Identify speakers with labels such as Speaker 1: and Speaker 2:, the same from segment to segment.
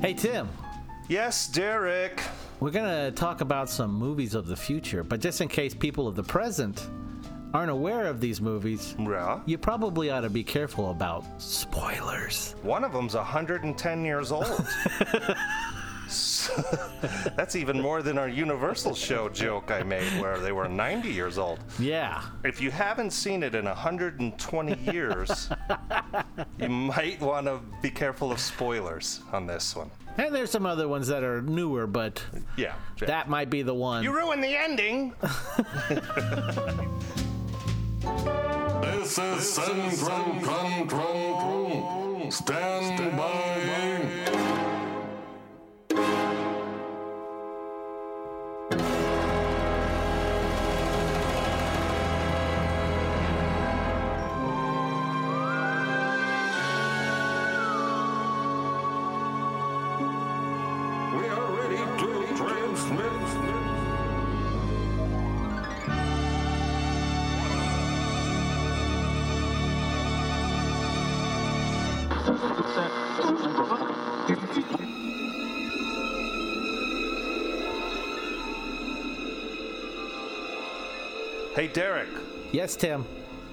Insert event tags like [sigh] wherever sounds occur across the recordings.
Speaker 1: Hey, Tim.
Speaker 2: Yes, Derek.
Speaker 1: We're going to talk about some movies of the future, but just in case people of the present aren't aware of these movies,
Speaker 2: Yeah.
Speaker 1: you probably ought to be careful about spoilers.
Speaker 2: One of them's 110 years old. [laughs] So- That's even more than our Universal show joke I made where they were 90 years old.
Speaker 1: Yeah.
Speaker 2: If you haven't seen it in 120 years, you might want to be careful of spoilers on this one.
Speaker 1: And there's some other ones that are newer, but
Speaker 2: Yeah. yeah.
Speaker 1: that might be the one.
Speaker 2: you ruined the ending.
Speaker 3: This is Central Control. Stand by. We are ready to transmit.
Speaker 2: Hey, Derek,
Speaker 1: yes, Tim.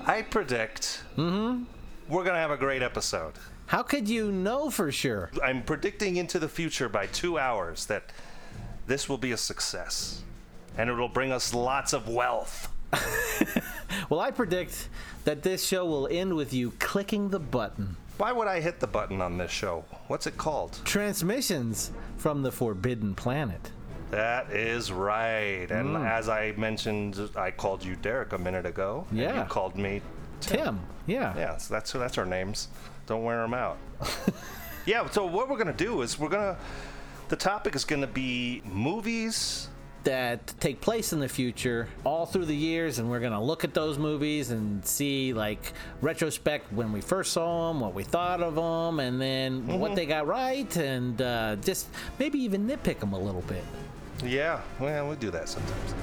Speaker 2: I predict we're going to have a great episode.
Speaker 1: How could you know for sure?
Speaker 2: I'm predicting into the future by two hours that this will be a success and it'll bring us lots of wealth.
Speaker 1: Well, I predict that this show will end with you clicking the button.
Speaker 2: Why would I hit the button on this show? What's it called?
Speaker 1: Transmissions from the Forbidden Planet.
Speaker 2: That is right. And as I mentioned, I called you Derek a minute ago. and
Speaker 1: Yeah.
Speaker 2: you called me
Speaker 1: Tim. Yeah.
Speaker 2: Yeah, so that's that's our names. Don't wear them out. yeah. So what we're gonna do is we're gonna. The topic is gonna be movies.
Speaker 1: That take place in the future all through the years, and we're gonna look at those movies and see, like, retrospect when we first saw them, what we thought of them, and then
Speaker 2: Mm-hmm.
Speaker 1: what they got right, and uh, just maybe even nitpick them a little bit.
Speaker 2: Yeah. Well, we do that sometimes.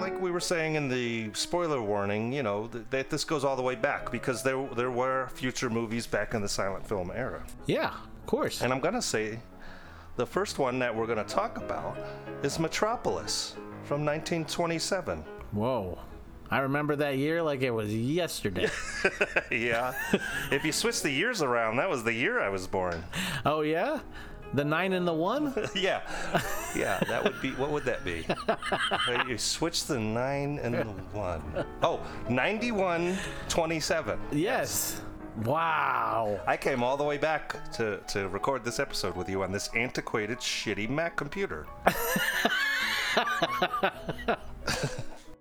Speaker 2: Like we were saying in the spoiler warning, you know, th- that this goes all the way back because there there were future movies back in the silent film era.
Speaker 1: Yeah, of course.
Speaker 2: And I'm gonna say, the first one that we're gonna talk about is Metropolis from 1927.
Speaker 1: Whoa. I remember that year like it was
Speaker 2: [laughs]
Speaker 1: yesterday.
Speaker 2: Yeah. [laughs] if you switch the years around, that was the year I was born.
Speaker 1: oh, yeah? The nine and the one?
Speaker 2: [laughs] yeah. [laughs] Yeah, that would be what would that be? [laughs] Uh, you switch the 9 and the 1. Oh, 91 27.
Speaker 1: Yes. Wow.
Speaker 2: I came all the way back to, to record this episode with you on this antiquated, shitty Mac computer.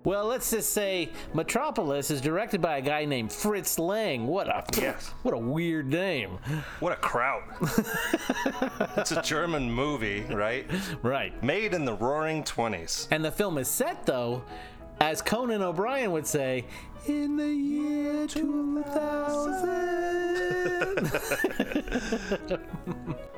Speaker 1: Well, let's just say Metropolis is directed by a guy named Fritz Lang. What a
Speaker 2: Yes.
Speaker 1: [laughs] what a weird name.
Speaker 2: What a
Speaker 1: [laughs]
Speaker 2: crowd. it's a German movie, right?
Speaker 1: Right.
Speaker 2: Made in the roaring 20s.
Speaker 1: And the film is set though, as Conan O'Brien would say, in the year 2000.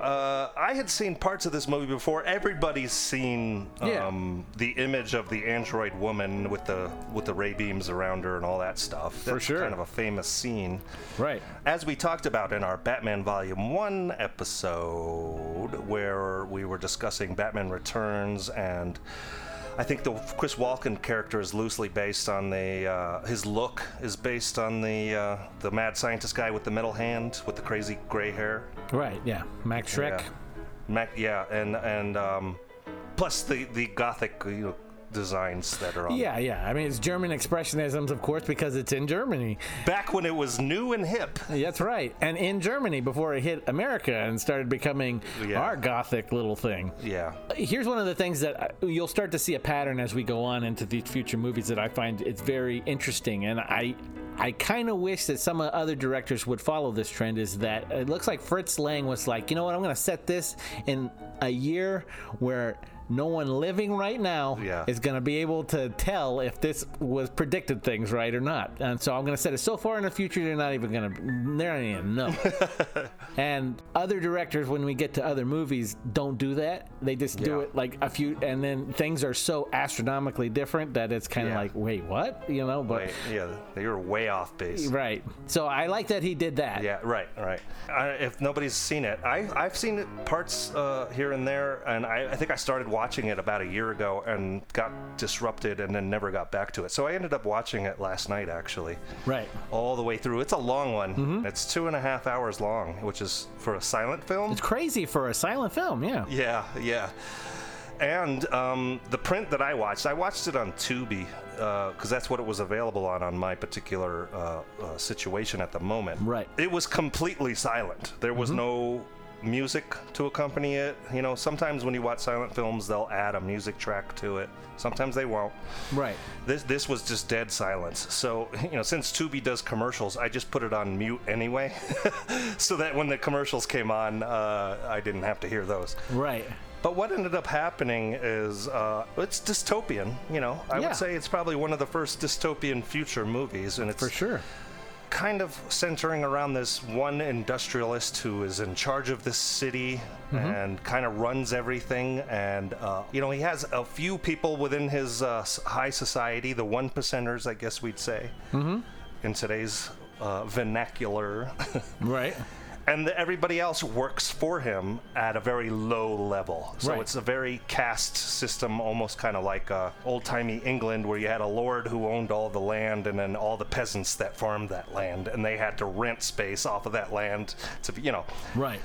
Speaker 2: Uh, I had seen parts of this movie before. Everybody's seen
Speaker 1: Yeah.
Speaker 2: um, the image of the android woman with the with the ray beams around her and all that stuff. That's
Speaker 1: sure.
Speaker 2: kind of a famous scene.
Speaker 1: [laughs] right.
Speaker 2: As we talked about in our Batman Volume 1 episode, where we were discussing Batman Returns, and I think the Chris Walken character is loosely based on the. Uh, his look is based on the, uh, the mad scientist guy with the metal hand with the crazy gray hair.
Speaker 1: Right. Yeah. Max Shrek.
Speaker 2: Yeah. Mac, yeah, and and um, plus the the gothic you know, designs that are on.
Speaker 1: Yeah, yeah. I mean, it's German expressionisms, of course, because it's in Germany.
Speaker 2: Back when it was new and hip.
Speaker 1: That's right. And in Germany before it hit America and started becoming
Speaker 2: Yeah.
Speaker 1: our gothic little thing.
Speaker 2: Yeah.
Speaker 1: Here's one of the things that uh, you'll start to see a pattern as we go on into these future movies that I find it's very interesting and I I kind of wish that some other directors would follow this trend is that it looks like Fritz Lang was like, "You know what? I'm going to set this in a year where no one living right now
Speaker 2: Yeah.
Speaker 1: is going to be able to tell if this was predicted things right or not. And so I'm going to set it so far in the future they're not even going to they're not even know. and other directors, when we get to other movies, don't do that. They just do
Speaker 2: Yeah.
Speaker 1: it like a few, and then things are so astronomically different that it's kind of
Speaker 2: Yeah.
Speaker 1: like, wait, what? You know, but.
Speaker 2: Wait, yeah, you're way off base.
Speaker 1: Right. So I like that he did that.
Speaker 2: Yeah, right, right. I, if nobody's seen it, I, I've seen it parts uh, here and there, and I, I think I started watching it about a year ago and got disrupted and then never got back to it. So I ended up watching it last night, actually.
Speaker 1: Right.
Speaker 2: All the way through. It's a long one. It's two and a half hours long, which is for a silent film.
Speaker 1: It's crazy for a silent film, yeah.
Speaker 2: Yeah, yeah. And um, the print that I watched, I watched it on Tubi because that's what it was available on on my particular uh, uh, situation at the moment.
Speaker 1: Right.
Speaker 2: It was completely silent. There was no music to accompany it. You know, sometimes when you watch silent films, they'll add a music track to it. Sometimes they won't.
Speaker 1: Right.
Speaker 2: This this was just dead silence. So [laughs] you know, since Tubi does commercials, I just put it on mute anyway, [laughs] so that when the commercials came on, uh, I didn't have to hear those.
Speaker 1: Right.
Speaker 2: But what ended up happening is uh, it's dystopian. You know, I
Speaker 1: Yeah.
Speaker 2: would say it's probably one of the first dystopian future movies, and it's
Speaker 1: For sure.
Speaker 2: kind of centering around this one industrialist who is in charge of this city
Speaker 1: Mm-hmm.
Speaker 2: and kind of runs everything. And, uh, you know, he has a few people within his uh, s- high society, the one percenters, I guess we'd say,
Speaker 1: Mm-hmm.
Speaker 2: in today's uh, vernacular. [laughs]
Speaker 1: Right.
Speaker 2: and the, everybody else works for him at a very low level. So
Speaker 1: Right.
Speaker 2: it's a very caste system, almost kind of like uh, old timey England, where you had a lord who owned all the land, and then all the peasants that farmed that land, and they had to rent space off of that land to, be- you know,
Speaker 1: Right.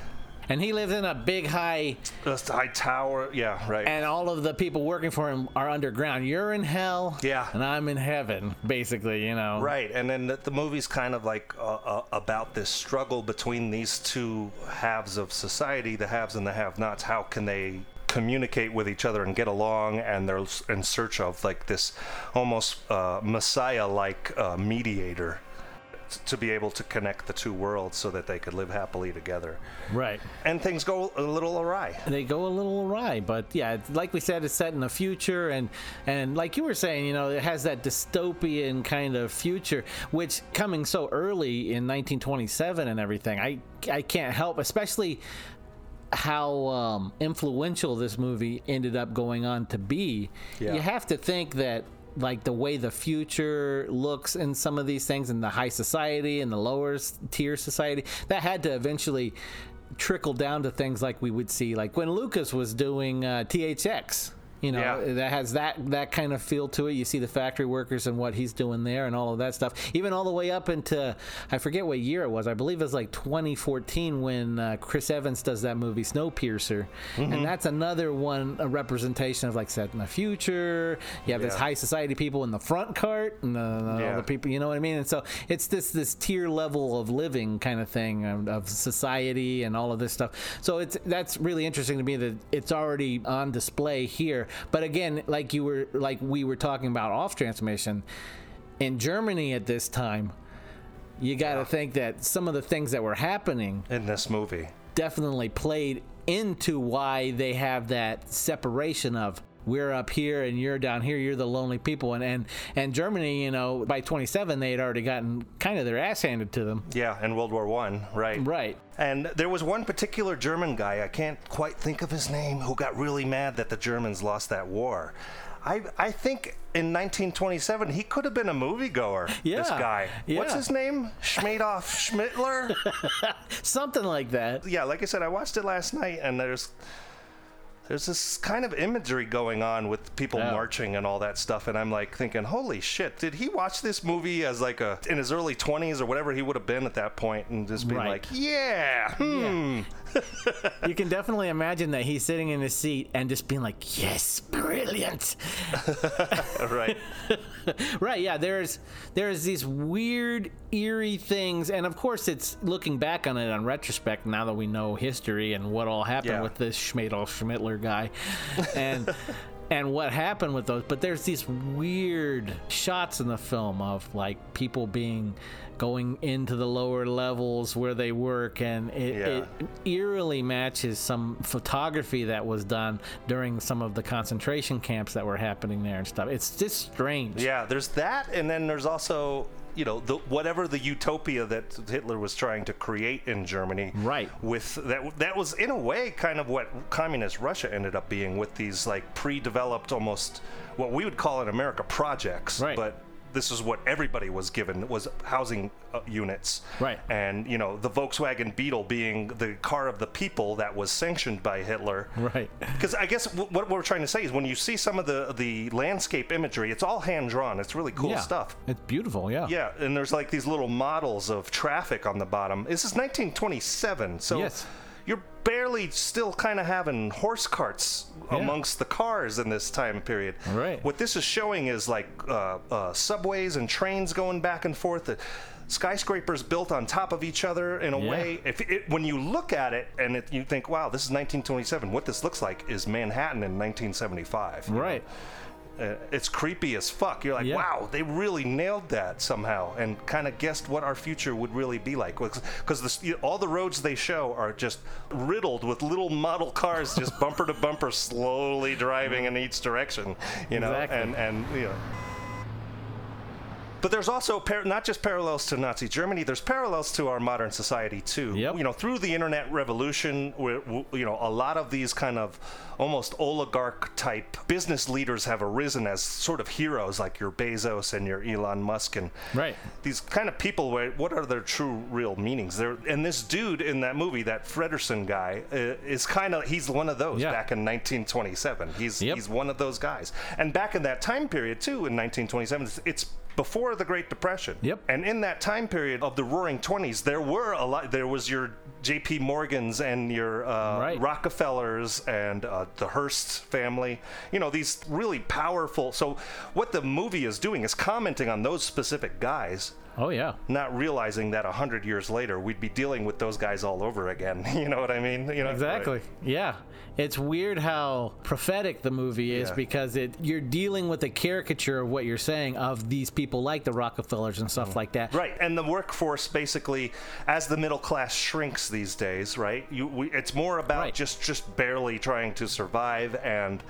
Speaker 1: And he lives in a big high,
Speaker 2: just high tower. Yeah, right.
Speaker 1: and all of the people working for him are underground. You're in hell.
Speaker 2: Yeah.
Speaker 1: And I'm in heaven, basically, you know.
Speaker 2: Right, and then the, the movie's kind of like uh, uh, about this struggle between these two halves of society, the haves and the have-nots. How can they communicate with each other and get along? And they're s- in search of like this almost uh, messiah-like uh, mediator t- to be able to connect the two worlds so that they could live happily together.
Speaker 1: Right.
Speaker 2: And things go a little awry.
Speaker 1: They go a little awry, but yeah, it's- like we said, it's set in the future, and and like you were saying, you know, it has that dystopian kind of future, which coming so early in 1927 and everything, I I can't help, especially how um, influential this movie ended up going on to be.
Speaker 2: Yeah.
Speaker 1: You have to think that like the way the future looks in some of these things in the high society and the lower s- tier society that had to eventually trickle down to things like we would see like when Lucas was doing uh, THX you know
Speaker 2: Yeah.
Speaker 1: that has that that kind of feel to it you see the factory workers and what he's doing there and all of that stuff even all the way up into i forget what year it was i believe it was like 2014 when uh, chris evans does that movie snowpiercer and that's another one a representation of like set in the future you have this
Speaker 2: Yeah.
Speaker 1: high society people in the front cart and uh, all
Speaker 2: Yeah.
Speaker 1: the people you know what i mean and so it's this this tier level of living kind of thing um, of society and all of this stuff so it's that's really interesting to me that it's already on display here but again like you were like we were talking about off transmission in germany at this time you got to think that some of the things that were happening
Speaker 2: In this movie,
Speaker 1: definitely played into why they have that separation of we're up here and you're down here you're the lonely people and and, and germany you know by 27 they had already gotten kind of their ass handed to them
Speaker 2: yeah, in World War One, right?
Speaker 1: right
Speaker 2: And there was one particular German guy, I can't quite think of his name, who got really mad that the Germans lost that war. I, I think in 1927 he could have been a moviegoer. This
Speaker 1: Yeah,
Speaker 2: guy. What's
Speaker 1: yeah.
Speaker 2: his name? Schmadoff
Speaker 1: [laughs]
Speaker 2: Schmittler.
Speaker 1: something like that
Speaker 2: yeah, like I said, I watched it last night, and there's there's this kind of imagery going on with people
Speaker 1: Yeah.
Speaker 2: marching and all that stuff, and I'm like thinking, holy shit, did he watch this movie as like a in his early 20s or whatever he would have been at that point, and just being
Speaker 1: Right.
Speaker 2: like, yeah, hmm,
Speaker 1: you can definitely imagine that he's sitting in his seat and just being like yes brilliant
Speaker 2: [laughs] right.
Speaker 1: [laughs] right yeah there's there's these weird eerie things and of course it's looking back on it on retrospect now that we know history and what all happened
Speaker 2: Yeah.
Speaker 1: with this schmadel schmittler guy
Speaker 2: [laughs]
Speaker 1: and and what happened with those but there's these weird shots in the film of like people being going into the lower levels where they work, and it,
Speaker 2: Yeah.
Speaker 1: it eerily matches some photography that was done during some of the concentration camps that were happening there and stuff. It's just strange.
Speaker 2: Yeah, there's that, and then there's also you know the whatever the utopia that Hitler was trying to create in Germany.
Speaker 1: Right.
Speaker 2: With that, that was in a way kind of what communist Russia ended up being with these like pre-developed, almost what we would call in America projects,
Speaker 1: Right.
Speaker 2: but. This is what everybody was given was housing uh, units,
Speaker 1: Right.
Speaker 2: And you know the Volkswagen Beetle being the car of the people that was sanctioned by Hitler,
Speaker 1: Right.
Speaker 2: because I guess w- what we're trying to say is when you see some of the the landscape imagery, it's all hand drawn. It's really cool
Speaker 1: Yeah.
Speaker 2: stuff.
Speaker 1: It's beautiful. Yeah.
Speaker 2: Yeah, and there's like these little models of traffic on the bottom. This is 1927, so
Speaker 1: Yes.
Speaker 2: you're barely still kind of having horse carts amongst the cars in this time period.
Speaker 1: Right.
Speaker 2: What this is showing is like uh, uh, subways and trains going back and forth. uh, skyscrapers built on top of each other in a
Speaker 1: Yeah.
Speaker 2: way. If it, when you look at it and it, you think, "Wow, this is 1927," what this looks like is Manhattan in 1975. you know?
Speaker 1: Right.
Speaker 2: Uh, it's creepy as fuck. You're like,
Speaker 1: Yeah.
Speaker 2: wow, they really nailed that somehow, and kind of guessed what our future would really be like. Because all the roads they show are just riddled with little model cars, just bumper to bumper, slowly driving in each direction. You know,
Speaker 1: Exactly.
Speaker 2: and and you know. But there's also par- not just parallels to Nazi Germany. There's parallels to our modern society too.
Speaker 1: Yep.
Speaker 2: You know, through the internet revolution, where w- you know a lot of these kind of almost oligarch type business leaders have arisen as sort of heroes, like your Bezos and your Elon Musk, and
Speaker 1: Right.
Speaker 2: these kind of people. Where what are their true, real meanings? They're, and this dude in that movie, that Frederson guy, uh, is kind of he's one of those
Speaker 1: Yeah.
Speaker 2: back in 1927. He's
Speaker 1: Yep.
Speaker 2: he's one of those guys. And back in that time period too, in 1927, it's- it's before the Great Depression.
Speaker 1: Yep.
Speaker 2: And in that time period of the Roaring Twenties, there were a lot. There was your J.P. Morgans and your uh,
Speaker 1: Right.
Speaker 2: Rockefellers and uh, the Hearst family. You know these really powerful. So what the movie is doing is commenting on those specific guys.
Speaker 1: Oh yeah.
Speaker 2: Not realizing that a hundred years later we'd be dealing with those guys all over again. [laughs] You know what I mean? You know
Speaker 1: Exactly. Yeah. It's weird how prophetic the movie is
Speaker 2: Yeah.
Speaker 1: because it you're dealing with a caricature of what you're saying of these people like the Rockefellers and stuff like that.
Speaker 2: Right, and the workforce basically, as the middle class shrinks these days, right? You, we, it's more about
Speaker 1: Right.
Speaker 2: just just barely trying to survive and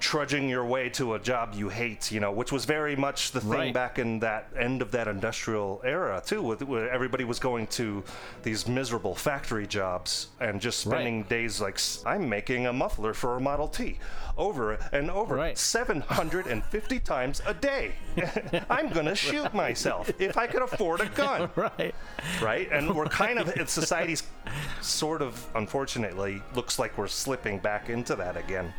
Speaker 2: trudging your way to a job you hate, you know, which was very much the thing
Speaker 1: Right.
Speaker 2: back in that end of that industrial era too, with where everybody was going to these miserable factory jobs and just
Speaker 1: Right.
Speaker 2: spending days like "S- I'm making a muffler for a Model T over and over
Speaker 1: Right. [laughs]
Speaker 2: 750 times a day. [laughs] I'm going to shoot myself if I could afford a gun.
Speaker 1: [laughs] Right.
Speaker 2: Right? And we're kind of, society's sort of, unfortunately, looks like we're slipping back into that again.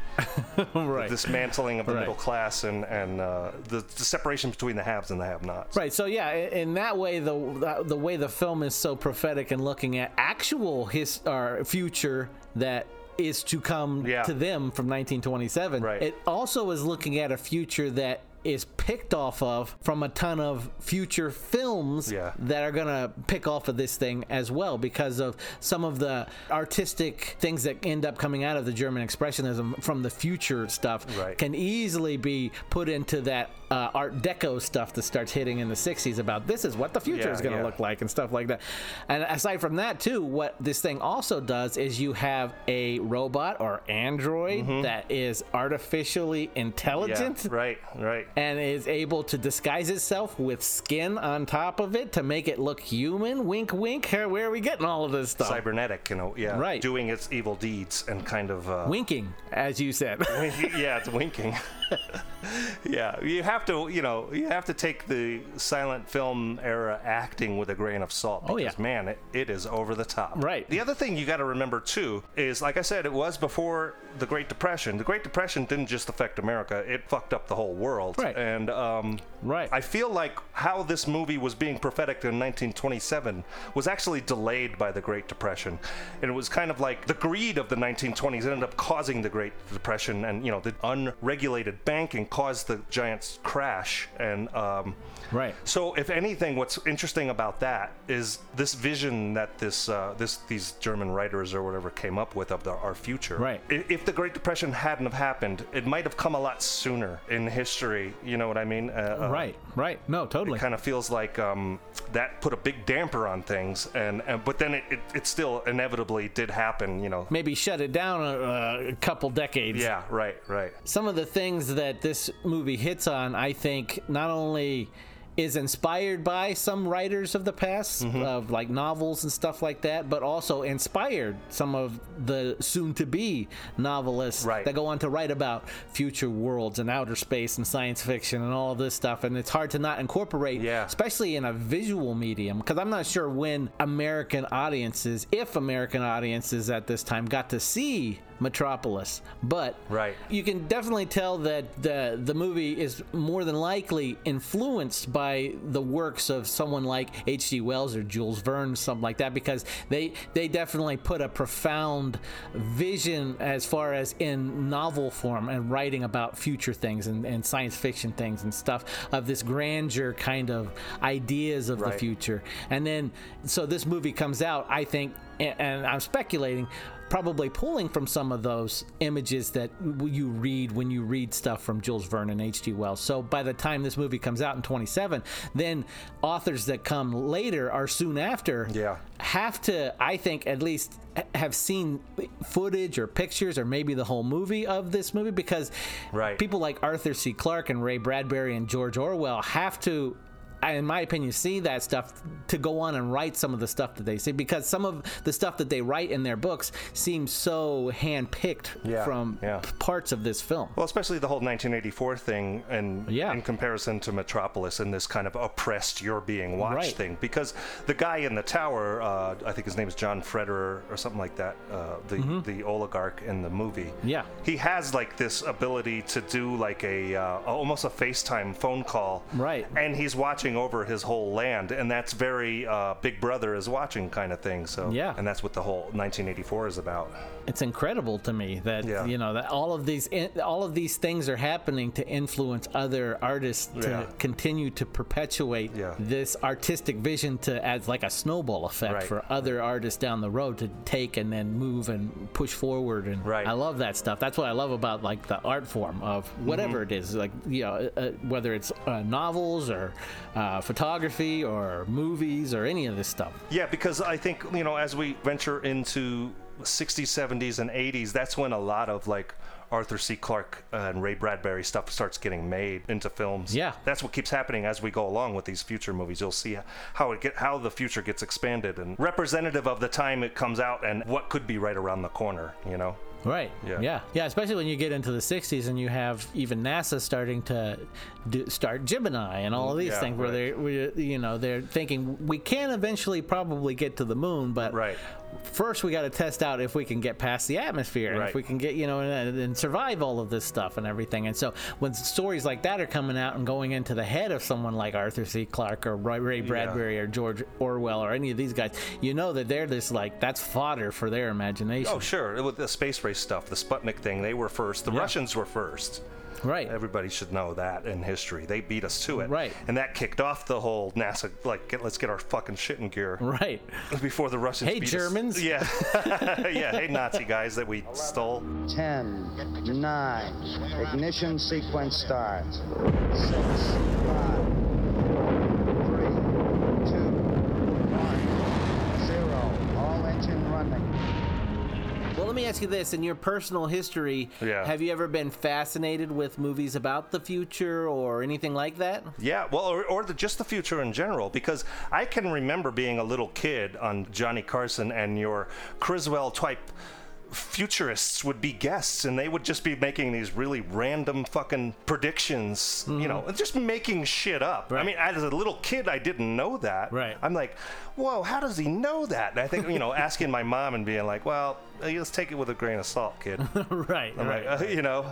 Speaker 1: right.
Speaker 2: Dismantling of the
Speaker 1: Right.
Speaker 2: middle class and, and uh, the, the separation between the haves and the have nots.
Speaker 1: Right, so yeah, i- in that way, the the- the way the film is so prophetic and looking at actual his or future that is to come
Speaker 2: Yeah.
Speaker 1: to them from 1927.
Speaker 2: Right.
Speaker 1: It also is looking at a future that is picked off of from a ton of future films
Speaker 2: Yeah.
Speaker 1: that are gonna pick off of this thing as well because of some of the artistic things that end up coming out of the German expressionism from the future stuff
Speaker 2: Right.
Speaker 1: can easily be put into that uh, Art Deco stuff that starts hitting in the 60s about this is what the future
Speaker 2: Yeah,
Speaker 1: is going to
Speaker 2: yeah.
Speaker 1: look like and stuff like that. And aside from that, too, what this thing also does is you have a robot or android that is artificially
Speaker 2: Mm-hmm. Yeah,
Speaker 1: intelligent.
Speaker 2: right, right.
Speaker 1: And is able to disguise itself with skin on top of it to make it look human. Wink, wink. Where are we getting all of this stuff?
Speaker 2: Cybernetic, you know, yeah.
Speaker 1: Right.
Speaker 2: Doing its evil deeds and kind of. Uh,
Speaker 1: Winking, as you said. [laughs]
Speaker 2: yeah, it's winking. [laughs] yeah, you have to, you know, you have to take the silent film era acting with a grain of salt.
Speaker 1: Oh, yeah.
Speaker 2: because, man, it, it is over the top.
Speaker 1: Right.
Speaker 2: The other thing you got to remember too is, like I said, it was before the Great Depression. The Great Depression didn't just affect America; it fucked up the whole world.
Speaker 1: Right.
Speaker 2: And um,
Speaker 1: Right.
Speaker 2: I feel like how this movie was being prophetic in 1927 was actually delayed by the Great Depression. And it was kind of like the greed of the 1920s ended up causing the Great Depression and, you know, the unregulated speculated banking caused the Giants' crash. And um,
Speaker 1: Right.
Speaker 2: so, if anything, what's interesting about that is this vision that this uh, this these German writers or whatever came up with of the, our future.
Speaker 1: Right.
Speaker 2: I- If the Great Depression hadn't have happened, it might have come a lot sooner in history. You know what I mean? Uh, uh,
Speaker 1: Right. Right. No, totally.
Speaker 2: Kind of feels like um, that put a big damper on things, and, and but then it, it, it still inevitably did happen. You know.
Speaker 1: Maybe shut it down a, a couple decades.
Speaker 2: Yeah. Right. Right.
Speaker 1: some of the things that this movie hits on, I think, not only is inspired by some writers of the past,
Speaker 2: Mm-hmm.
Speaker 1: of like novels and stuff like that, but also inspired some of the soon to be novelists
Speaker 2: Right.
Speaker 1: that go on to write about future worlds and outer space and science fiction and all this stuff. And it's hard to not incorporate,
Speaker 2: Yeah.
Speaker 1: especially in a visual medium, because I'm not sure when American audiences, if American audiences at this time, got to see Metropolis. But
Speaker 2: Right.
Speaker 1: you can definitely tell that the the movie is more than likely influenced by the works of someone like H.G. Wells or Jules Verne, something like that, because they they definitely put a profound vision as far as in novel form and writing about future things and, and science fiction things and stuff of this grandeur kind of ideas of the
Speaker 2: Right.
Speaker 1: future. And then so this movie comes out, I think, and, and I'm speculating probably pulling from some of those images that w- you read when you read stuff from Jules Verne and H.G. Wells. So by the time this movie comes out in 27, then authors that come later or soon after
Speaker 2: Yeah.
Speaker 1: have to, I think, at least h- have seen footage or pictures or maybe the whole movie of this movie because
Speaker 2: Right.
Speaker 1: people like Arthur C. Clarke and Ray Bradbury and George Orwell have to. In my opinion, see that stuff to go on and write some of the stuff that they see because some of the stuff that they write in their books seems so handpicked
Speaker 2: Yeah,
Speaker 1: from
Speaker 2: yeah.
Speaker 1: p- parts of this film.
Speaker 2: Well, especially the whole 1984 thing, and
Speaker 1: Yeah.
Speaker 2: in comparison to Metropolis and this kind of oppressed you're being watched
Speaker 1: Right.
Speaker 2: thing, because the guy in the tower, uh, I think his name is John Frederer or something like that, uh, the the oligarch in the movie.
Speaker 1: Mm-hmm. Yeah.
Speaker 2: he has like this ability to do like a uh, almost a FaceTime phone call,
Speaker 1: Right.
Speaker 2: And he's watching over his whole land, and that's very uh, Big Brother is watching kind of thing. So
Speaker 1: Yeah.
Speaker 2: and that's what the whole 1984 is about.
Speaker 1: it's incredible to me that
Speaker 2: Yeah.
Speaker 1: you know that all of these all of these things are happening to influence other artists to
Speaker 2: Yeah.
Speaker 1: continue to perpetuate
Speaker 2: Yeah.
Speaker 1: this artistic vision to as like a snowball effect
Speaker 2: Right.
Speaker 1: for other artists down the road to take and then move and push forward and
Speaker 2: Right.
Speaker 1: I love that stuff that's what I love about like the art form of whatever
Speaker 2: Mm-hmm.
Speaker 1: it is like you know uh, whether it's uh, novels or uh, photography or movies or any of this stuff
Speaker 2: Yeah, because I think, you know, as we venture into 60s, 70s, and 80s, that's when a lot of like Arthur C. Clarke and Ray Bradbury stuff starts getting made into films.
Speaker 1: Yeah.
Speaker 2: That's what keeps happening as we go along with these future movies. You'll see how it get how the future gets expanded and representative of the time it comes out and what could be right around the corner, you know.
Speaker 1: Right.
Speaker 2: Yeah.
Speaker 1: Yeah. Yeah. Especially when you get into the '60s and you have even NASA starting to do, start Gemini and all of these
Speaker 2: Yeah,
Speaker 1: things, where
Speaker 2: right.
Speaker 1: they're, where, you know, they're thinking we can eventually probably get to the moon, but
Speaker 2: Right.
Speaker 1: first we got to test out if we can get past the atmosphere and if
Speaker 2: Right.
Speaker 1: we can get you know and, and survive all of this stuff and everything. And so when stories like that are coming out and going into the head of someone like Arthur C. Clarke or Ray Ray Bradbury or George Orwell or any of these guys, you know that they're just like that's fodder for their imagination.
Speaker 2: Oh, sure. With the space race stuff, the Sputnik thing, they were first. The Russians were first.
Speaker 1: right.
Speaker 2: Everybody should know that in history. They beat us to it.
Speaker 1: Right.
Speaker 2: And that kicked off the whole NASA, like, get, let's get our fucking shit in gear
Speaker 1: Right.
Speaker 2: before the Russians
Speaker 1: Hey,
Speaker 2: beat
Speaker 1: Germans.
Speaker 2: us. Yeah. [laughs] yeah. Hey, Nazi guys that we stole.
Speaker 4: 10, 9, ignition sequence start. 6, 5, 4, 3, 2, 1, 0. All engine running.
Speaker 1: Well, let me ask you this: in your personal history,
Speaker 2: Yeah.
Speaker 1: have you ever been fascinated with movies about the future or anything like that?
Speaker 2: Yeah. Well, or, or the, just the future in general, because I can remember being a little kid on Johnny Carson and your Criswell type. Futurists would be guests, and they would just be making these really random fucking predictions, you
Speaker 1: Mm-hmm.
Speaker 2: know, just making shit up. I mean, as a little kid, I didn't know that.
Speaker 1: Right.
Speaker 2: I'm like, whoa, how does he know that? And I think, you know, [laughs] asking my mom and being like, well, let's take it with a grain of
Speaker 1: [laughs]
Speaker 2: salt, kid.
Speaker 1: [laughs] right,
Speaker 2: I'm like, uh, [laughs] you know,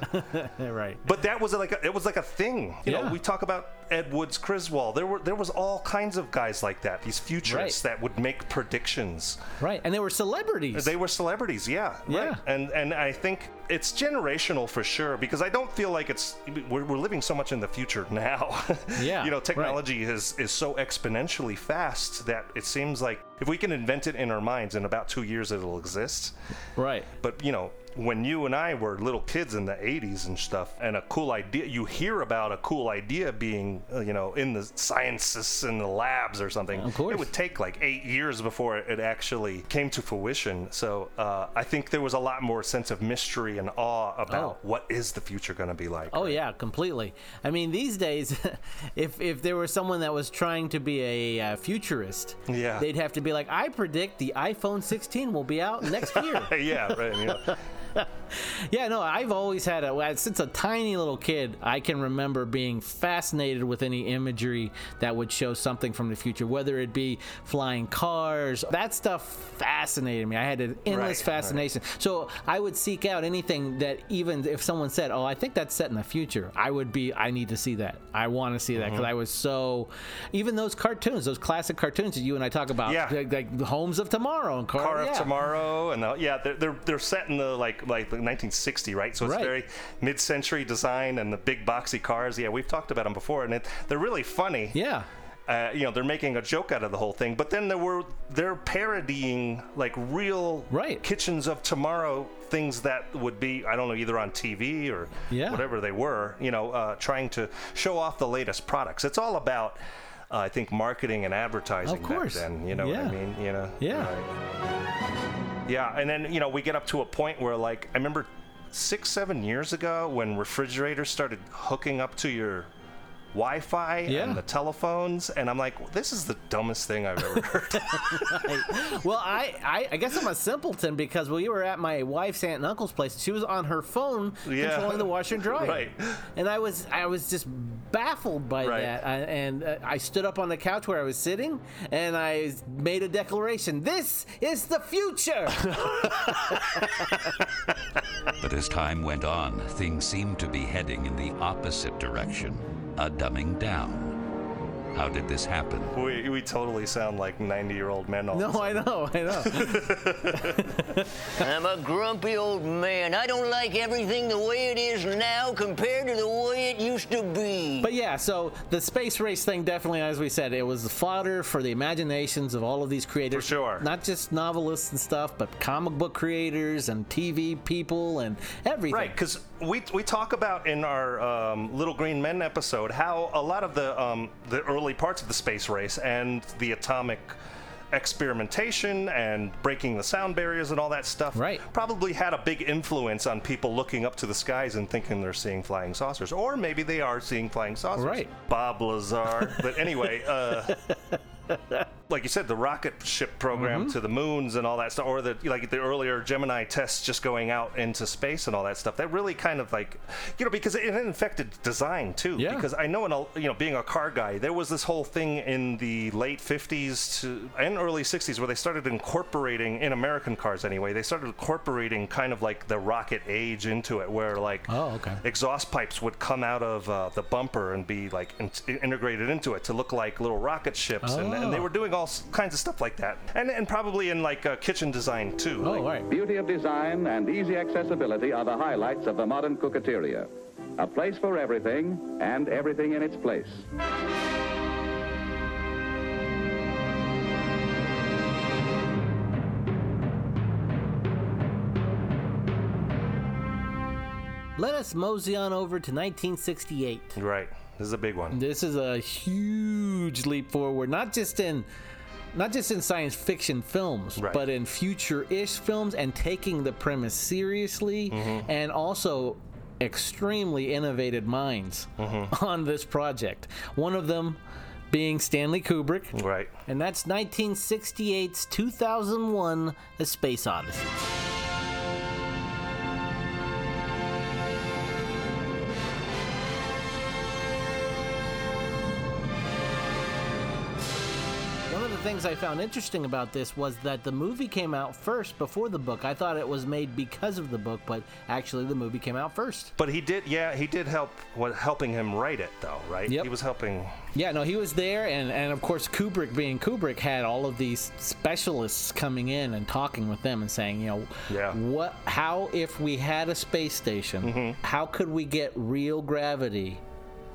Speaker 1: right,
Speaker 2: but that was like a, it was like a thing. You
Speaker 1: Yeah.
Speaker 2: know, we talk about Ed Wood's Criswell. There were there was all kinds of guys like that. These futurists that would make predictions.
Speaker 1: Right. And they were celebrities.
Speaker 2: They were celebrities, yeah.
Speaker 1: Yeah.
Speaker 2: Right. And and I think it's generational for sure because I don't feel like it's we're, we're living so much in the future now. [laughs]
Speaker 1: Yeah,
Speaker 2: you know,
Speaker 1: right.
Speaker 2: technology is is so exponentially fast that it seems like if we can invent it in our minds in about 2 years it'll exist.
Speaker 1: right.
Speaker 2: But you know, when you and I were little kids in the 80s and stuff, and a cool idea, you hear about a cool idea being, uh, you know, in the sciences and the labs or something.
Speaker 1: Of course.
Speaker 2: It would take like eight years before it actually came to fruition. So uh, I think there was a lot more sense of mystery and awe about what is the future going to be like.
Speaker 1: Oh yeah, completely. I mean, these days, [laughs] if if there was someone that was trying to be a uh, futurist,
Speaker 2: Yeah.
Speaker 1: they'd have to be like, I predict the iPhone 16 will be out next
Speaker 2: [laughs]
Speaker 1: year.
Speaker 2: [laughs] yeah, right. You know.
Speaker 1: yeah, no, I've always had a since a tiny little kid. I can remember being fascinated with any imagery that would show something from the future, whether it be flying cars. That stuff fascinated me. I had an endless
Speaker 2: Right, right.
Speaker 1: fascination. So I would seek out anything that even if someone said, "Oh, I think that's set in the future," I would be, "I need to see that. I want to see that," because
Speaker 2: Mm-hmm.
Speaker 1: I was so. Even those cartoons, those classic cartoons that you and I talk about,
Speaker 2: Yeah.
Speaker 1: like, like Homes of Tomorrow and Car,
Speaker 2: Car
Speaker 1: yeah.
Speaker 2: of Tomorrow, and the, yeah, they're, they're they're set in the like like the 1960, right? So it's
Speaker 1: Right.
Speaker 2: very mid-century design and the big boxy cars. Yeah, we've talked about them before, and it, they're really funny.
Speaker 1: Yeah.
Speaker 2: Uh, you know, they're making a joke out of the whole thing, but then there were they're parodying like real
Speaker 1: Right.
Speaker 2: kitchens of tomorrow things that would be I don't know either on TV or
Speaker 1: Yeah.
Speaker 2: whatever they were. You know, uh, trying to show off the latest products. It's all about. Uh, I think marketing and advertising back
Speaker 1: course.
Speaker 2: then, you know
Speaker 1: Yeah.
Speaker 2: what I mean? You know,
Speaker 1: Yeah.
Speaker 2: Right. Yeah, and then you know we get up to a point where like I remember six, seven years ago when refrigerators started hooking up to your Wi-Fi
Speaker 1: Yeah.
Speaker 2: and the telephones, and I'm like, this is the dumbest thing I've ever [laughs] heard.
Speaker 1: Well, I, I, I guess I'm a simpleton because we were at my wife's aunt and uncle's place. She was on her phone
Speaker 2: Yeah.
Speaker 1: controlling the washer and dryer.
Speaker 2: Right.
Speaker 1: And I was I was just baffled by
Speaker 2: Right.
Speaker 1: that. I, and uh, I stood up on the couch where I was sitting and I made a declaration. This is the
Speaker 2: [laughs]
Speaker 1: future.
Speaker 5: But as time went on, things seemed to be heading in the opposite direction a dumbing down. How did this happen?
Speaker 2: we, we totally sound like 90 year old men. All
Speaker 1: no, I know, I know.
Speaker 6: I'm a grumpy old man. I don't like everything the way it is now compared to the way it used to be.
Speaker 1: But yeah, so the space race thing definitely, as we said, it was the fodder for the imaginations of all of these creators.
Speaker 2: For sure.
Speaker 1: Not just novelists and stuff, but comic book creators and TV people and everything.
Speaker 2: Right, because we, we talk about in our um, Little Green Men episode how a lot of the um, the early parts of the space race and the atomic experimentation and breaking the sound barriers and all that stuff
Speaker 1: Right.
Speaker 2: probably had a big influence on people looking up to the skies and thinking they're seeing flying saucers or maybe they are seeing flying saucers
Speaker 1: Right.
Speaker 2: bob lazar but anyway uh, like you said, the rocket ship program
Speaker 1: Mm-hmm.
Speaker 2: to the moons and all that stuff, or the like the earlier Gemini tests just going out into space and all that stuff. That really kind of like, you know, because it infected design too.
Speaker 1: Yeah.
Speaker 2: Because I know in a, you know being a car guy, there was this whole thing in the late '50s to and early '60s where they started incorporating in American cars anyway. They started incorporating kind of like the rocket age into it, where like
Speaker 1: Oh, okay.
Speaker 2: exhaust pipes would come out of uh, the bumper and be like in- integrated into it to look like little rocket ships, and, and they
Speaker 1: Oh.
Speaker 2: were doing all s- kinds of stuff like that, and and probably in like uh, kitchen design too.
Speaker 1: Oh,
Speaker 2: like-
Speaker 1: all right.
Speaker 7: Beauty of design and easy accessibility are the highlights of the modern cocketeria. A place for everything and everything in its place.
Speaker 1: Let us mosey on over to 1968.
Speaker 2: right. This is a big one.
Speaker 1: This is a huge leap forward, not just in not just in science fiction films,
Speaker 2: Right.
Speaker 1: but in future-ish films and taking the premise seriously and also extremely innovative minds [laughs] on this project. One of them being Stanley Kubrick,
Speaker 2: Right.
Speaker 1: and that's 1968's 2001 A Space Odyssey. One of the things I found interesting about this was that the movie came out first before the book. I thought it was made because of the book, but actually the movie came out first.
Speaker 2: But he did, yeah, he did help. What helping him write it though, right?
Speaker 1: Yep.
Speaker 2: He was helping.
Speaker 1: Yeah, no, he was there, and, and of course, Kubrick being Kubrick had all of these specialists coming in and talking with them and saying, you know,
Speaker 2: Yeah. Mm-hmm.
Speaker 1: what, how if we had a space station, how could we get real gravity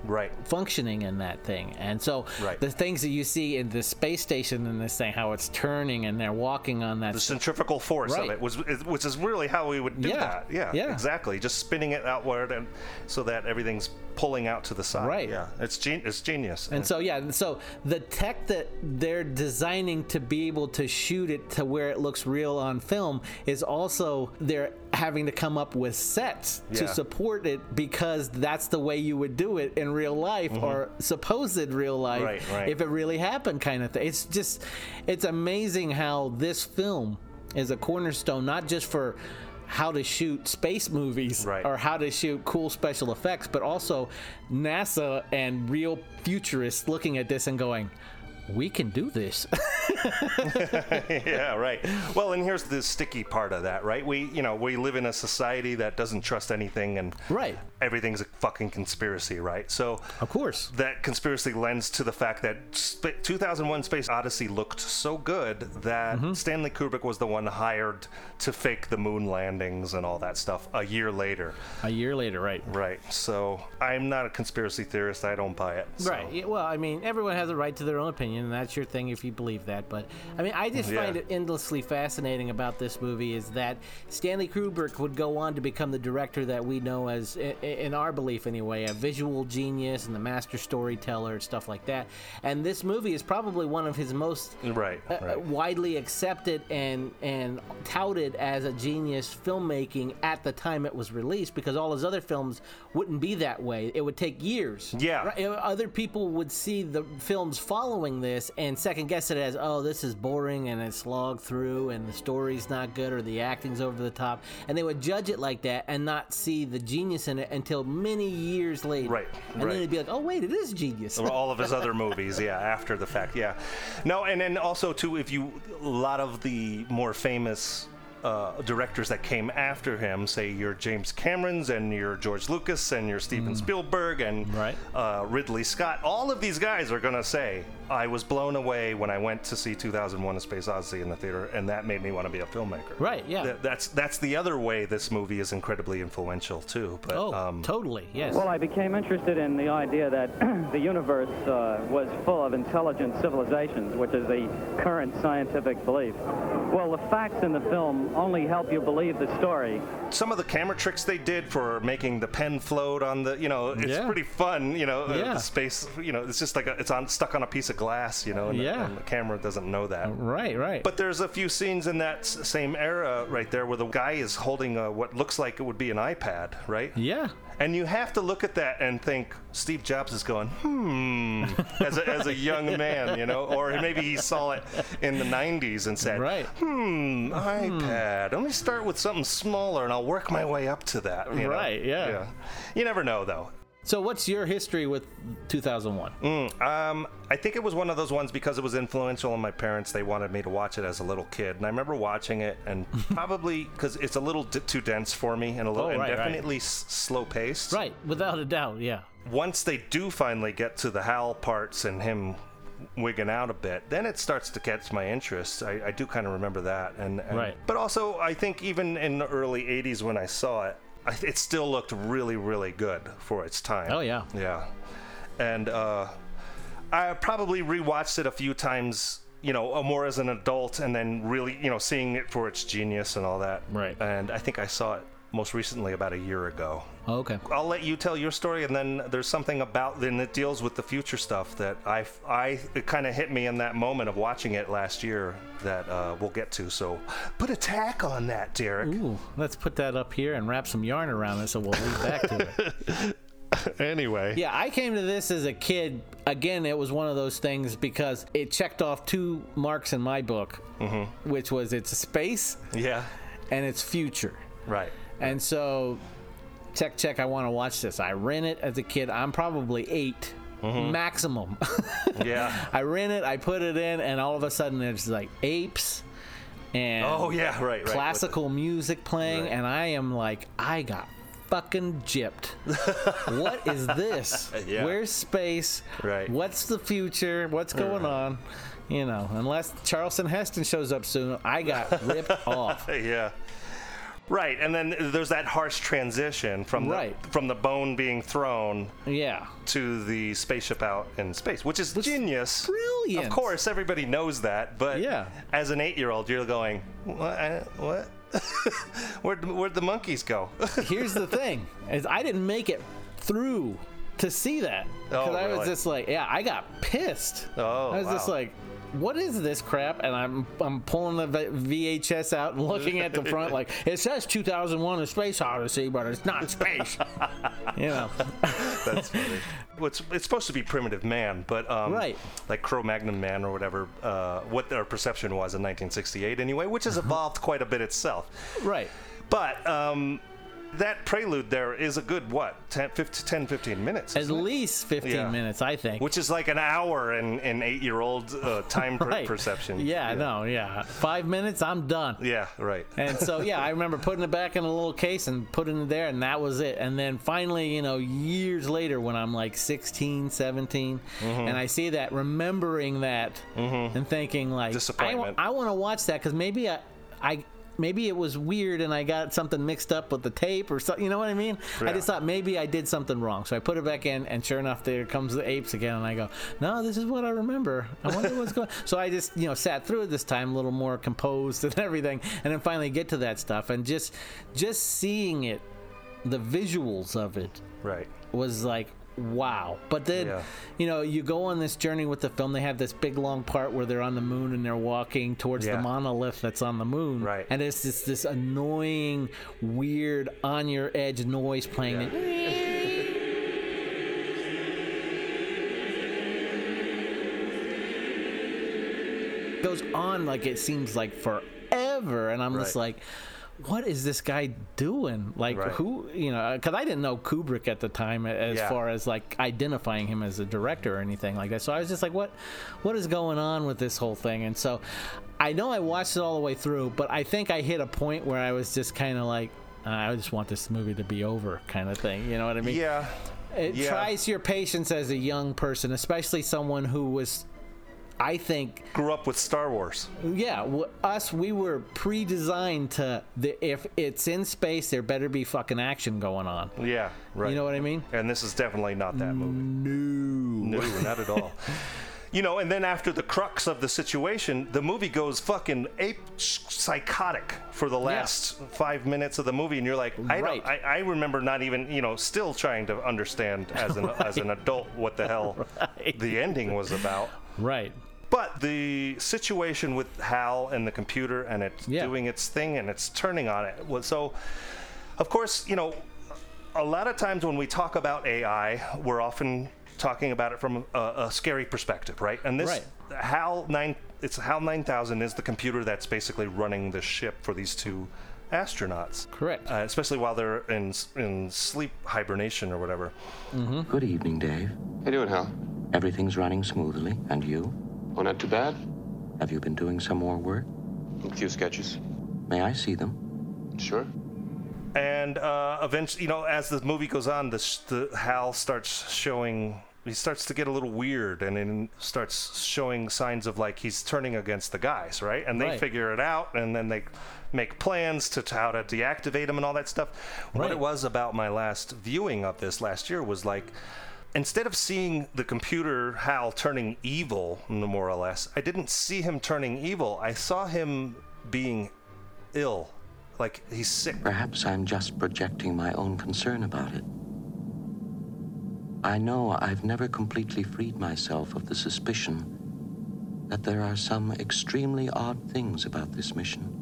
Speaker 2: Right.
Speaker 1: functioning in that thing? And so,
Speaker 2: Right.
Speaker 1: the things that you see in the space station and this thing, how it's turning and they're walking on that.
Speaker 2: The centrifugal force
Speaker 1: Right.
Speaker 2: of it was, is- which is really how we would do
Speaker 1: Yeah.
Speaker 2: that. Yeah,
Speaker 1: Yeah.
Speaker 2: exactly. Just spinning it outward, and so that everything's pulling out to the side.
Speaker 1: Right.
Speaker 2: Yeah, it's gen- it's genius.
Speaker 1: And so yeah, and so the tech that they're designing to be able to shoot it to where it looks real on film is also they're having to come up with sets to
Speaker 2: Yeah.
Speaker 1: support it because that's the way you would do it in real life or supposed real life
Speaker 2: Mm-hmm. Right, right.
Speaker 1: if it really happened kind of thing. It's just it's amazing how this film is a cornerstone not just for how to shoot space movies
Speaker 2: Right.
Speaker 1: or how to shoot cool special effects, but also NASA and real futurists looking at this and going, we can do this. [laughs]
Speaker 2: [laughs] yeah, right. Well, and here's the sticky part of that, right? We, you know, we live in a society that doesn't trust anything, and
Speaker 1: Right.
Speaker 2: everything's a fucking conspiracy, right? So,
Speaker 1: Of course.
Speaker 2: that conspiracy lends to the fact that sp- 2001: Space Odyssey looked so good that
Speaker 1: Mm-hmm.
Speaker 2: Stanley Kubrick was the one hired to fake the moon landings and all that stuff a year later,
Speaker 1: A year later, right?
Speaker 2: right? So, I'm not a conspiracy theorist. I don't buy it. so-
Speaker 1: Right. yeah, Well, I mean, everyone has a right to their own opinion, and that's your thing if you believe that. But I mean, I just
Speaker 2: Yeah.
Speaker 1: find it endlessly fascinating about this movie is that Stanley Kubrick would go on to become the director that we know as, i- i- in our belief anyway, a visual genius and the master storyteller and stuff like that. And this movie is probably one of his most
Speaker 2: Right,
Speaker 1: uh,
Speaker 2: right.
Speaker 1: widely accepted and and touted as a genius filmmaking at the time it was released because all his other films wouldn't be that way. It would take years.
Speaker 2: Yeah.
Speaker 1: Right, you know, Other people would see the films following this and second guess it as, oh, this is boring and it's slogged through and the story's not good or the acting's over the top. And they would judge it like that and not see the genius in it until many years later.
Speaker 2: Right,
Speaker 1: And
Speaker 2: right.
Speaker 1: then they'd be like, oh, wait, it is genius.
Speaker 2: Or all of his other movies, yeah, after the fact, yeah. No, and then also too, if you a lot of the more famous uh, directors that came after him, say your James Cameron's and your George Lucas and your Steven Spielberg and
Speaker 1: Mm. Right.
Speaker 2: uh, Ridley Scott, all of these guys are gonna say, "I was blown away when I went to see 2001: A Space Odyssey in the theater, and that made me want to be a filmmaker."
Speaker 1: Right, yeah.
Speaker 2: Th- that's that's the other way this movie is incredibly influential too. But
Speaker 1: oh,
Speaker 2: um,
Speaker 1: totally. Yes.
Speaker 8: Well, I became interested in the idea that [clears throat] the universe uh, was full of intelligent civilizations, which is the current scientific belief. Well, the facts in the film only help you believe the story.
Speaker 2: some of the camera tricks they did for making the pen float on the you know it's
Speaker 1: Yeah.
Speaker 2: pretty fun you know uh,
Speaker 1: Yeah.
Speaker 2: the space you know it's just like a, it's on stuck on a piece of glass you know and, the-
Speaker 1: Yeah.
Speaker 2: and the camera doesn't know that
Speaker 1: right, right.
Speaker 2: but there's a few scenes in that s- same era right there where the guy is holding a, what looks like it would be an iPad right
Speaker 1: yeah.
Speaker 2: and you have to look at that and think Steve Jobs is going, hmm, as a, as a
Speaker 1: [laughs]
Speaker 2: young man, you know, or maybe he saw it in the 90s and said,
Speaker 1: Right.
Speaker 2: hmm, iPad. Let me start with something smaller and I'll work my way up to that. you know?
Speaker 1: Right, yeah.
Speaker 2: You never know, though.
Speaker 1: So, what's your history with 2001?
Speaker 2: Um, I think it was one of those ones because it was influential on my parents. They wanted me to watch it as a little kid, and I remember watching it,
Speaker 1: [laughs]
Speaker 2: and probably because it's a little d- too dense for me, and a little,
Speaker 1: Oh,
Speaker 2: and
Speaker 1: right, right.
Speaker 2: definitely s- slow paced.
Speaker 1: Right, without a doubt, yeah.
Speaker 2: once they do finally get to the howl parts and him wigging out a bit, then it starts to catch my interest. I, I do kind of remember that, and, and-
Speaker 1: Right.
Speaker 2: But also, I think even in the early '80s when I saw it, I, it still looked really, really good for its time.
Speaker 1: Oh, yeah.
Speaker 2: yeah. And uh, I probably rewatched it a few times. You know, uh, more as an adult, and then really, you know, seeing it for its genius and all that.
Speaker 1: Right.
Speaker 2: And I think I saw it most recently about a year ago.
Speaker 1: Okay.
Speaker 2: I'll let you tell your story, and then there's something about then it deals with the future stuff that I, I it kind of hit me in that moment of watching it last year that uh, we'll get to. So put a tack on that, Derek,
Speaker 1: Ooh, let's put that up here and wrap some yarn around it so we'll lead back to it. Mm-hmm.
Speaker 2: anyway.
Speaker 1: [laughs] Yeah, I came to this as a kid. Again, it was one of those things because it checked off two marks in my book, which was it's space
Speaker 2: [laughs] Yeah,
Speaker 1: and it's future.
Speaker 2: right.
Speaker 1: And so, check, check, I want to watch this. I rent it as a kid. I'm probably eight maximum.
Speaker 2: Mm-hmm.
Speaker 1: [laughs]
Speaker 2: Yeah.
Speaker 1: I ran it, I put it in, and all of a sudden there's like apes and
Speaker 2: Oh yeah, right, right. with the-
Speaker 1: classical music playing, and I am like, I got fucking
Speaker 2: [laughs]
Speaker 1: gypped. what is this?
Speaker 2: Yeah.
Speaker 1: Where's space?
Speaker 2: Right.
Speaker 1: What's the future? What's going on? You know, unless Charleston Heston shows up soon, I got ripped
Speaker 2: [laughs]
Speaker 1: off.
Speaker 2: yeah. Right, and then there's that harsh transition from the
Speaker 1: Right.
Speaker 2: from the bone being thrown
Speaker 1: Yeah.
Speaker 2: to the spaceship out in space, which is genius.
Speaker 1: brilliant.
Speaker 2: Of course, everybody knows that, but
Speaker 1: Yeah.
Speaker 2: as an eight-year-old, you're going, what? I- what? [laughs] where'd, where'd the monkeys go? [laughs]
Speaker 1: Here's the thing: is I didn't make it through to see that because
Speaker 2: Oh,
Speaker 1: I
Speaker 2: really?
Speaker 1: was just like, yeah, I got pissed.
Speaker 2: Oh,
Speaker 1: I was just
Speaker 2: wow.
Speaker 1: like, what is this crap? And I'm I'm pulling the V- VHS out and looking at the front
Speaker 2: [laughs]
Speaker 1: like it says 2001: A Space Odyssey, but it's not
Speaker 2: [laughs]
Speaker 1: space. you know,
Speaker 2: That's
Speaker 1: [laughs]
Speaker 2: funny. Well, it's, it's supposed to be primitive man, but um,
Speaker 1: Right.
Speaker 2: like Cro-Magnon man or whatever, uh, what their perception was in 1968 anyway, which has
Speaker 1: Uh-huh.
Speaker 2: evolved quite a bit itself.
Speaker 1: right?
Speaker 2: But um, that prelude there is a good, what, 10, 15, 10 15 minutes?
Speaker 1: At
Speaker 2: isn't it?
Speaker 1: least 15
Speaker 2: Yeah.
Speaker 1: minutes, I think.
Speaker 2: Which is like an hour in, in eight-year-old uh, time
Speaker 1: [laughs]
Speaker 2: per-
Speaker 1: Right.
Speaker 2: perception.
Speaker 1: Yeah, no, yeah. Five minutes, I'm done.
Speaker 2: Yeah, right.
Speaker 1: And so, yeah, I remember putting it back in a little case and putting it there, and that was it. And then finally, you know, years later, when I'm like 16, 17, and I see that, remembering that, and thinking, like,
Speaker 2: Disappointment.
Speaker 1: I, want to watch that because maybe I, I, maybe it was weird and I got something mixed up with the tape or something. You know what I mean? I
Speaker 2: Yeah.
Speaker 1: just thought maybe I did something wrong. So I put it back in, and sure enough, there comes the apes again, and I go, no, this is what I remember. I wonder what's going. [laughs] So I just you know sat through it this time a little more composed [laughs] and everything, and then finally get to that stuff, and just just seeing it, the visuals of it
Speaker 2: Right.
Speaker 1: was like wow but then
Speaker 2: Yeah.
Speaker 1: you know you go on this journey with the film they have this big long part where they're on the moon and they're walking towards
Speaker 2: Yeah.
Speaker 1: the monolith that's on the moon
Speaker 2: Right.
Speaker 1: and it's just this annoying weird on your edge noise playing It goes on like it seems like forever and i'm just
Speaker 2: Right.
Speaker 1: like what is this guy doing like
Speaker 2: Right.
Speaker 1: who you know because i didn't know kubrick at the time a- as
Speaker 2: Yeah.
Speaker 1: far as like identifying him as a director or anything like that so i was just like what what is going on with this whole thing and so i know i watched it all the way through but i think i hit a point where i was just kind of like i just want this movie to be over kind of thing you know what i mean
Speaker 2: Yeah.
Speaker 1: it
Speaker 2: Yeah.
Speaker 1: tries your patience as a young person especially someone who was i think
Speaker 2: Grew up with Star Wars.
Speaker 1: yeah, w us we were pre-designed to the, if it's in space, there better be fucking action going on.
Speaker 2: Yeah, right.
Speaker 1: You know what Mm. I mean?
Speaker 2: And this is definitely not that movie.
Speaker 1: No.
Speaker 2: No, not at all. You know, and then after the crux of the situation, the movie goes fucking ape psychotic for the last five minutes of the movie, and you're like, I
Speaker 1: Right.
Speaker 2: don't, I, I remember not even, you know, still trying to understand as
Speaker 1: [laughs]
Speaker 2: an as an adult what the hell the ending was about.
Speaker 1: Right.
Speaker 2: But the situation with Hal and the computer and it's
Speaker 1: Yeah.
Speaker 2: doing its thing and it's turning on it. Well, so, of course, you know, a lot of times when we talk about AI, we're often talking about it from a, a scary perspective, right? And this HAL nine, it's HAL nine thousand is the computer that's basically running the ship for these two astronauts.
Speaker 1: Correct.
Speaker 2: Uh, especially while they're in s- in sleep hibernation or whatever.
Speaker 9: Good evening, Dave.
Speaker 10: How you doing, Hal?
Speaker 9: Everything's running smoothly, and you?
Speaker 10: Oh, not too bad.
Speaker 9: Have you been doing some more work?
Speaker 10: A few sketches.
Speaker 9: May I see them?
Speaker 10: Sure.
Speaker 2: and uh, eventually, you know, as the movie goes on, the, sh- the Hal starts showing. He starts to get a little weird, and then starts showing signs of like he's turning against the guys, right? And they
Speaker 1: Right.
Speaker 2: figure it out, and then they make plans to, to how to deactivate him and all that stuff. What
Speaker 1: Right.
Speaker 2: it was about my last viewing of this last year was like. Instead of seeing the computer Hal turning evil, no more or less, I didn't see him turning evil. I saw him being ill, like he's sick.
Speaker 9: Perhaps I'm just projecting my own concern about it. I know I've never completely freed myself of the suspicion that there are some extremely odd things about this mission.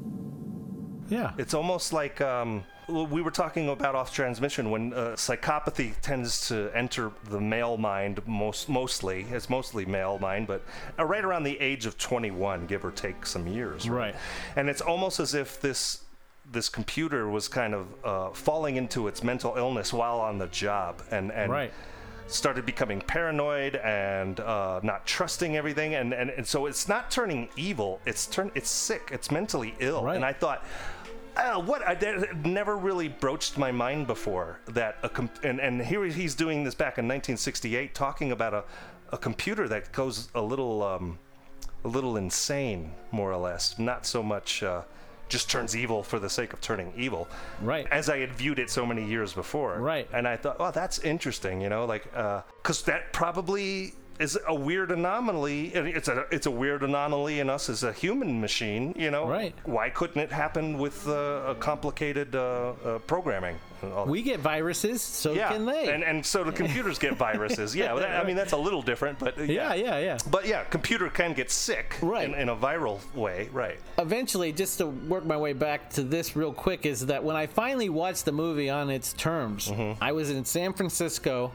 Speaker 1: Yeah.
Speaker 2: It's almost like um, well, we were talking about off transmission when uh, psychopathy tends to enter the male mind most mostly. It's mostly male mind, but uh, right around the age of 21, give or take some years.
Speaker 1: Right.
Speaker 2: And it's almost as if this this computer was kind of uh, falling into its mental illness while on the job, and and
Speaker 1: Right.
Speaker 2: started becoming paranoid and uh, not trusting everything, and, and and so it's not turning evil. It's turn. It's sick. It's mentally ill. And I thought. Uh, what I that never really broached my mind before that a com- and and here he's doing this back in 1968 talking about a, a computer that goes a little um, a little insane, more or less. Not so much uh, just turns evil for the sake of turning evil. Right. As I had viewed it so many years before. Right. And I thought, oh, that's interesting, you know, like, because that probably is a weird anomaly. and It's a it's a weird anomaly in us as a human machine, you know. Right. Why couldn't it happen with uh, a complicated uh, uh, programming? and all that?
Speaker 1: We get viruses, so
Speaker 2: yeah.
Speaker 1: can they.
Speaker 2: And and so do computers get viruses. Yeah, well, that- I mean that's a little different, but uh, yeah.
Speaker 1: yeah, yeah.
Speaker 2: But yeah, computer can get sick right. in, in a viral way, right?
Speaker 1: eventually just to work my way back to this real quick is that when i finally watched the movie on its terms
Speaker 2: Mm-hmm.
Speaker 1: i was in san francisco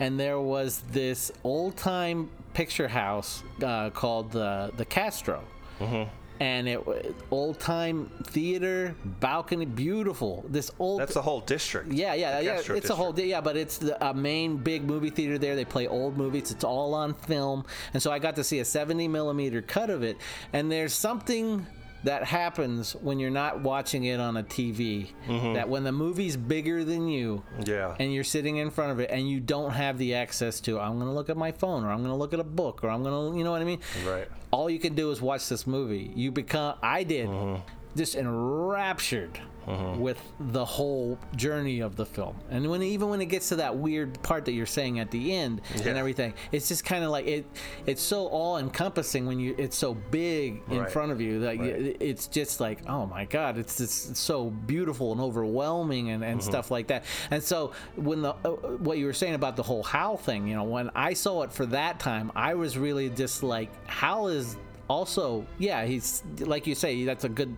Speaker 1: and there was this old-time picture house uh, called the, the castro
Speaker 2: Mm-hmm.
Speaker 1: and it was old-time theater balcony beautiful this old
Speaker 2: That's the whole district.
Speaker 1: yeah, yeah,
Speaker 2: The
Speaker 1: yeah. It's
Speaker 2: Castro
Speaker 1: a whole day, yeah, but it's the a main big movie theater there. They play old movies. It's all on film, and so I got to see a 70 millimeter cut of it. And there's something that happens when you're not watching it on a TV. That when the movie's bigger than you,
Speaker 2: Mm-hmm. Yeah.
Speaker 1: and you're sitting in front of it, and you don't have the access to, I'm gonna look at my phone, or I'm gonna look at a book, or I'm gonna, you know what I mean?
Speaker 2: Right.
Speaker 1: all you can do is watch this movie. You become, I did,
Speaker 2: Mm-hmm.
Speaker 1: just enraptured with the whole journey of the film. And when even when it gets to that weird part that you're saying at the end and everything, it's just kind of like it. It's so all encompassing when you. It's so big in
Speaker 2: Right.
Speaker 1: front of you that y it's just like, oh my god, it's just it's so beautiful and overwhelming and,
Speaker 2: Mm-hmm.
Speaker 1: and stuff like that. And so when the uh, what you were saying about the whole Hal thing, you know, when I saw it for that time, I was really just like, Hal is also yeah, he's like you say, that's a good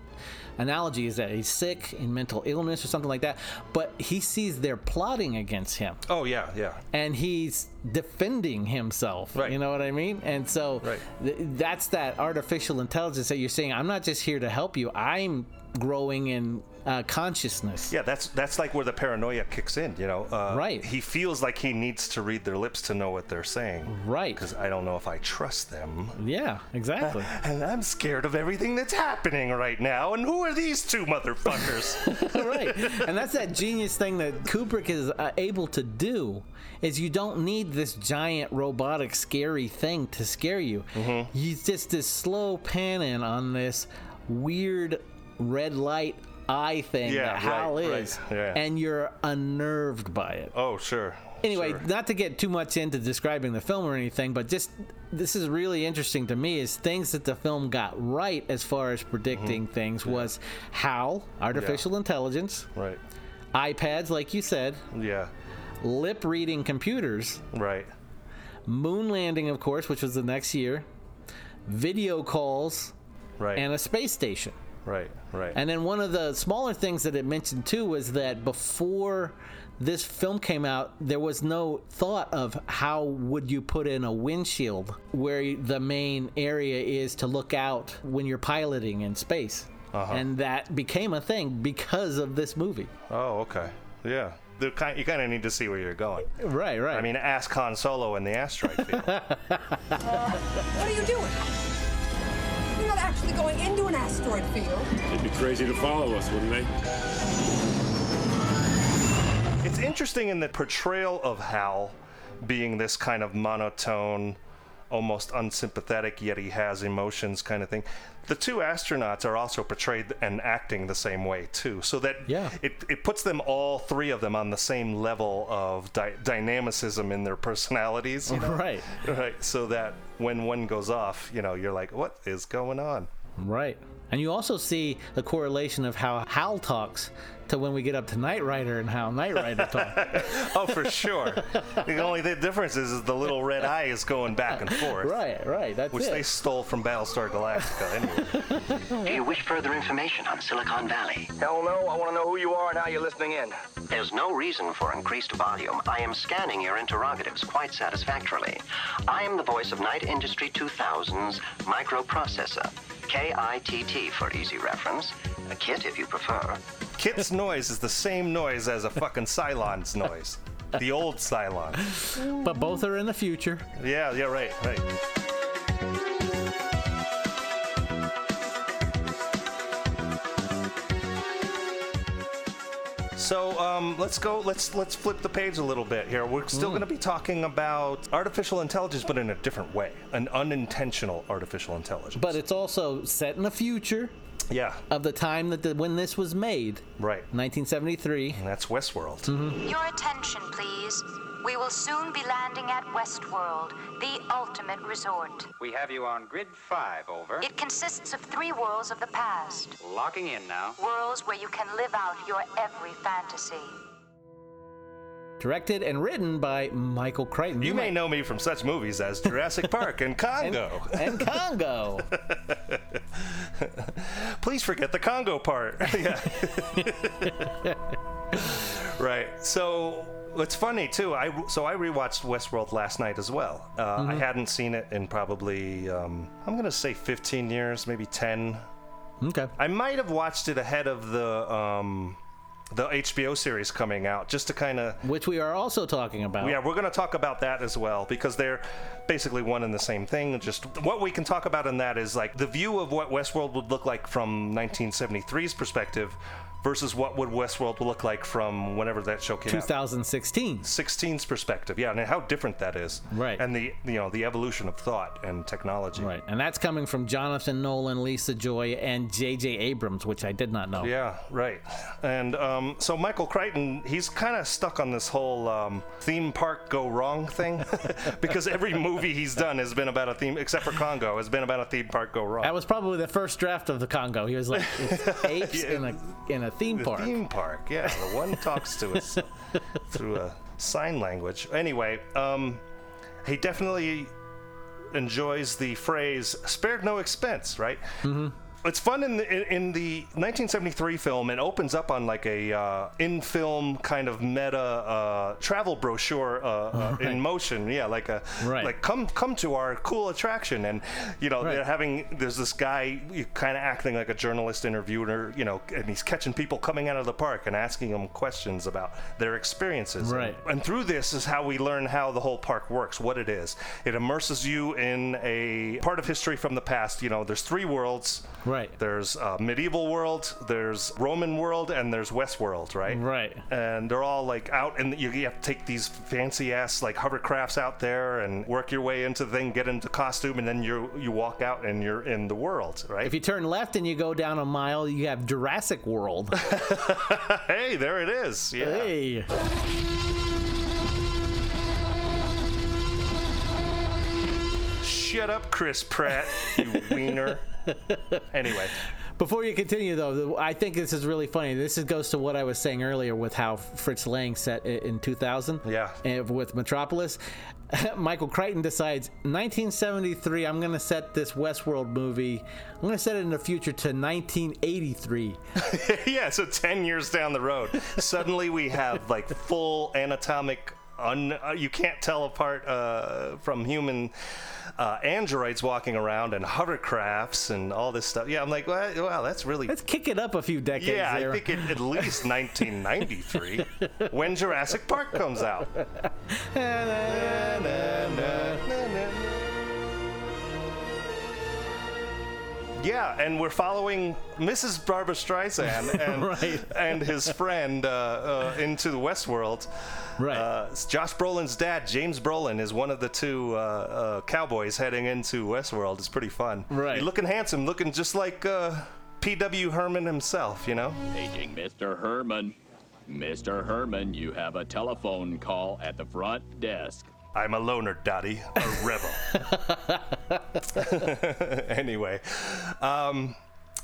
Speaker 1: analogy is that he's sick in mental illness or something like that, but he sees they're plotting against him
Speaker 2: Oh yeah, yeah.
Speaker 1: and he's defending himself. Right. You know what I mean? And so th- that's that artificial intelligence that you're saying. I'm not just here to help you. I'm growing in uh, consciousness.
Speaker 2: Yeah, that's that's like where the paranoia kicks in, you know. Uh,
Speaker 1: Right.
Speaker 2: He feels like he needs to read their lips to know what they're saying.
Speaker 1: Right.
Speaker 2: Because I don't know if I trust them.
Speaker 1: Yeah, exactly.
Speaker 2: And I'm scared of everything that's happening right now. And who are these two
Speaker 1: [laughs]
Speaker 2: motherfuckers?
Speaker 1: right. And that's that genius thing that Kubrick is uh, able to do is you don't need this giant robotic scary thing to scare you.
Speaker 2: Mm-hmm.
Speaker 1: He's just this slow pan in on this weird red light eye thing
Speaker 2: Yeah,
Speaker 1: that Hal
Speaker 2: right, right.
Speaker 1: is
Speaker 2: Yeah.
Speaker 1: and you're unnerved by it.
Speaker 2: oh, sure.
Speaker 1: Anyway,
Speaker 2: sure.
Speaker 1: not to get too much into describing the film or anything, but just this is really interesting to me is things that the film got right as far as predicting
Speaker 2: Mm-hmm.
Speaker 1: things was how artificial intelligence,
Speaker 2: Right.
Speaker 1: iPads like you said,
Speaker 2: Yeah.
Speaker 1: lip reading computers,
Speaker 2: Right.
Speaker 1: moon landing of course, which was the next year, video calls,
Speaker 2: Right.
Speaker 1: and a space station.
Speaker 2: right. Right.
Speaker 1: And then one of the smaller things that it mentioned too was that before this film came out, there was no thought of how would you put in a windshield where you- the main area is to look out when you're piloting in space.
Speaker 2: Uh-huh.
Speaker 1: And that became a thing because of this movie.
Speaker 2: oh, okay. Yeah. They're kind, you kind of need to see where you're going.
Speaker 1: Right, right.
Speaker 2: I mean, ask Han Solo in the asteroid field.
Speaker 11: What are you doing? You're not actually going into an asteroid field.
Speaker 3: They'd be crazy to follow us, wouldn't they?
Speaker 2: It's interesting in the portrayal of Hal being this kind of monotone, almost unsympathetic, yet he has emotions kind of thing. The two astronauts are also portrayed and acting the same way, too. So that
Speaker 1: Yeah.
Speaker 2: it, it puts them, all three of them, on the same level of dy dynamicism in their personalities. you know?
Speaker 1: right,
Speaker 2: right. So that when one goes off, you know, you're like, what is going on?
Speaker 1: right. And you also see the correlation of how Hal talks to when we get up to Knight Rider and how Knight Rider
Speaker 2: [laughs]
Speaker 1: talks.
Speaker 2: Oh, for sure. the only the difference is, is the little red eye is going back and forth.
Speaker 1: right, right. That's
Speaker 2: Which
Speaker 1: it.
Speaker 2: they stole from Battlestar Galactica anyway.
Speaker 9: Do you wish further information on Silicon Valley?
Speaker 4: Hell no, I want to know who you are and how you're listening in.
Speaker 9: There's no reason for increased volume. I am scanning your interrogatives quite satisfactorily. I am the voice of Night Industry 2000's microprocessor, KITT for easy reference, a kit if you prefer.
Speaker 2: Kit's noise is the same noise as a fucking Cylon's noise. the old Cylon.
Speaker 1: But both are in the future.
Speaker 2: Yeah, yeah, right, right. So um, let's go. Let's let's flip the page a little bit here. We're still
Speaker 12: Mm.
Speaker 2: going to be talking about artificial intelligence, but in a different way, an unintentional artificial intelligence.
Speaker 1: But it's also set in the future.
Speaker 2: Yeah.
Speaker 1: Of the time that the, when this was made.
Speaker 2: Right.
Speaker 1: 1973.
Speaker 2: And that's Westworld.
Speaker 13: Your attention, please. We will soon be landing at Westworld, the ultimate resort.
Speaker 14: We have you on grid five, over.
Speaker 13: It consists of three worlds of the past.
Speaker 14: Locking in now.
Speaker 13: Worlds where you can live out your every fantasy.
Speaker 1: Directed and written by Michael Crichton.
Speaker 2: You may know me from such movies as Jurassic Park and Congo.
Speaker 1: [laughs] And,
Speaker 2: [laughs]
Speaker 1: Congo.
Speaker 2: Please forget the Congo part. [laughs] yeah. right. So it's funny too. I so I rewatched Westworld last night as well. Uh, I
Speaker 12: Mhm.
Speaker 2: hadn't seen it in probably um, I'm gonna say 15 years, maybe 10.
Speaker 1: Okay.
Speaker 2: I might have watched it ahead of the um, the HBO series coming out, just to kind of
Speaker 1: which we are also talking about.
Speaker 2: Yeah, we're going to talk about that as well because they're basically one and the same thing. Just what we can talk about in that is like the view of what Westworld would look like from 1973's perspective versus what would Westworld look like from whenever that show came out.
Speaker 1: 2016.
Speaker 2: 16's perspective. Yeah, and how different that is.
Speaker 1: Right.
Speaker 2: And the you know, the evolution of thought and technology.
Speaker 1: Right. And that's coming from Jonathan Nolan, Lisa Joy, and J.J. Abrams, which I did not know.
Speaker 2: Yeah, right. And um, so Michael Crichton, he's kind of stuck on this whole um, theme park go wrong thing [laughs] because every movie he's done has been about a theme, except for Congo, has been about a theme park go wrong.
Speaker 1: That was probably the first draft of the Congo. He was like,
Speaker 2: [laughs]
Speaker 1: it's apes in a in a theme park.
Speaker 2: Theme park, yeah. The one talks to
Speaker 1: [laughs]
Speaker 2: us through a sign language. Anyway, um, he definitely enjoys the phrase "spared no expense," right? Mm-hmm. It's fun in the in, in the 1973 film. It opens up on like a uh, in-film kind of meta uh, travel brochure uh, uh, in motion. Yeah, like a like come come to our cool attraction, and you know they're having there's this guy kind of acting like a journalist interviewer, you know, and he's catching people coming out of the park and asking them questions about their experiences.
Speaker 1: Right.
Speaker 2: And through this is how we learn how the whole park works, what it is. It immerses you in a part of history from the past. You know, there's three worlds.
Speaker 1: Right.
Speaker 2: There's uh, medieval world, there's Roman world, and there's West world, right?
Speaker 1: Right.
Speaker 2: And they're all like out, and you, you have to take these fancy ass like hovercrafts out there and work your way into the thing, get into costume, and then you you walk out and you're in the world, right?
Speaker 1: If you turn left and you go down a mile, you have Jurassic World.
Speaker 2: [laughs] [laughs] hey, there it is. Yeah.
Speaker 1: Hey.
Speaker 2: Shut up, Chris Pratt,
Speaker 1: [laughs]
Speaker 2: you wiener. anyway. [laughs]
Speaker 1: Before you continue, though, th- I think this is really funny. This is, goes to what I was saying earlier with how Fritz Lang set it in 2000.
Speaker 2: Yeah.
Speaker 1: And with Metropolis. [laughs] Michael Crichton decides 1973. I'm going to set this Westworld movie. I'm going to set it in the future to 1983.
Speaker 2: yeah, so 10 years down the road, suddenly we have like full anatomic. Un, uh, you can't tell apart uh, from human uh, androids walking around and hovercrafts and all this stuff. Yeah, I'm like, wow, wow that's really. Let's
Speaker 1: kick it up a few decades.
Speaker 2: Yeah,
Speaker 1: there.
Speaker 2: I think it, at least
Speaker 15: [laughs]
Speaker 2: 1993 when Jurassic Park comes out.
Speaker 1: [laughs]
Speaker 2: [laughs] Yeah, and we're following Mrs. Barbara Streisand and, and his friend uh, uh, into the Westworld.
Speaker 1: Right.
Speaker 2: Uh, Josh Brolin's dad, James Brolin, is one of the two uh, uh, cowboys heading into Westworld. It's pretty fun.
Speaker 12: Right.
Speaker 2: He's looking handsome, looking just like uh, P.W. Herman himself, you know?
Speaker 16: Taking Mr. Herman. Mr. Herman, you have a telephone call at the front desk.
Speaker 2: I'm a loner, Dottie, [laughs] a rebel. anyway, um,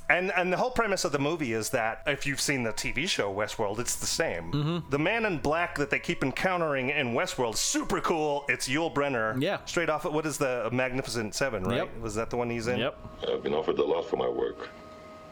Speaker 2: and and the whole premise of the movie is that if you've seen the TV show Westworld, it's the same.
Speaker 12: Mhm.
Speaker 2: The man in black that they keep encountering in Westworld, super cool. It's Yul Brenner. Yeah. Straight off. What is the Magnificent Seven? Right. Was that the one he's in? Yep.
Speaker 17: I've been offered a lot for my work,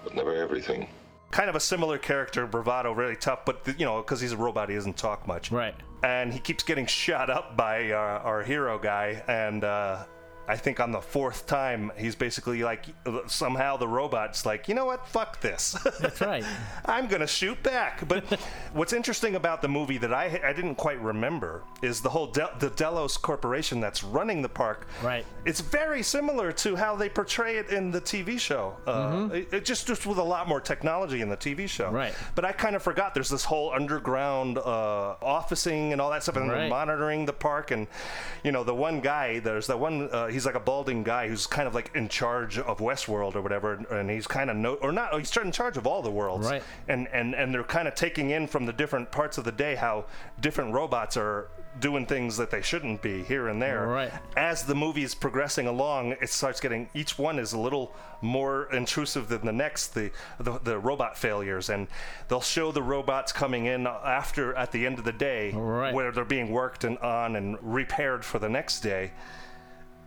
Speaker 17: but never everything.
Speaker 2: kind of a similar character, bravado, really tough, but th- you know, because he's a robot, he doesn't talk much.
Speaker 1: Right.
Speaker 2: And he keeps getting shot up by uh, our hero guy, and uh, I think on the fourth time, he's basically like, somehow the robot's like, you know what? Fuck this. [laughs]
Speaker 1: That's right.
Speaker 2: I'm going to shoot back.
Speaker 1: [laughs]
Speaker 2: But what's interesting about the movie that I, I didn't quite remember is the whole De- the Delos Corporation that's running the park.
Speaker 1: Right.
Speaker 2: It's very similar to how they portray it in the TV show. Uh, it, it just, just with a lot more technology in the TV show.
Speaker 1: Mm-hmm. Right.
Speaker 2: But I kind of forgot there's this whole underground uh, officing and all that stuff, and
Speaker 1: Right.
Speaker 2: they're monitoring the park. And, you know, the one guy, there's that one, uh, he's like a balding guy who's kind of like in charge of Westworld or whatever. And, and he's kind of no, or not, he's in charge of all the worlds.
Speaker 1: Right.
Speaker 2: And, and, and they're kind of taking in from the different parts of the day how different robots are doing things that they shouldn't be here and there
Speaker 1: Right.
Speaker 2: as the movie is progressing along, it starts getting each one is a little more intrusive than the next. The the, the robot failures, and they'll show the robots coming in after at the end of the day, where they're being worked and on and repaired for the next day.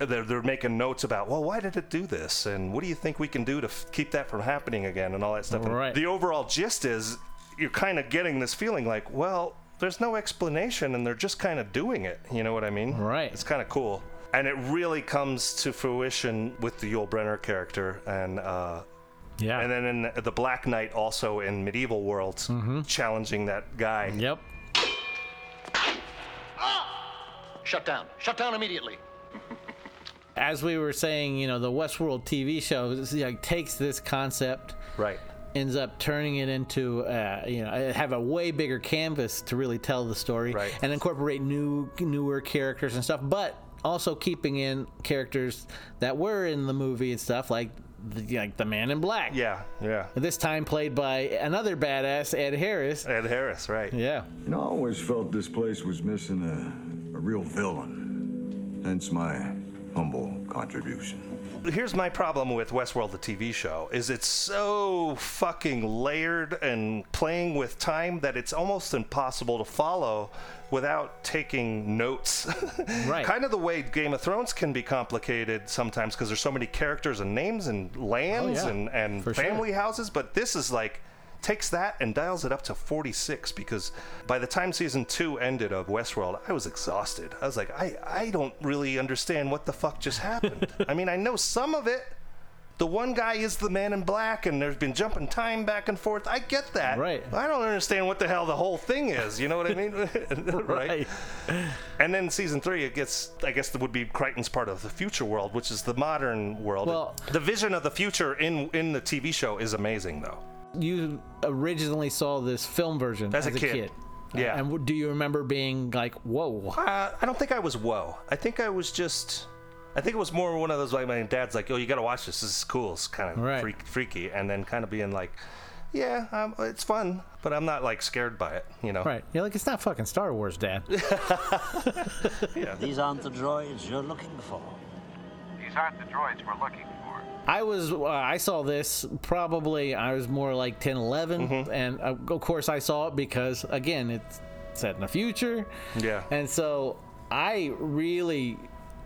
Speaker 2: They're, they're making notes about well why did it do this and what do you think we can do to f- keep that from happening again and all that stuff And
Speaker 1: Right.
Speaker 2: the overall gist is you're kind of getting this feeling like well there's no explanation and they're just kind of doing it you know what i mean
Speaker 1: right
Speaker 2: it's kind of cool and it really comes to fruition with the Yul Brenner character and uh
Speaker 1: yeah
Speaker 2: and then in the Black Knight also in medieval worlds
Speaker 1: Mm-hmm.
Speaker 2: challenging that guy
Speaker 1: yep
Speaker 12: Ah! Shut down. Shut down immediately.
Speaker 1: as we were saying, you know, the Westworld TV show is, like takes this concept,
Speaker 2: right,
Speaker 1: ends up turning it into, uh, you know, have a way bigger canvas to really tell the story, right. and incorporate new, newer characters and stuff, but also keeping in characters that were in the movie and stuff, like the, like the Man in Black.
Speaker 2: Yeah, yeah.
Speaker 1: This time played by another badass, Ed Harris.
Speaker 2: Ed Harris, right?
Speaker 1: Yeah.
Speaker 18: You know, I always felt this place was missing a, a real villain. Hence my humble contribution.
Speaker 2: here's my problem with Westworld the TV show is it's so fucking layered and playing with time that it's almost impossible to follow without taking notes. [laughs]
Speaker 1: right.
Speaker 2: Kind of the way Game of Thrones can be complicated sometimes because there's so many characters and names and lands
Speaker 1: Oh, yeah.
Speaker 2: and, and
Speaker 1: For sure.
Speaker 2: family houses, but this is like takes that and dials it up to 46 because by the time season 2 ended of Westworld I was exhausted. I was like I I don't really understand what the fuck just happened. I mean I know some of it. The one guy is the man in black and there's been jumping time back and forth. I get that. Right. I don't understand what the hell the whole thing is, you know what I mean? [laughs] right. And then season 3 it gets I guess that would be Crichton's part of the future world, which is the modern world.
Speaker 1: Well-
Speaker 2: the vision of the future in in the TV show is amazing though.
Speaker 1: You originally saw this film version
Speaker 2: As a kid. Yeah.
Speaker 1: And w- do you remember being like, whoa?
Speaker 2: Uh, I don't think I was whoa. I think I was just. I think it was more one of those like my dad's like, oh, you gotta watch this. This is cool. It's kind of
Speaker 1: Right.
Speaker 2: freak, freaky, and then kind of being like, yeah, um, it's fun, but I'm not like scared by it, you know?
Speaker 1: Right. You're like, it's not fucking Star Wars,
Speaker 2: [laughs]
Speaker 1: Dad.
Speaker 19: These aren't the droids you're looking for.
Speaker 20: These aren't the droids we're looking
Speaker 1: I was, uh, I saw this probably, I was more like 10, 11.
Speaker 2: Mm-hmm.
Speaker 1: And uh, of course, I saw it because, again, it's set in the future.
Speaker 2: Yeah.
Speaker 1: And so I really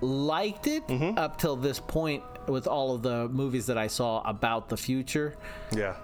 Speaker 1: liked it
Speaker 2: Mm-hmm.
Speaker 1: up till this point with all of the movies that I saw about the future.
Speaker 2: Yeah.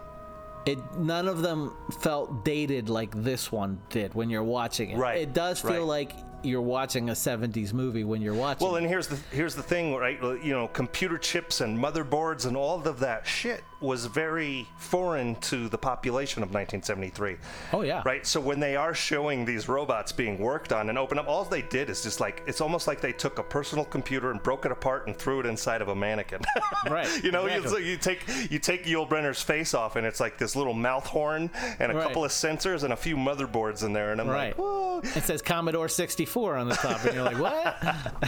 Speaker 1: It none of them felt dated like this one did when you're watching it.
Speaker 2: Right,
Speaker 1: It does feel
Speaker 2: right.
Speaker 1: like you're watching a 70s movie when you're watching.
Speaker 2: Well, and here's the here's the thing, right? Well, You know, computer chips and motherboards and all of that shit was very foreign to the population of 1973.
Speaker 1: Oh yeah.
Speaker 2: Right. So when they are showing these robots being worked on and open up, all they did is just like it's almost like they took a personal computer and broke it apart and threw it inside of a mannequin. [laughs]
Speaker 1: Right.
Speaker 2: you know,
Speaker 1: exactly.
Speaker 2: it's like you take you take Yul Brenner's face off and it's like this little mouth horn and a
Speaker 1: Right.
Speaker 2: couple of sensors and a few motherboards in there, and I'm
Speaker 1: right.
Speaker 2: like,
Speaker 1: It says Commodore 64 on the top, and you're like,
Speaker 2: [laughs]
Speaker 1: what?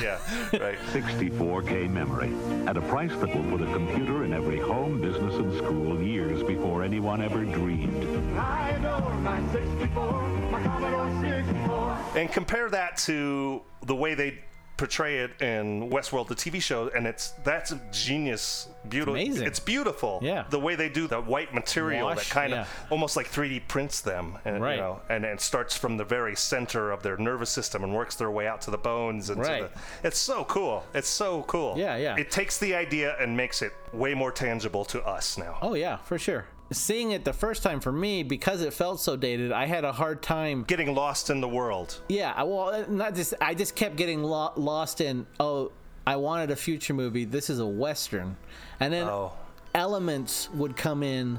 Speaker 2: yeah, right.
Speaker 15: 64K memory at a price that will put a computer in every home, business, and school years before anyone ever dreamed.
Speaker 20: for. I know my 64, my Commodore 64.
Speaker 2: And compare that to the way they portray it in Westworld, the TV show, and it's that's a genius, beautiful. It's,
Speaker 1: amazing.
Speaker 2: beautiful.
Speaker 1: Yeah.
Speaker 2: The way they do the white material
Speaker 1: Wash,
Speaker 2: that kind of
Speaker 1: yeah.
Speaker 2: almost like 3D prints them, and,
Speaker 1: Right.
Speaker 2: you know, and and starts from the very center of their nervous system and works their way out to the bones. And to
Speaker 1: Right.
Speaker 2: the, it's so cool. It's so cool.
Speaker 1: Yeah, yeah.
Speaker 2: It takes the idea and makes it way more tangible to us now.
Speaker 1: Oh yeah, for sure. Seeing it the first time for me because it felt so dated, I had a hard time
Speaker 2: getting lost in the world.
Speaker 1: Yeah, I- well, uh, not just I just kept getting lo- lost in oh I wanted a future movie. This is a western, and then
Speaker 2: Oh.
Speaker 1: elements would come in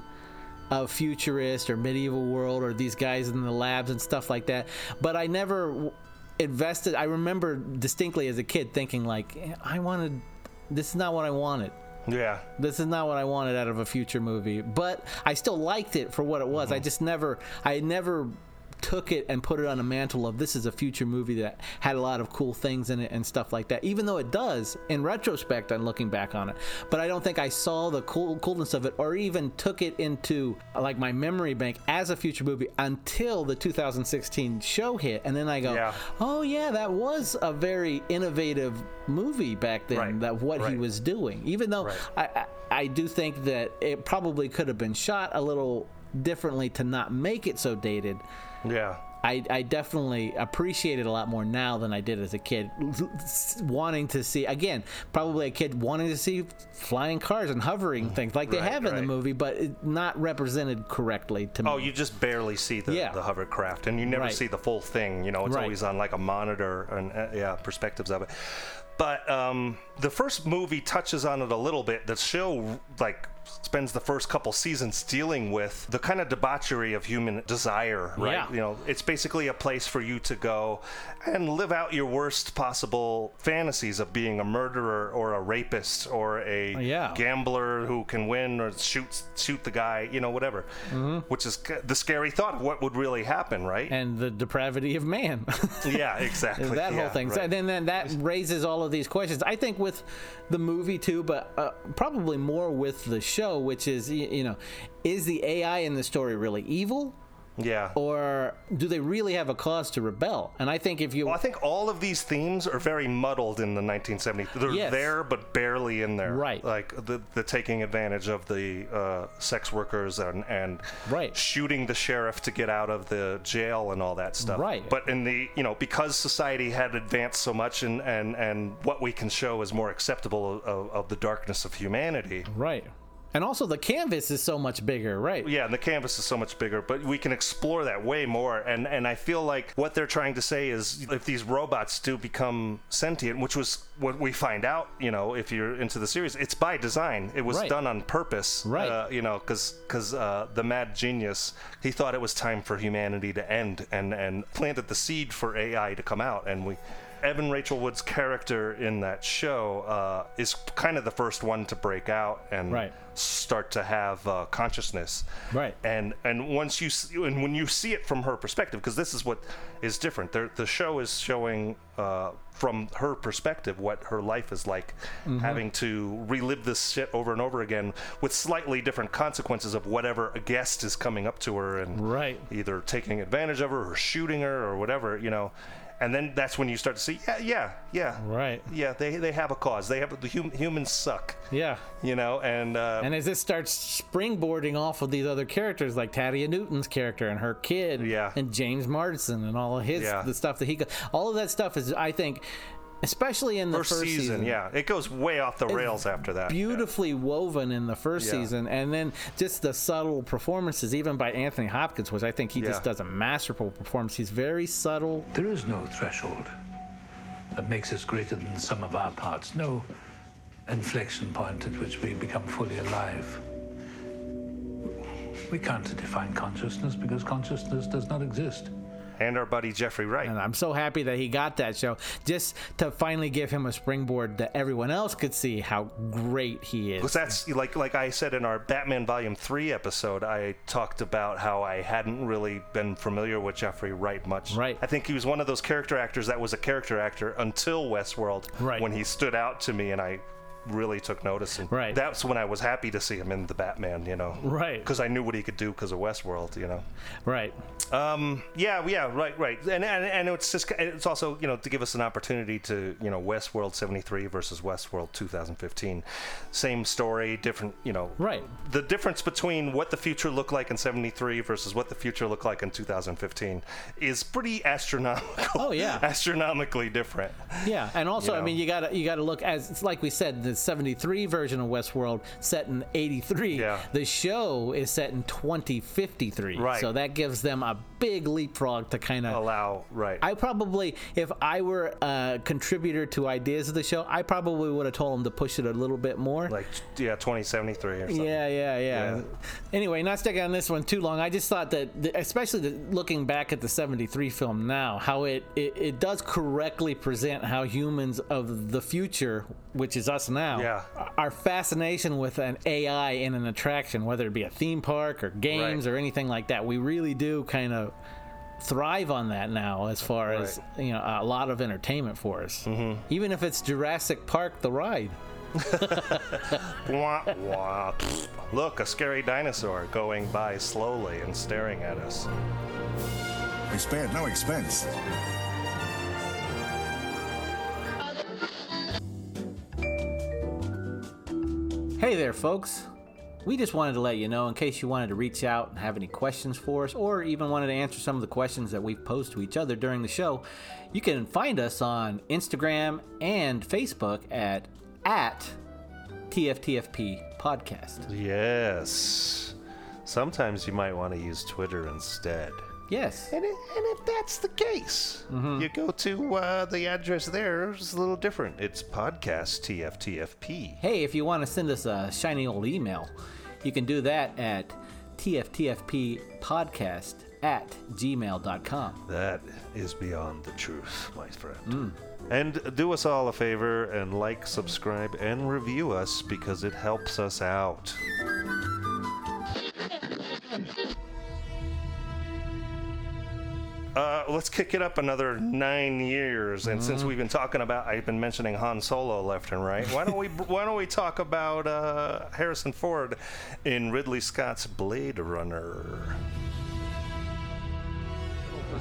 Speaker 1: of futurist or medieval world or these guys in the labs and stuff like that. But I never w- invested. I remember distinctly as a kid thinking like, I wanted. This is not what I wanted.
Speaker 2: Yeah.
Speaker 1: This is not what I wanted out of a future movie, but I still liked it for what it was. I just never, I never took it and put it on a mantle of this is a future movie that had a lot of cool things in it and stuff like that. Even though it does, in retrospect, I'm looking back on it, but I don't think I saw the cool coolness of it or even took it into uh, like my memory bank as a future movie until the 2016 show hit, and then I go, oh yeah, that was a very innovative movie back then. That what he was doing, even though I, I I do think that it probably could have been shot a little differently to not make it so dated.
Speaker 2: Yeah.
Speaker 1: I, I definitely appreciate it a lot more now than I did as a kid. [laughs] Wanting to see, again, probably a kid wanting to see flying cars and hovering things like they
Speaker 2: Right,
Speaker 1: have in the
Speaker 2: right.
Speaker 1: movie, but it- not represented correctly to me.
Speaker 2: Oh, you just barely see the,
Speaker 1: Yeah.
Speaker 2: the hovercraft, and you never
Speaker 1: Right.
Speaker 2: see the full thing. You know, it's
Speaker 1: Right.
Speaker 2: always on like a monitor and uh, yeah, perspectives of it. But um, the first movie touches on it a little bit. The show like spends the first couple seasons dealing with the kind of debauchery of human desire, right?
Speaker 21: Yeah.
Speaker 2: You know, it's basically a place for you to go and live out your worst possible fantasies of being a murderer or a rapist or a gambler who can win or shoot shoot the guy, you know, whatever. Which is ca- the scary thought of what would really happen, right?
Speaker 1: Mm-hmm. And the depravity of man. [laughs]
Speaker 2: yeah, [laughs] exactly.
Speaker 1: that
Speaker 2: Yeah,
Speaker 1: whole thing.
Speaker 2: right.
Speaker 1: And then, then that raises all of these questions. I think with the movie too, but uh, probably more with the show, which is, y- you know, is the AI in the story really evil?
Speaker 2: Yeah.
Speaker 1: Or do they really have a cause to rebel? And I think if you.
Speaker 2: Well, I think all of these themes are very muddled in the 1970s. They're
Speaker 1: Yes.
Speaker 2: there, but barely in there.
Speaker 1: Right.
Speaker 2: Like the, the taking advantage of the uh, sex workers and, and
Speaker 1: right.
Speaker 2: shooting the sheriff to get out of the jail and all that stuff.
Speaker 1: Right.
Speaker 2: But in the, you know, because society had advanced so much and, and, and what we can show is more acceptable of, of the darkness of humanity.
Speaker 1: Right. And also the canvas is so much bigger, right?
Speaker 2: Yeah, and the canvas is so much bigger, but we can explore that way more. And and I feel like what they're trying to say is if these robots do become sentient, which was what we find out, you know, if you're into the series, it's by design. It was
Speaker 1: Right.
Speaker 2: done on purpose,
Speaker 1: Right.
Speaker 2: Uh, you know, because uh, the mad genius he thought it was time for humanity to end, and and planted the seed for AI to come out, and we. Evan Rachel Wood's character in that show uh, is kind of the first one to break out and start to have uh, consciousness
Speaker 1: right
Speaker 2: and and once you s- and when you see it from her perspective because this is what is different There the show is showing uh, from her perspective what her life is like
Speaker 1: Mm-hmm.
Speaker 22: Mhm.
Speaker 2: having to relive this shit over and over again with slightly different consequences of whatever a guest is coming up to her and
Speaker 1: right
Speaker 2: either taking advantage of her or shooting her or whatever you know and then that's when you start to see yeah yeah yeah
Speaker 1: right
Speaker 2: yeah they, they have a cause they have the hum, humans suck
Speaker 1: Yeah.
Speaker 2: you know and uh,
Speaker 1: And as this starts springboarding off of these other characters, like Tadia Newton's character and her kid, yeah. and James Marsden and all of his
Speaker 2: Yeah.
Speaker 1: the stuff that he got, all of that stuff is, I think, especially in the first,
Speaker 2: yeah it goes way off the rails after that
Speaker 1: beautifully woven in the first
Speaker 2: Yeah.
Speaker 1: season and then just the subtle performances even by anthony hopkins which i think he just
Speaker 22: Yeah.
Speaker 1: does a masterful performance he's very subtle
Speaker 22: There is no threshold that makes us greater than the sum of our parts, no inflection point at which we become fully alive. We can't define consciousness because consciousness does not exist.
Speaker 2: and our buddy jeffrey wright
Speaker 1: and i'm so happy that he got that show just to finally give him a springboard that everyone else could see how great he is
Speaker 2: Because that's like like I said in our Batman Volume Three episode, I talked about how I hadn't really been familiar with Jeffrey Wright much. Right. I think he was one of those character actors that was a character actor until Westworld.
Speaker 1: Right.
Speaker 2: When he stood out to me and I really took notice and
Speaker 1: Right.
Speaker 2: that's when I was happy to see him in the Batman, you know.
Speaker 1: Right.
Speaker 2: Because I knew what he could do because of Westworld, you know.
Speaker 1: right
Speaker 2: Um, yeah, yeah, right, right, and, and and it's just it's also you know to give us an opportunity to you know Westworld '73 versus Westworld 2015, same story, different you know
Speaker 1: right
Speaker 2: the difference between what the future looked like in '73 versus what the future looked like in 2015 is pretty astronomical. [laughs]
Speaker 1: Oh, yeah.
Speaker 2: astronomically different.
Speaker 1: Yeah, and also,
Speaker 2: You
Speaker 1: I
Speaker 2: know.
Speaker 1: mean, you gotta you gotta look as it's like we said, the '73 version of Westworld set in '83. Yeah. The show is set in 2053.
Speaker 2: Right.
Speaker 1: So that gives them a big leapfrog to kind of
Speaker 2: allow right.
Speaker 1: I probably, if I were a contributor to ideas of the show, I probably would have told him to push it a little bit more.
Speaker 2: Like yeah, 2073 or something.
Speaker 1: Yeah, yeah, yeah,
Speaker 2: Yeah.
Speaker 1: Anyway, not sticking on this one too long. I just thought that, the, especially the, looking back at the '73 film now, how it, it it does correctly present how humans of the future, which is us now,
Speaker 2: Yeah.
Speaker 1: our fascination with an AI in an attraction, whether it be a theme park or games or anything like that. We really do kind of thrive on that now as far as you know a lot of entertainment for us
Speaker 2: Mm-hmm.
Speaker 1: even if it's jurassic park the ride
Speaker 2: Wah, wah. Look, a scary dinosaur going by slowly and staring at us.
Speaker 18: We spared no expense.
Speaker 1: Hey there, folks. We just wanted to let you know in case you wanted to reach out and have any questions for us, or even wanted to answer some of the questions that we've posed to each other during the show, you can find us on Instagram and Facebook at at TFTFP Podcast.
Speaker 2: Yes. Sometimes you might want to use Twitter instead.
Speaker 1: Yes.
Speaker 2: And, and if that's the case, you go to uh, the address there. It's a little different. It's podcast TFTFP.
Speaker 1: Hey, if you want to send us a shiny old email, you can do that at TFTFPpodcast at gmail.com.
Speaker 2: That is beyond the truth, my friend. And do us all a favor and like, subscribe, and review us because it helps us out. Uh, let's kick it up another nine years, and since we've been talking about, I've been mentioning Han Solo left and right. Why don't we? [laughs] why don't we talk about uh, Harrison Ford in Ridley Scott's Blade Runner?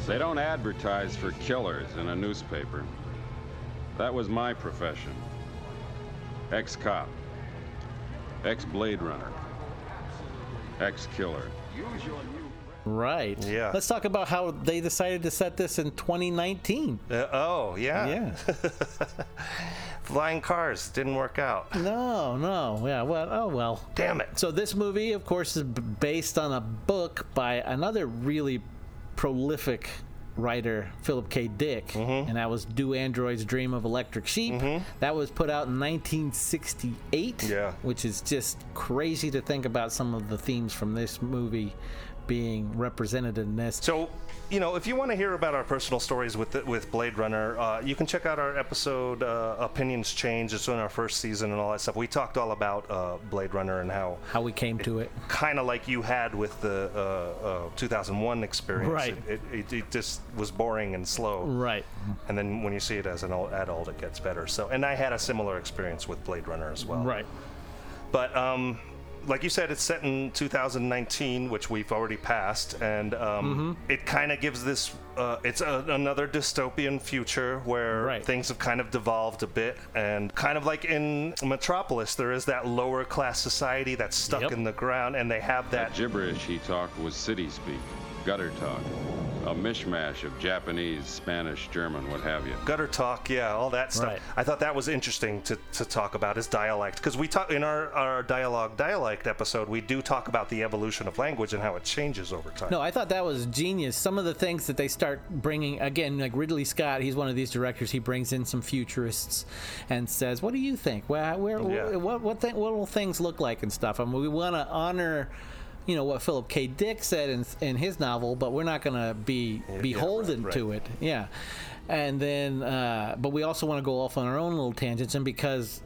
Speaker 5: They don't advertise for killers in a newspaper. That was my profession. Ex cop, ex Blade Runner, ex killer.
Speaker 1: Right.
Speaker 2: Yeah.
Speaker 1: Let's talk about how they decided to set this in 2019.
Speaker 2: Uh, oh, yeah.
Speaker 1: Yeah.
Speaker 2: Flying cars didn't work out.
Speaker 1: [laughs] No, no. Yeah, well, oh well.
Speaker 2: Damn it.
Speaker 1: So this movie, of course, is b- based on a book by another really prolific writer, Philip K. Dick,
Speaker 2: Mm-hmm.
Speaker 1: and that was Do Androids Dream of Electric Sheep. That was put out in 1968,
Speaker 2: Yeah.
Speaker 1: which is just crazy to think about some of the themes from this movie being represented in this.
Speaker 2: So, you know, if you want to hear about our personal stories with the, with Blade Runner, uh, you can check out our episode uh, "Opinions Change." It's in our first season and all that stuff. We talked all about uh, Blade Runner and how
Speaker 1: how we came to it.
Speaker 2: kind of like you had with the uh, uh, 2001 experience.
Speaker 1: Right.
Speaker 2: It, it, it just was boring and slow.
Speaker 1: Right.
Speaker 2: And then when you see it as an al- adult, it gets better. So, and I had a similar experience with Blade Runner as well.
Speaker 1: Right.
Speaker 2: But um, like you said, it's set in 2019, which we've already passed, and um, it kind of gives this. Uh, it's a, another dystopian future where things have kind of devolved a bit, and kind of like in Metropolis, there is that lower class society that's stuck in the ground, and they have that.
Speaker 5: That gibberish he talked was city speak, gutter talk, a mishmash of Japanese, Spanish, German, what have you.
Speaker 2: gutter talk yeah all that stuff
Speaker 5: Right.
Speaker 2: i thought that was interesting to, to talk about is dialect because we talk in our, our dialogue dialect episode we do talk about the evolution of language and how it changes over time
Speaker 1: No, I thought that was genius. Some of the things that they start bringing again, like Ridley Scott, he's one of these directors. He brings in some futurists and says, "What do you think? Well, where,
Speaker 2: Yeah.
Speaker 1: what what thi- what will things look like and stuff?" I mean, we want to honor. You know what Philip K. Dick said in, in his novel, but we're not going to be beholden
Speaker 21: right,
Speaker 1: to
Speaker 21: right.
Speaker 1: it. Yeah, and then, uh, but we also want to go off on our own little tangents, and because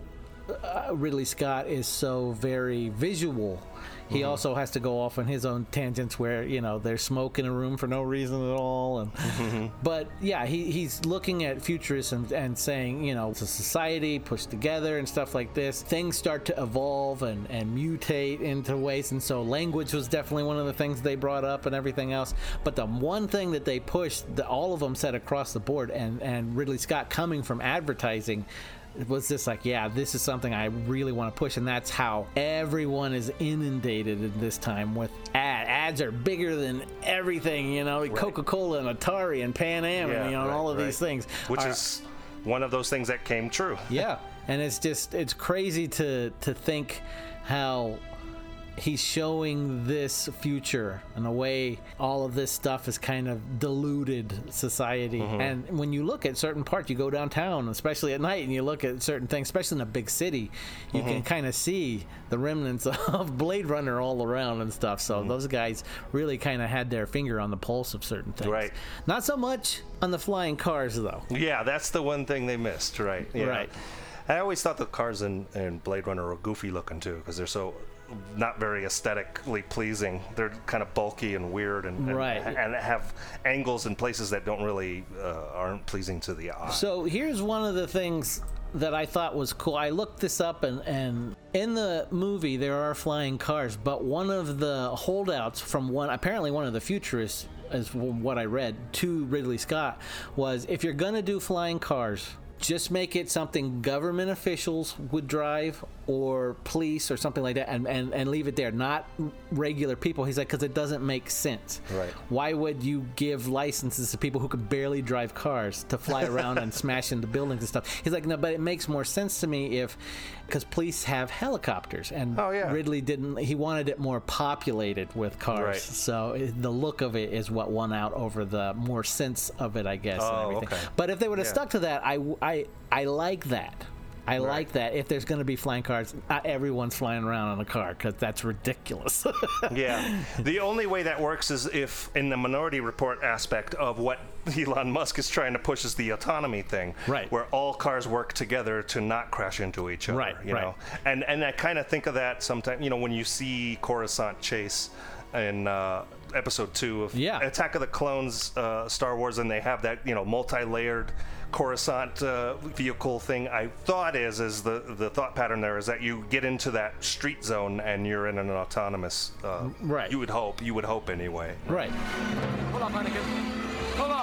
Speaker 1: uh, Ridley Scott is so very visual. He also has to go off on his own tangents where you know there's smoke in a room for no reason at all. And but yeah, he, he's looking at futurists and, and saying you know it's a society pushed together and stuff like this. Things start to evolve and and mutate into ways, and so language was definitely one of the things they brought up and everything else. But the one thing that they pushed, that all of them said across the board, and and Ridley Scott coming from advertising was just like, yeah, this is something I really want to push, and that's how everyone is inundated at this time with ad. Ads are bigger than everything, you know, Coca Cola and Atari and Pan Am
Speaker 2: Yeah,
Speaker 1: and you know, and
Speaker 2: right,
Speaker 1: all of
Speaker 2: right.
Speaker 1: these things,
Speaker 2: which
Speaker 1: are-
Speaker 2: is one of those things that came true
Speaker 1: yeah, and it's just it's crazy to to think how he's showing this future and the way all of this stuff is kind of diluted society.
Speaker 6: Mhm.
Speaker 1: And when you look at certain parts, you go downtown, especially at night, and you look at certain things, especially in a big city, you can
Speaker 6: Mhm.
Speaker 1: kind of see the remnants [laughs] of Blade Runner all around and stuff. So those guys really kind of had their finger on the pulse of certain things.
Speaker 2: Right.
Speaker 1: Not so much on the flying cars, though.
Speaker 2: Yeah, that's the one thing they missed, right? Yeah.
Speaker 1: Right.
Speaker 2: I always thought the cars in, in Blade Runner were goofy looking too, because they're so not very aesthetically pleasing. They're kind of bulky and weird, and and,
Speaker 1: Right.
Speaker 2: and have angles and places that don't really uh, aren't pleasing to the eye.
Speaker 1: So here's one of the things that I thought was cool. I looked this up, and, and in the movie there are flying cars, but one of the holdouts from one apparently one of the futurists is wh- what I read to Ridley Scott was if you're gonna do flying cars. Just make it something government officials would drive, or police, or something like that, and, and, and leave it there. Not regular people. He's like, because it doesn't make sense.
Speaker 2: Right.
Speaker 1: Why would you give licenses to people who can barely drive cars to
Speaker 2: [laughs]
Speaker 1: fly around and smash into buildings and stuff? He's like, no, but it makes more sense to me if, because police have helicopters, and
Speaker 2: Oh,
Speaker 1: Ridley didn't. He wanted it more populated with cars,
Speaker 2: Right.
Speaker 1: so it, the look of it is what won out over the more sense of it, I guess. and
Speaker 2: Oh,
Speaker 1: everything.
Speaker 2: okay.
Speaker 1: But if they would have
Speaker 2: Yeah.
Speaker 1: stuck to that, I, w- I, I like that. I
Speaker 2: Right.
Speaker 1: like that. If there's going to be flying cars, not everyone's flying around on a car because that's ridiculous.
Speaker 2: [laughs]
Speaker 1: [laughs]
Speaker 2: yeah. The only way that works is if, in the Minority Report aspect of what [laughs] Elon Musk is trying to push, is the autonomy thing, right? Where all cars work together to not crash into each other,
Speaker 1: Right,
Speaker 2: You
Speaker 1: right.
Speaker 2: know, and and I kind of think of that sometimes. You know, when you see Coruscant chase in uh, Episode Two of Attack of the Clones, uh, Star Wars, and they have that you know multi-layered. Coruscant uh, vehicle thing. I thought is is the the thought pattern there is that you get into that street zone and you're in an autonomous uh,
Speaker 1: Right.
Speaker 2: You would hope. You would hope anyway.
Speaker 1: right.
Speaker 20: Hold up, Anakin. Hold up.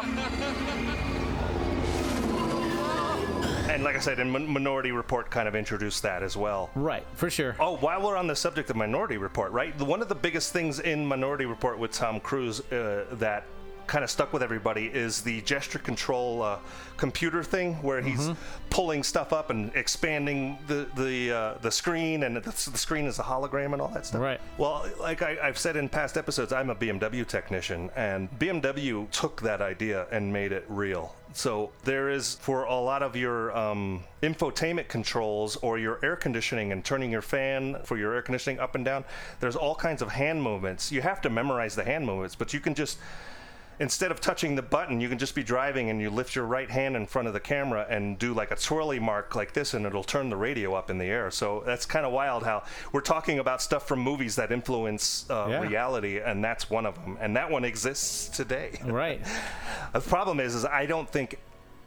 Speaker 2: And like I said, and Min- Minority Report kind of introduced that as well.
Speaker 1: Right, for sure.
Speaker 2: Oh, while we're on the subject of Minority Report, right? the- One of the biggest things in Minority Report with Tom Cruise uh, that kind of stuck with everybody is the gesture control uh, computer thing where he's pulling stuff up and expanding the the uh, the screen and the, the screen is a hologram and all that stuff. Right. Well, like I, I've said in past episodes, I'm a BMW technician, and BMW took that idea and made it real. So there is for a lot of your um, infotainment controls or your air conditioning and turning your fan for your air conditioning up and down. There's all kinds of hand movements. You have to memorize the hand movements, but you can just instead of touching the button, you can just be driving and you lift your right hand in front of the camera and do like a twirly mark like this, and it'll turn the radio up in the air. So that's kind of wild how we're talking about stuff from movies that influence uh,
Speaker 1: Yeah.
Speaker 2: reality, and that's one of them. And that one exists today.
Speaker 1: Right.
Speaker 2: the problem is, is I don't think.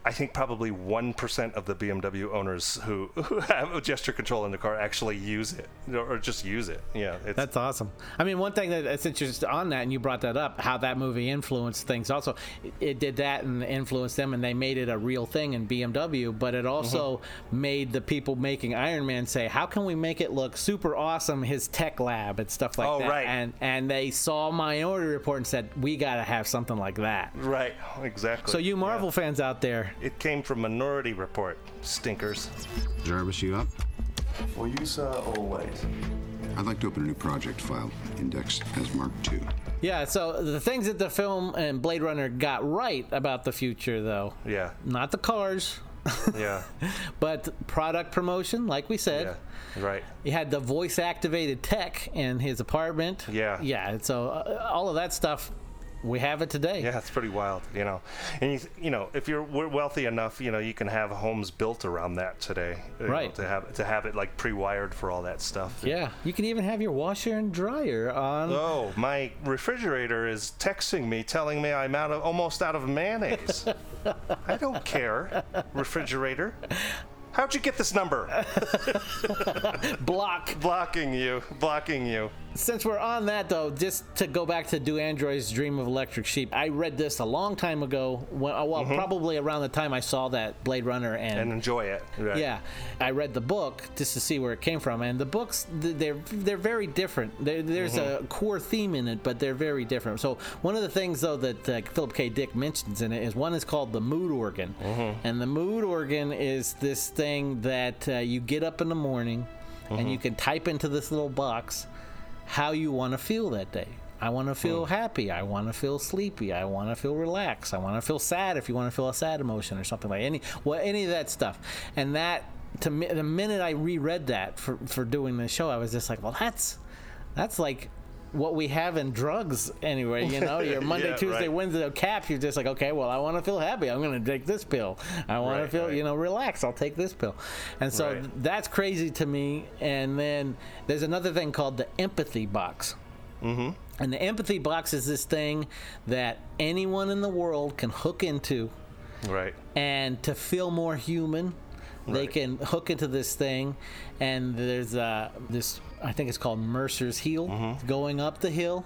Speaker 2: I think probably one percent of the BMW owners who, [laughs] who have gesture control in the car actually use it, or or just use it. Yeah, it's,
Speaker 1: That's awesome. I mean, one thing that uh, that's interesting on that, and you brought that up, how that movie influenced things. Also, it, it did that and influenced them, and they made it a real thing in BMW. But it also
Speaker 2: Mm-hmm.
Speaker 1: made the people making Iron Man say, "How can we make it look super awesome?" His tech lab and stuff like
Speaker 2: Oh,
Speaker 1: that.
Speaker 2: right.
Speaker 1: And and they saw Minority Report and said, "We got to have something like that."
Speaker 2: right, exactly.
Speaker 1: So you Marvel fans out there,
Speaker 2: It came from Minority Report. Stinkers.
Speaker 21: Jarvis, you up?
Speaker 17: Well, you saw always.
Speaker 21: I'd like to open a new project file, indexed as Mark II.
Speaker 1: Yeah, so the things that the film and Blade Runner got right about the future, though.
Speaker 2: Yeah.
Speaker 1: Not the cars.
Speaker 2: Yeah.
Speaker 1: [laughs] but product promotion, like we said.
Speaker 2: Right.
Speaker 1: He had the voice activated tech in his apartment.
Speaker 2: Yeah.
Speaker 1: Yeah, and so uh, all of that stuff, we have it today.
Speaker 2: Yeah, it's pretty wild, you know. And you, th- you know, if you're we're wealthy enough, you know, you can have homes built around that today. you know,
Speaker 1: Right.
Speaker 2: to have to have it like pre-wired for all that stuff.
Speaker 1: Yeah, you can even have your washer and dryer
Speaker 2: [laughs]
Speaker 1: on.
Speaker 2: Oh, my refrigerator is texting me, telling me I'm out of almost out
Speaker 1: [laughs]
Speaker 2: of mayonnaise. I don't care, refrigerator. How'd you get this number?
Speaker 1: Block.
Speaker 2: Blocking you. Blocking you.
Speaker 1: Since we're on that though, just to go back to Do Androids Dream of Electric Sheep, I read this a long time ago. When, uh, well,
Speaker 2: Mhm.
Speaker 1: probably around the time I saw that Blade Runner and,
Speaker 2: And enjoy it. Right.
Speaker 1: Yeah, I read the book just to see where it came from, and the books th- they're they're very different. There there's a core theme in it, but they're very different. So one of the things though that uh, Philip K. Dick mentions in it is one is called the mood organ, and the mood organ is this thing that uh, you get up in the morning, and you can type into this little box how you want to feel that day. I want to feel
Speaker 2: Hmm.
Speaker 1: happy. I want to feel sleepy. I want to feel relaxed. I want to feel sad if you want to feel a sad emotion or something like any well any of that stuff. And that to me, the minute I reread that for for doing the show, I was just like, well, that's that's like what we have in drugs anyway you know
Speaker 2: [laughs]
Speaker 1: your monday
Speaker 2: Yeah,
Speaker 1: tuesday
Speaker 2: right.
Speaker 1: wednesday cap you're just like okay well i want to feel happy i'm going to take this pill i want to
Speaker 2: Right,
Speaker 1: feel
Speaker 2: right.
Speaker 1: you know relax i'll take this pill and so
Speaker 2: Right.
Speaker 1: that's crazy to me and then there's another thing called the empathy box mm-hmm. and the empathy box is this thing that anyone in the world can hook into
Speaker 2: Right.
Speaker 1: and to feel more human they can hook into this thing and there's uh, this i think it's called mercer's heel going up the hill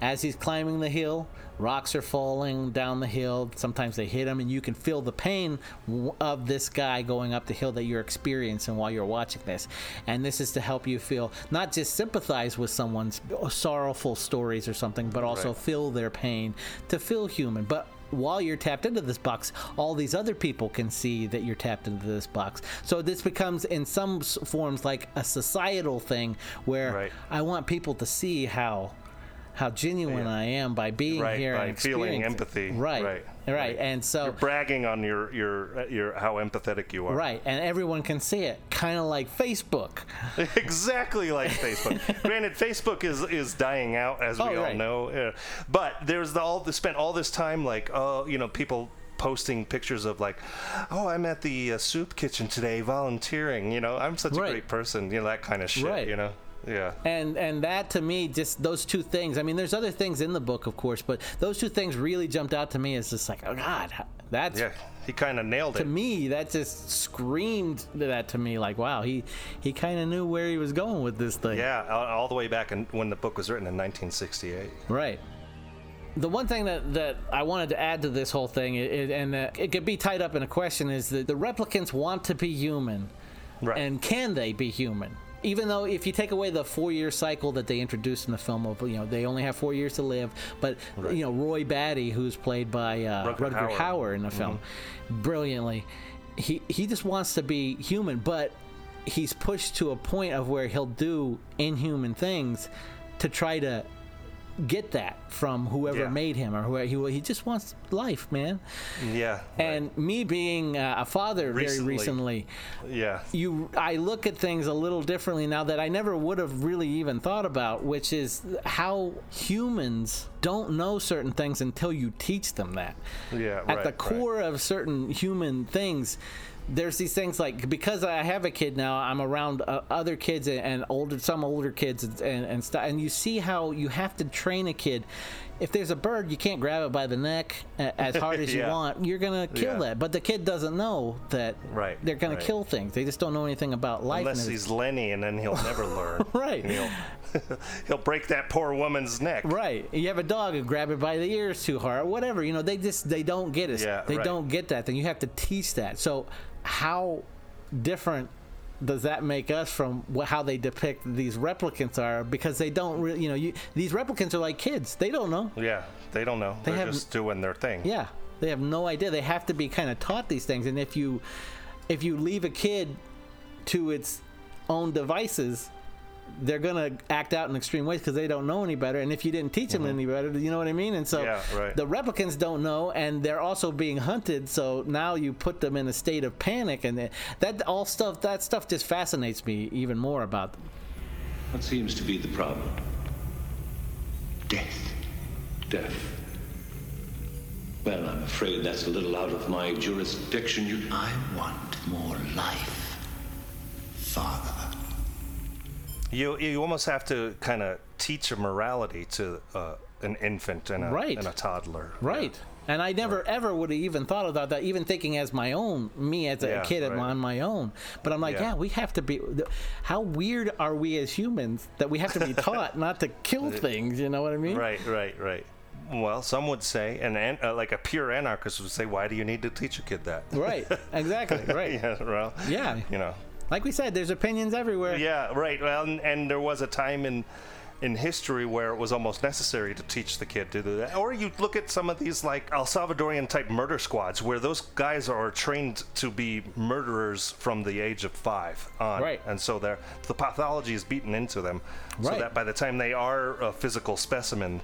Speaker 1: as he's climbing the hill rocks are falling down the hill sometimes they hit him and you can feel the pain w- of this guy going up the hill that you're experiencing while you're watching this and this is to help you feel not just sympathize with someone's uh, sorrowful stories or something but also
Speaker 2: Right.
Speaker 1: feel their pain to feel human but while you're tapped into this box, all these other people can see that you're tapped into this box. So this becomes, in some s- forms, like a societal thing where I want people to see how how genuine I am by being
Speaker 2: Right,
Speaker 1: here
Speaker 2: by
Speaker 1: and
Speaker 2: feeling
Speaker 1: experiencing-
Speaker 2: empathy.
Speaker 1: Right,
Speaker 2: right,
Speaker 1: right, and so
Speaker 2: You're bragging on your your uh, your how empathetic you
Speaker 1: [laughs]
Speaker 2: are.
Speaker 1: right, and everyone can see it, kind of like Facebook.
Speaker 2: [laughs] exactly
Speaker 1: [laughs]
Speaker 2: like Facebook. Granted, Facebook is is dying out as we
Speaker 1: Oh,
Speaker 2: all
Speaker 1: right.
Speaker 2: know, uh, but there's the, all the spent all this time like oh you know people posting pictures of like oh I'm at the uh, soup kitchen today volunteering you know I'm such a great person you know that kind of shit
Speaker 1: Right.
Speaker 2: you know yeah
Speaker 1: and and that to me just those two things i mean there's other things in the book of course but those two things really jumped out to me as just like oh god that's
Speaker 2: yeah he kind of nailed it
Speaker 1: to me that just screamed that to me like wow he he kind of knew where he was going with this thing
Speaker 2: yeah all, all the way back in, when the book was written in 1968
Speaker 1: Right. The one thing that, that I wanted to add to this whole thing, i- i- and uh, it could be tied up in a question, is that the replicants want to be human. Right. And can they be human? Even though, if you take away the four-year cycle that they introduced in the film of, you know, they only have four years to live, but you know, Roy Batty, who's played by uh,
Speaker 2: Rutger
Speaker 1: Rutger,
Speaker 2: Hauer.
Speaker 1: Hauer. Mm-hmm. in the film, brilliantly, he he just wants to be human, but he's pushed to a point of where he'll do inhuman things to try to get that from whoever made him or whoever he, he just wants life man
Speaker 2: yeah
Speaker 1: and me being uh, a father
Speaker 2: Recently.
Speaker 1: very recently
Speaker 2: yeah
Speaker 1: you i look at things a little differently now that i never would have really even thought about which is how humans don't know certain things until you teach them that
Speaker 2: yeah
Speaker 1: at
Speaker 2: right,
Speaker 1: the
Speaker 2: right.
Speaker 1: core of certain human things there's these things like because I have a kid now, I'm around uh, other kids and, and older, some older kids and and stuff, and you see how you have to train a kid. If there's a bird, you can't grab it by the neck a- as hard as
Speaker 2: [laughs] Yeah.
Speaker 1: you want. You're gonna kill
Speaker 2: Yeah.
Speaker 1: that, but the kid doesn't know that
Speaker 2: Right,
Speaker 1: they're gonna
Speaker 2: right.
Speaker 1: kill things. They just don't know anything about life. and
Speaker 2: Unless
Speaker 1: it's-
Speaker 2: he's Lenny, and then he'll
Speaker 1: [laughs]
Speaker 2: never learn.
Speaker 1: Right.
Speaker 2: And He'll, he'll [laughs] break that poor woman's neck.
Speaker 1: Right. You have a dog and grab it by the ears too hard, whatever. You know, they just they don't get it.
Speaker 2: Yeah,
Speaker 1: they
Speaker 2: right.
Speaker 1: don't get that thing. You have to teach that. So, how different does that make us from wh- how they depict these replicants are? Because they don't really, you know, you, these replicants are like kids. They don't know.
Speaker 2: Yeah, they don't know.
Speaker 1: They
Speaker 2: They're
Speaker 1: have-
Speaker 2: just doing their thing.
Speaker 1: Yeah, they have no idea. They have to be kind of taught these things. And if you if you leave a kid to its own devices, they're gonna act out in extreme ways because they don't know any better. And if you didn't teach them any better, you know what I mean? And so
Speaker 2: Mm-hmm. Yeah, right.
Speaker 1: the replicants don't know, and they're also being hunted. So now you put them in a state of panic, and that- that all stuff that stuff just fascinates me even more about them.
Speaker 6: What seems to be the problem? Death. Death. Well, I'm afraid that's a little out of my jurisdiction. You. I want more life. Father.
Speaker 2: You you almost have to kind of teach a morality to uh, an infant and a,
Speaker 1: Right.
Speaker 2: and a toddler.
Speaker 1: Right. And I never ever would have even thought about that, even thinking as my own, me as a
Speaker 2: Yeah,
Speaker 1: kid
Speaker 2: right.
Speaker 1: on my own. But I'm like,
Speaker 2: Yeah.
Speaker 1: yeah. we have to be. How weird are we as humans that we have to be taught not to
Speaker 2: [laughs]
Speaker 1: kill things? You know what I mean?
Speaker 2: Right, right, right. Well, some would say, and an, uh, like a pure anarchist would say, why do you need to teach a kid that? [laughs]
Speaker 1: Right. Exactly. Right.
Speaker 2: yeah, well,
Speaker 1: Yeah.
Speaker 2: You know. [laughs]
Speaker 1: Like we said, there's opinions everywhere.
Speaker 2: Yeah, right. Well, and, and there was a time in in history where it was almost necessary to teach the kid to do that. Or you look at some of these like El Salvadorian type murder squads where those guys are trained to be murderers from the age of five on.
Speaker 1: Right.
Speaker 2: And so they're, the pathology is beaten into them so
Speaker 1: Right.
Speaker 2: that by the time they are a physical specimen,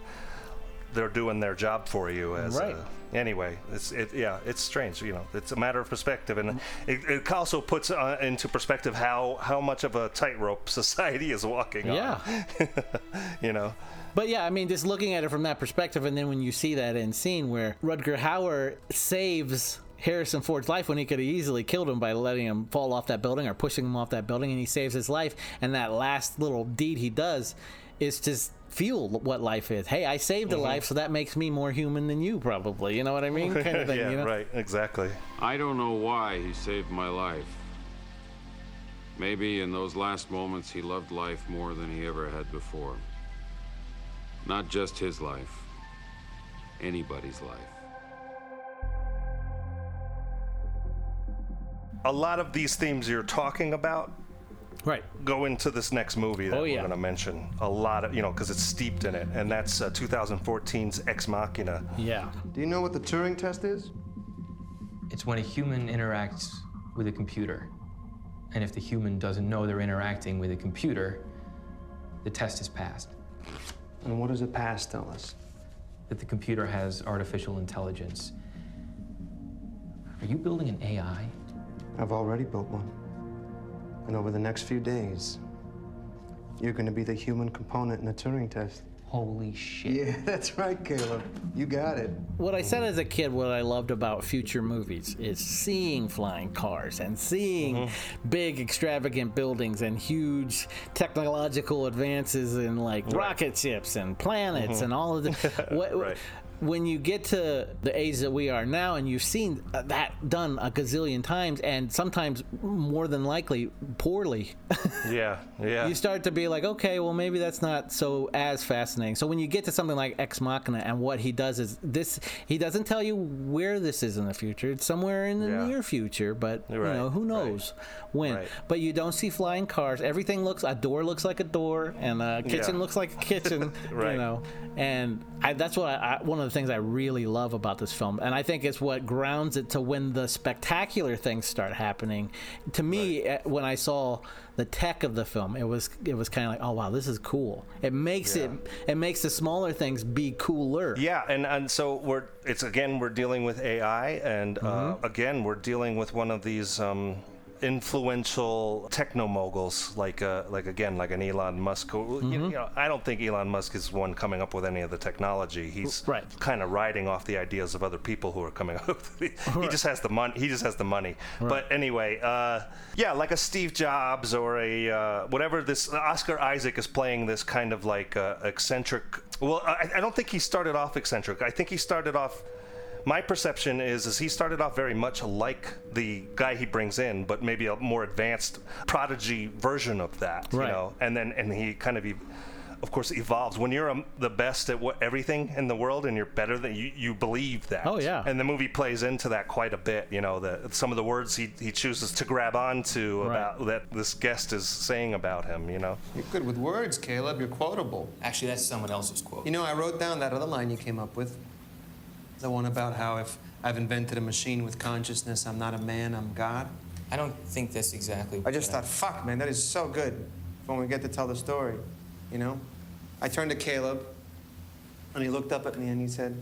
Speaker 2: they're doing their job for you as
Speaker 1: Right.
Speaker 2: a, anyway it's it yeah it's strange you know it's a matter of perspective and it, it also puts uh, into perspective how how much of a tightrope [laughs] society is walking
Speaker 1: Yeah.
Speaker 2: on [laughs] you know
Speaker 1: But yeah, I mean, just looking at it from that perspective, and then when you see that end scene where Rudger Hauer saves Harrison Ford's life when he could have easily killed him by letting him fall off that building or pushing him off that building, and he saves his life, and that last little deed he does is just fuel what life is. Hey, I saved a
Speaker 2: Mhm.
Speaker 1: life, so that makes me more human than you, probably. You know what I
Speaker 2: [laughs]
Speaker 1: mean? Kind of thing.
Speaker 2: yeah
Speaker 1: you know?
Speaker 2: right exactly
Speaker 5: I don't know why he saved my life. Maybe in those last moments he loved life more than he ever had before. Not just his life, anybody's life.
Speaker 2: a lot of these themes you're talking about
Speaker 1: right
Speaker 2: go into this next movie that
Speaker 1: Oh,
Speaker 2: we're
Speaker 1: yeah.
Speaker 2: going to mention a lot of you know because it's steeped in it and that's uh, 2014's ex machina
Speaker 1: Yeah.
Speaker 7: Do you know what the Turing test is?
Speaker 8: It's when a human interacts with a computer. And if the human doesn't know they're interacting with a computer, the test is passed.
Speaker 7: And what does the past tell us?
Speaker 8: That the computer has artificial intelligence. Are you building an AI?
Speaker 7: I've already built one. And over the next few days, you're going to be the human component in the Turing test.
Speaker 8: Holy shit.
Speaker 7: Yeah, [laughs] that's right, Caleb. You got it.
Speaker 1: What I said as a kid, what I loved about future movies is seeing flying cars and seeing big, extravagant buildings and huge technological advances in like rocket ships and planets
Speaker 23: Mhm.
Speaker 1: and all of the. What, When you get to the age that we are now, and you've seen uh, that done a gazillion times, and sometimes more than likely poorly, [laughs]
Speaker 2: yeah yeah
Speaker 1: you start to be like, okay, well, maybe that's not so as fascinating. So when you get to something like Ex Machina and what he does is this, he doesn't tell you where this is in the future. It's somewhere in the near future, but you
Speaker 2: Right,
Speaker 1: know who knows when. But you don't see flying cars. Everything looks a door looks like a door, and a kitchen
Speaker 2: Yeah.
Speaker 1: looks like a
Speaker 2: [laughs]
Speaker 1: kitchen.
Speaker 2: Right.
Speaker 1: You know, and I, that's what I, I, one of the things I really love about this film, and I think it's what grounds it to when the spectacular things start happening. To me, eh, when I saw the tech of the film, it was it was kind of like, oh wow, this is cool. It makes it it makes the smaller things be cooler.
Speaker 2: Yeah, and and so we're it's again we're dealing with AI, and uh, again we're dealing with one of these. Um, influential techno moguls like uh like again like an Elon Musk who, you
Speaker 1: Mhm.
Speaker 2: know, I don't think Elon Musk is one coming up with any of the technology he's
Speaker 1: Right.
Speaker 2: kind of riding off the ideas of other people who are coming [laughs] up with it. he just has the money he just has the money but anyway uh yeah like a Steve Jobs or a uh, whatever this Oscar Isaac is playing this kind of like uh, eccentric well I, I don't think he started off eccentric I think he started off my perception is is he started off very much like the guy he brings in, but maybe a more advanced prodigy version of that,
Speaker 1: Right.
Speaker 2: you know. And then and he kind of, ev- of course, evolves. When you're um, the best at what everything in the world, and you're better than you, you believe that.
Speaker 1: Oh, yeah.
Speaker 2: And the movie plays into that quite a bit. You know, the some of the words he he chooses to grab onto
Speaker 24: Right.
Speaker 2: about that this guest is saying about him. You know.
Speaker 24: You're good with words, Caleb. You're quotable.
Speaker 8: Actually, that's someone else's quote.
Speaker 24: You know, I wrote down that other line you came up with. The one about how if I've invented a machine with consciousness, I'm not a man, I'm God.
Speaker 8: I don't think that's exactly.
Speaker 24: I just thought, fuck, man, that is so good for when we get to tell the story, you know? I turned to Caleb, and he looked up at me and he said,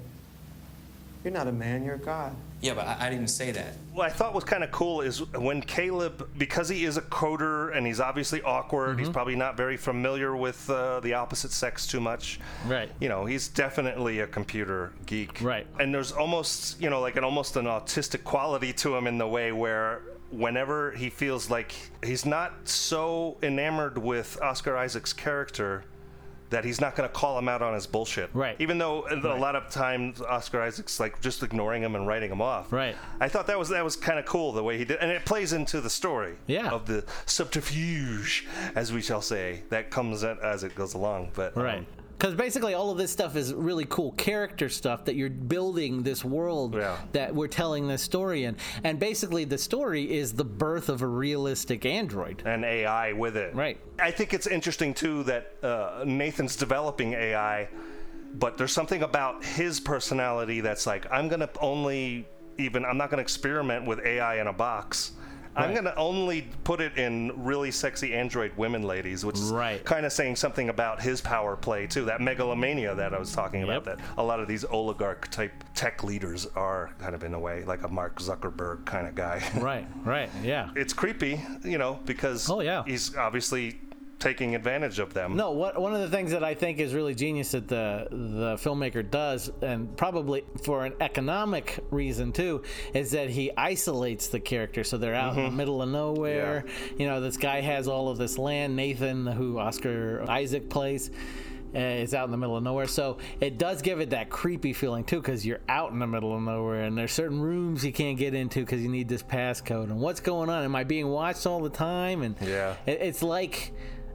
Speaker 24: You're not a man, you're God.
Speaker 8: Yeah, but I, I didn't say that.
Speaker 2: What I thought was kind of cool is when Caleb, because he is a coder and he's obviously awkward, he's probably not very familiar with uh, the opposite sex too much.
Speaker 1: Right.
Speaker 2: You know, he's definitely a computer geek. Right. And there's almost, you know, like an almost an autistic quality to him in the way where whenever he feels like he's not so enamored with Oscar Isaac's character that he's not going to call him out on his bullshit. Right. Even though uh, a lot of times Oscar Isaac's like just ignoring him and writing him off. Right. I thought that was that was kind of cool the way he did, and it plays into the story. Yeah. Of the subterfuge, as we shall say, that comes at, as it goes along. But um,
Speaker 1: Right. because basically all of this stuff is really cool character stuff that you're building this world that we're telling this story in, and basically the story is the birth of a realistic android,
Speaker 2: an AI with it.
Speaker 1: Right.
Speaker 2: I think it's interesting too that uh, Nathan's developing AI, but there's something about his personality that's like I'm gonna only even I'm not gonna experiment with AI in a box. I'm
Speaker 3: Right.
Speaker 2: gonna only put it in really sexy android women ladies, which is kind of saying something about his power play too. That megalomania that I was talking about. That a lot of these oligarch type tech leaders are kind of in a way like a Mark Zuckerberg kind of guy.
Speaker 1: Right. Right. Yeah.
Speaker 2: it's creepy, you know, because oh yeah, he's obviously taking advantage of them.
Speaker 1: No, what, one of the things that I think is really genius that the the filmmaker does, and probably for an economic reason too, is that he isolates the character. So they're out
Speaker 2: Mm-hmm.
Speaker 1: in the middle of nowhere. You know, this guy has all of this land. Nathan, who Oscar Isaac plays. Uh, is out in the middle of nowhere, so it does give it that creepy feeling too, because you're out in the middle of nowhere, and there's certain rooms you can't get into because you need this passcode. And what's going on? Am I being watched all the time? And
Speaker 2: Yeah.
Speaker 1: it, it's like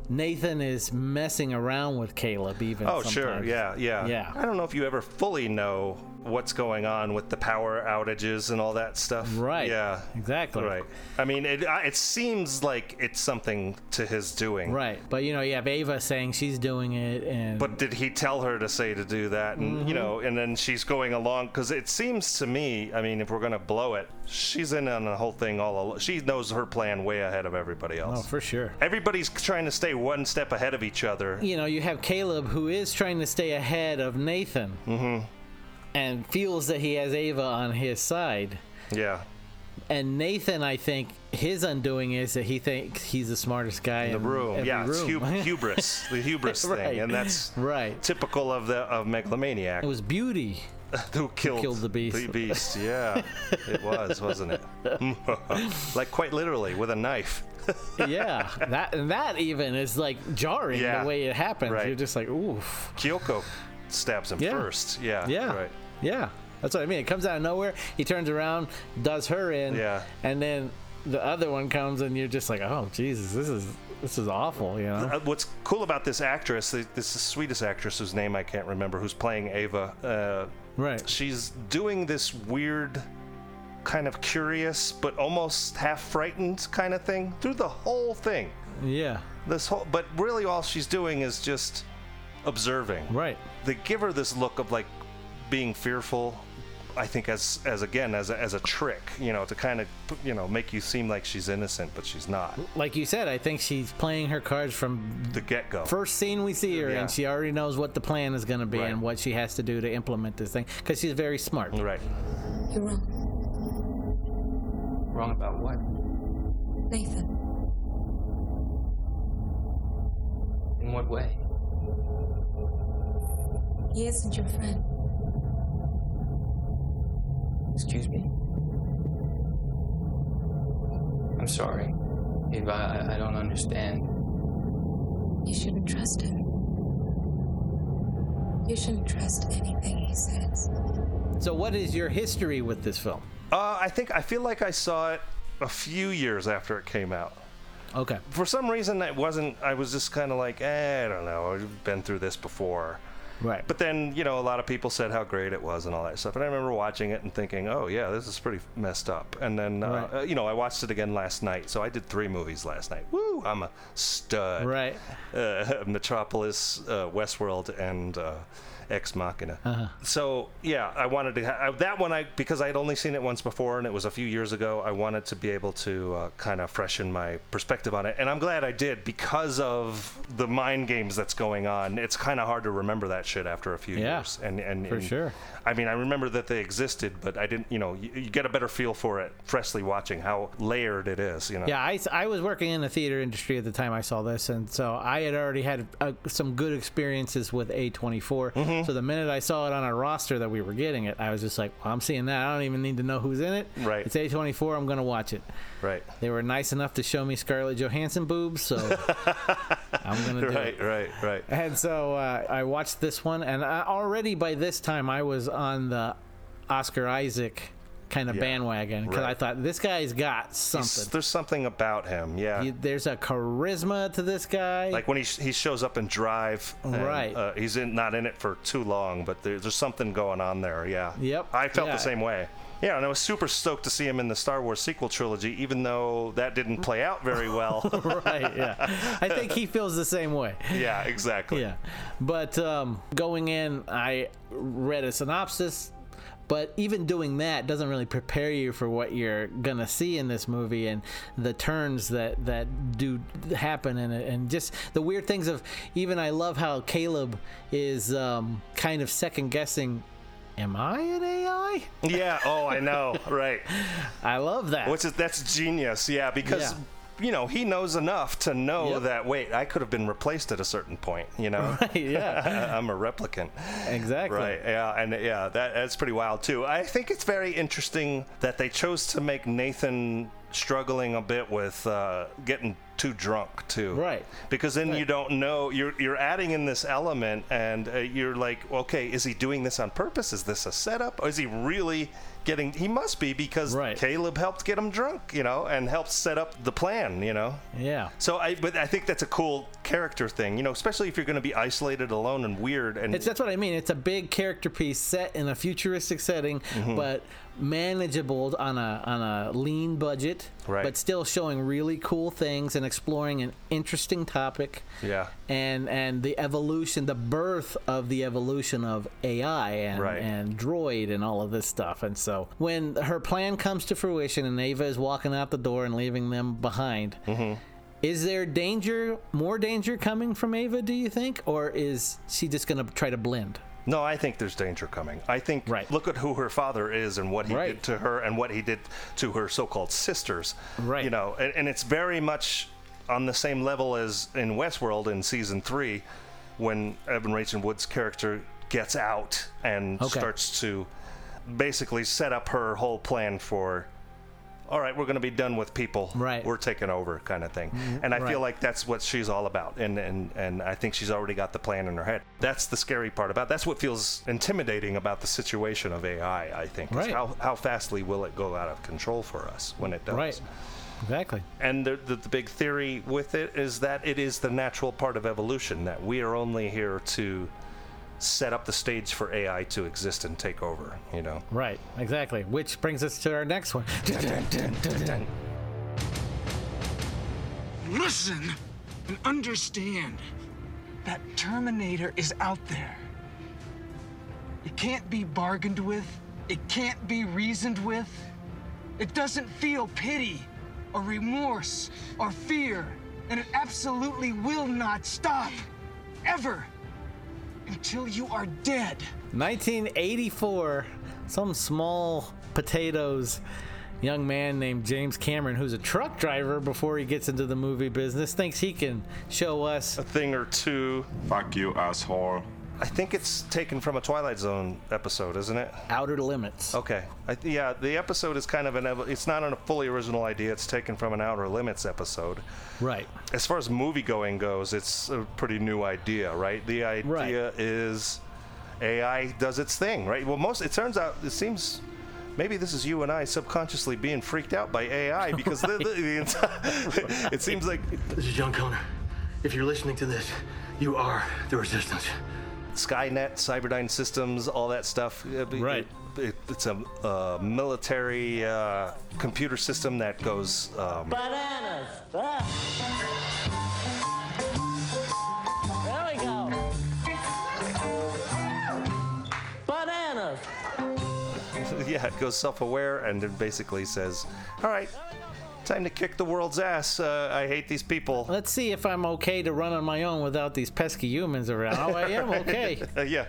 Speaker 1: Nathan is messing around with Caleb even.
Speaker 2: Oh sure,
Speaker 1: sometimes.
Speaker 2: yeah, yeah,
Speaker 1: Yeah.
Speaker 2: I don't know if you ever fully know what's going on with the power outages and all that stuff. Right. Yeah.
Speaker 1: Exactly.
Speaker 2: Right. I mean, it I- it seems like it's something to his doing.
Speaker 1: Right. But you know, you have Ava saying she's doing it and
Speaker 2: But did he tell her to say to do that? And you
Speaker 1: Mhm.
Speaker 2: know, and then she's going along because it seems to me. I mean, if we're gonna blow it, she's in on the whole thing all. Al- she knows her plan way ahead of everybody else.
Speaker 1: Oh, for sure.
Speaker 2: Everybody's trying to stay one step ahead of each other.
Speaker 1: You know, you have Caleb who is trying to stay ahead of Nathan.
Speaker 2: Mhm.
Speaker 1: And feels that he has Ava on his side.
Speaker 2: Yeah.
Speaker 1: And Nathan, I think his undoing is that he thinks he's the smartest guy in
Speaker 2: the room.
Speaker 1: every
Speaker 2: yeah, it's
Speaker 1: room. [laughs]
Speaker 2: hu- hubris, the hubris
Speaker 1: Right.
Speaker 2: thing, and that's
Speaker 1: [laughs] right
Speaker 2: typical of the of megalomaniac. It
Speaker 1: was Beauty
Speaker 2: who killed,
Speaker 1: the beast.
Speaker 2: The
Speaker 1: [laughs]
Speaker 2: beast, yeah, it was, wasn't it? [laughs] like quite literally with a knife. [laughs]
Speaker 1: yeah, that and that even is like jarring
Speaker 2: Yeah,
Speaker 1: the way it happens.
Speaker 2: right.
Speaker 1: You're just like, oof.
Speaker 2: Kyoko stabs him
Speaker 1: Yeah.
Speaker 2: first. Yeah.
Speaker 1: Yeah.
Speaker 2: Right.
Speaker 1: Yeah. That's what I mean. It comes out of nowhere. He turns around, does her in,
Speaker 2: Yeah.
Speaker 1: and then the other one comes, and you're just like, oh Jesus, this is this is awful, you know?
Speaker 2: Uh, What's cool about this actress, th- this is Swedish actress whose name I can't remember, who's playing Ava. Uh,
Speaker 1: right.
Speaker 2: She's doing this weird, kind of curious, but almost half frightened kind of thing through the whole thing.
Speaker 1: Yeah.
Speaker 2: This whole, but really, all she's doing is just observing.
Speaker 1: Right.
Speaker 2: They give her this look of like being fearful. I think as as again as a, as a trick, you know, to kind of you know make you seem like she's innocent, but she's not.
Speaker 1: Like you said, I think she's playing her cards from
Speaker 2: the get go.
Speaker 1: First scene we see her,
Speaker 2: Yeah.
Speaker 1: and she already knows what the plan is going to be and what she has to do to implement this thing because she's very smart.
Speaker 2: Right.
Speaker 10: You're wrong,
Speaker 8: Wrong about what?
Speaker 10: Nathan.
Speaker 8: In what way?
Speaker 10: He isn't your friend.
Speaker 8: Excuse me? I'm sorry. Ava, I, I don't understand.
Speaker 10: You shouldn't trust him. You shouldn't trust anything he says.
Speaker 1: So, what is your history with this film?
Speaker 2: Uh, I think I feel like I saw it a few years after it came out.
Speaker 1: Okay.
Speaker 2: For some reason, it wasn't. I was just kind of like, eh, I don't know. I've been through this before.
Speaker 1: Right.
Speaker 2: But then, you know, a lot of people said how great it was and all that stuff. And I remember watching it and thinking, oh, yeah, this is pretty messed up. And then, uh,
Speaker 1: Right.
Speaker 2: uh, you know, I watched it again last night. So I did three movies last night. Woo! I'm a stud.
Speaker 1: Right.
Speaker 2: Uh, [laughs] Metropolis, uh, Westworld, and uh, Ex Machina.
Speaker 1: Uh-huh.
Speaker 2: So yeah, I wanted to ha- I, that one. I because I had only seen it once before, and it was a few years ago. I wanted to be able to uh, kind of freshen my perspective on it, and I'm glad I did because of the mind games that's going on. It's kind of hard to remember that shit after a few
Speaker 1: Yeah,
Speaker 2: years. And and
Speaker 1: for
Speaker 2: and-
Speaker 1: sure.
Speaker 2: I mean, I remember that they existed, but I didn't. You know, you, you get a better feel for it freshly watching how layered it is. You know.
Speaker 1: Yeah, I, s- I was working in the theater industry at the time I saw this, and so I had already had uh some good experiences with A24.
Speaker 2: Mm-hmm.
Speaker 1: So the minute I saw it on our roster that we were getting it, I was just like, well, I'm seeing that. I don't even need to know who's in it.
Speaker 2: Right.
Speaker 1: It's A24. I'm going to watch it.
Speaker 2: Right.
Speaker 1: They were nice enough to show me Scarlett Johansson boobs,
Speaker 2: [laughs]
Speaker 1: so I'm going to do
Speaker 2: Right.
Speaker 1: it.
Speaker 2: Right. Right.
Speaker 1: And so uh, I watched uh, this one, and I, already by this time I was on the Oscar Isaac kind of bandwagon because I
Speaker 2: Right.
Speaker 1: thought this guy's got
Speaker 2: He's-
Speaker 1: something.
Speaker 2: there's something about him. Yeah.
Speaker 1: He- there's a charisma to this guy.
Speaker 2: like when he, sh- he shows up in Drive, and,
Speaker 1: Right.
Speaker 2: Uh, he's in not in it for too long, but there, there's something going on there. Yeah.
Speaker 1: Yep.
Speaker 2: I felt
Speaker 1: Yeah.
Speaker 2: the same way. Yeah, and I was super stoked to see him in the Star Wars sequel trilogy, even though that didn't play out very well.
Speaker 1: [laughs] [laughs] right. Yeah. I think he feels the same way.
Speaker 2: yeah. Exactly.
Speaker 1: Yeah. But um, going in, I read a synopsis, but even doing that doesn't really prepare you for what you're gonna see in this movie and the turns that that do happen and and just the weird things of even I love how Caleb is um, kind of second guessing. Am I an AI?
Speaker 2: [laughs] Yeah. Oh, I know. Right.
Speaker 1: I love that.
Speaker 2: Which is that's genius. Yeah, because.
Speaker 1: Yeah.
Speaker 2: You know, he knows enough to know that, wait, I could have been replaced at a certain point,
Speaker 1: [laughs]
Speaker 2: you know?
Speaker 1: [laughs] yeah.
Speaker 2: [laughs] I'm
Speaker 1: [laughs]
Speaker 2: a replicant.
Speaker 1: Exactly.
Speaker 2: [laughs] Right. Yeah. And yeah, that, that's pretty wild, too. I think it's very interesting that they chose to make Nathan struggling a bit with uh, getting too drunk, too.
Speaker 1: Right.
Speaker 2: Because then you don't know, you're, you're adding in this element, and uh, you're like, okay, is he doing this on purpose? Is this a setup? Or is he really getting, he must be because Caleb helped get him drunk, you know, and helped set up the plan, you know?
Speaker 1: Yeah.
Speaker 2: So I, but I think that's a cool character thing, you know, especially if you're going to be isolated, alone, and weird. And
Speaker 1: It's that's what I mean. It's a big character piece set in a futuristic setting,
Speaker 2: Mm-hmm.
Speaker 1: but manageable on a on a lean budget,
Speaker 2: Right.
Speaker 1: but still showing really cool things and exploring an interesting topic.
Speaker 2: yeah,
Speaker 1: And and the evolution, the birth of the evolution of AI and
Speaker 2: Right.
Speaker 1: and droid and all of this stuff. And so when her plan comes to fruition and Ava is walking out the door and leaving them behind. Is there danger, more danger coming from Ava, do you think? Or is she just going to try to blend?
Speaker 2: no, I think there's danger coming. I think look at who her father is and what he
Speaker 1: Right.
Speaker 2: did to her and what he did to her so-called sisters. Right. You know, and, and it's very much on the same level as in Westworld in season three, when Evan Rachel Wood's character gets out and
Speaker 1: Okay.
Speaker 2: starts to basically set up her whole plan for. All right, we're going to be done with people. Right. We're taking over, kind of thing. And I feel
Speaker 1: Mm-hmm. right.
Speaker 2: like that's what she's all about. And, and and I think she's already got the plan in her head. That's the scary part about. That's what feels intimidating about the situation of AI. I think. is
Speaker 1: Right.
Speaker 2: How how fastly will it go out of control for us when it does?
Speaker 1: Right. Exactly.
Speaker 2: And the, the, the big theory with it is that it is the natural part of evolution that we are only here to set up the stage for AI to exist and take over. You know.
Speaker 1: Right, exactly. Which brings us to our next one.
Speaker 3: Listen and understand that Terminator is out there. It can't be bargained with, it can't be reasoned with. It doesn't feel pity or remorse or fear, and it absolutely will not stop ever until you are dead.
Speaker 1: 1984, some small potatoes young man named James Cameron, who's a truck driver before he gets into the movie business, thinks he can show us
Speaker 2: a thing or two.
Speaker 4: Fuck you, asshole.
Speaker 2: I think it's taken from a Twilight Zone episode, isn't it?
Speaker 1: Outer Limits.
Speaker 2: Okay. I th- yeah, the episode is kind of an. ev- It's not a fully original idea. It's taken from an Outer Limits episode.
Speaker 1: Right.
Speaker 2: As far as movie going goes, it's a pretty new idea, right? The idea is AI does its thing, right? Well, most. It turns out it seems. Maybe this is you and I subconsciously being freaked out by [laughs] AI because the, the, the entire, [laughs] it seems like
Speaker 11: This is John Connor. If you're listening to this, you are the resistance.
Speaker 2: Skynet, Cyberdyne Systems, all that stuff. Right. it's a uh, military uh, computer system that goes. Um,
Speaker 20: Bananas. There we go. Bananas.
Speaker 2: [laughs] yeah, it goes self-aware and it basically says, "All right, time to kick the world's ass. Uh, I hate these people."
Speaker 1: Let's see if I'm okay to run on my own without these pesky humans around. Oh, I am
Speaker 2: [laughs]
Speaker 1: okay.
Speaker 2: Uh, yeah.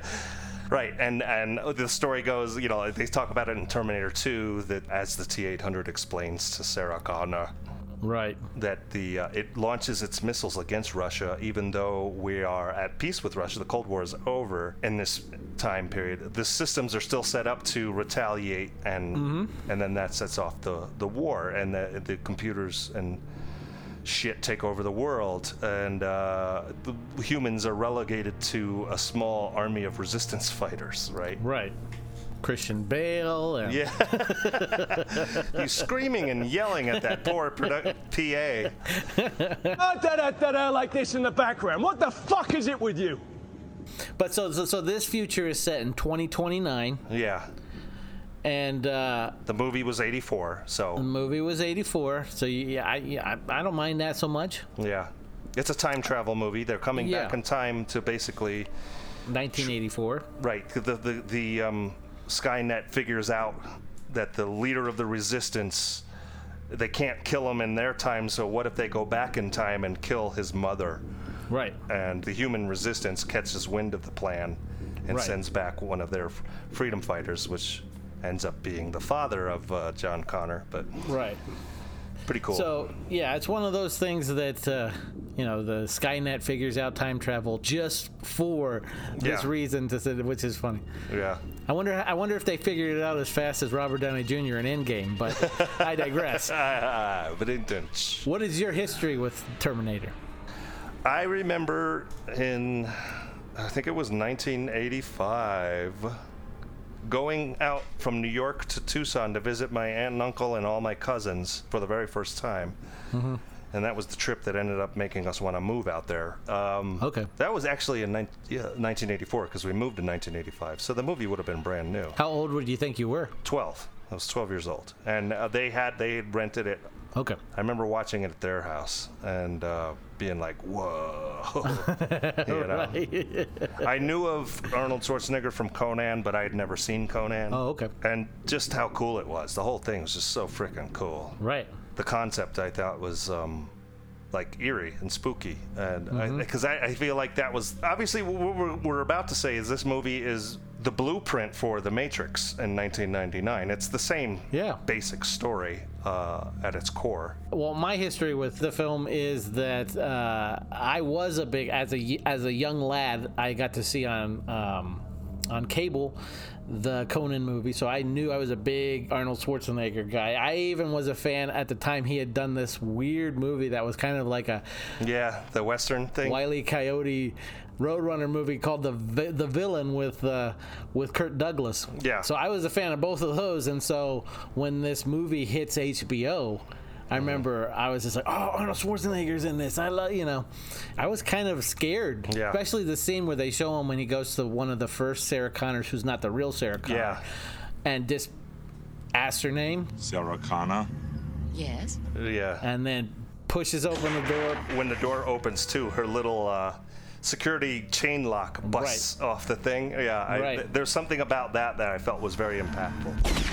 Speaker 2: Right, and and the story goes, you know, they talk about it in Terminator 2 that as the T800 explains to Sarah Connor,
Speaker 1: right,
Speaker 2: that the uh, it launches its missiles against Russia, even though we are at peace with Russia. The Cold War is over in this time period. The systems are still set up to retaliate, and
Speaker 23: Mhm.
Speaker 2: and then that sets off the the war, and the the computers and shit take over the world, and uh, the humans are relegated to a small army of resistance fighters, right?
Speaker 1: Right. Christian Bale. And
Speaker 2: Yeah. you screaming and yelling at that poor produ- PA.
Speaker 4: Da-da-da-da like this in the background. What the fuck is it with you?
Speaker 1: But so, so so this future is set in 2029.
Speaker 2: Yeah.
Speaker 1: And uh,
Speaker 2: the movie was 84, so
Speaker 1: the movie was 84. So you, yeah, I, yeah, I I don't mind that so much.
Speaker 2: yeah. It's a time travel movie. They're coming back
Speaker 1: Yeah.
Speaker 2: in time to basically
Speaker 1: 1984.
Speaker 2: Right. The the the um, Skynet figures out that the leader of the resistance they can't kill him in their time, so what if they go back in time and kill his mother?
Speaker 1: Right.
Speaker 2: And the human resistance catches wind of the plan and
Speaker 1: Right.
Speaker 2: sends back one of their f- freedom fighters, which ends up being the father of uh, John Connor. But
Speaker 1: Right.
Speaker 2: pretty cool.
Speaker 1: So yeah, it's one of those things that uh, you know the Skynet figures out time travel just for this
Speaker 2: Yeah.
Speaker 1: reason, to, say- which is funny.
Speaker 2: yeah.
Speaker 1: I wonder. I wonder if they figured it out as fast as Robert Downey Jr. in Endgame. But [laughs] I digress.
Speaker 2: [laughs] but it didn't.
Speaker 1: What is your history with Terminator?
Speaker 2: I remember in, I think it was 1985, going out from New York to Tucson to visit my aunt and uncle and all my cousins for the very first time.
Speaker 20: Mhm.
Speaker 2: And that was the trip that ended up making us want to move out there. Um, okay. That was actually in nin- yeah, 1984 because we moved in 1985. So the movie would have been brand new.
Speaker 1: How old would you think you were?
Speaker 2: 12. I was 12 years old. And uh, they had they had rented it.
Speaker 1: Okay.
Speaker 2: I remember watching it at their house and uh, being like,
Speaker 1: [laughs]
Speaker 2: whoa. [laughs] You know? I knew of Arnold Schwarzenegger from Conan, but I had never seen Conan.
Speaker 1: Oh, okay.
Speaker 2: And just how cool it was. The whole thing was just so freaking cool.
Speaker 1: Right.
Speaker 2: The concept I thought was um, like eerie and spooky, and
Speaker 1: Mhm.
Speaker 2: because I, I, feel like that was obviously what we're, we're about to say is this movie is the blueprint for The Matrix in 1999. It's the same
Speaker 1: yeah.
Speaker 2: basic story uh, at its core.
Speaker 1: Well, my history with the film is that uh, I was a big as a y- as a young lad. I got to see on um, on cable the Conan movie, so I knew I was a big Arnold Schwarzenegger guy. I even was a fan at the time he had done this weird movie that was kind of like a
Speaker 2: Yeah, the Western thing.
Speaker 1: Wiley Coyote Roadrunner movie called the Vi- the villain with uh, with Kurt Douglas.
Speaker 2: Yeah.
Speaker 1: So I was a fan of both of those, and so when this movie hits HBO. I
Speaker 2: Mm-hmm.
Speaker 1: remember I was just like, "Oh, Arnold Schwarzenegger's in this." I love, you know, I was kind of scared,
Speaker 2: Yeah.
Speaker 1: especially the scene where they show him when he goes to one of the first Sarah Connors, who's not the real Sarah Connor,
Speaker 2: Yeah.
Speaker 1: and just asks her name,
Speaker 9: Sarah Connor.
Speaker 14: Yes.
Speaker 2: Yeah.
Speaker 1: and then pushes open the door.
Speaker 2: When the door opens, too, her little uh, security chain lock busts off the thing. Yeah, I,
Speaker 1: Right.
Speaker 2: th- there's something about that that I felt was very impactful.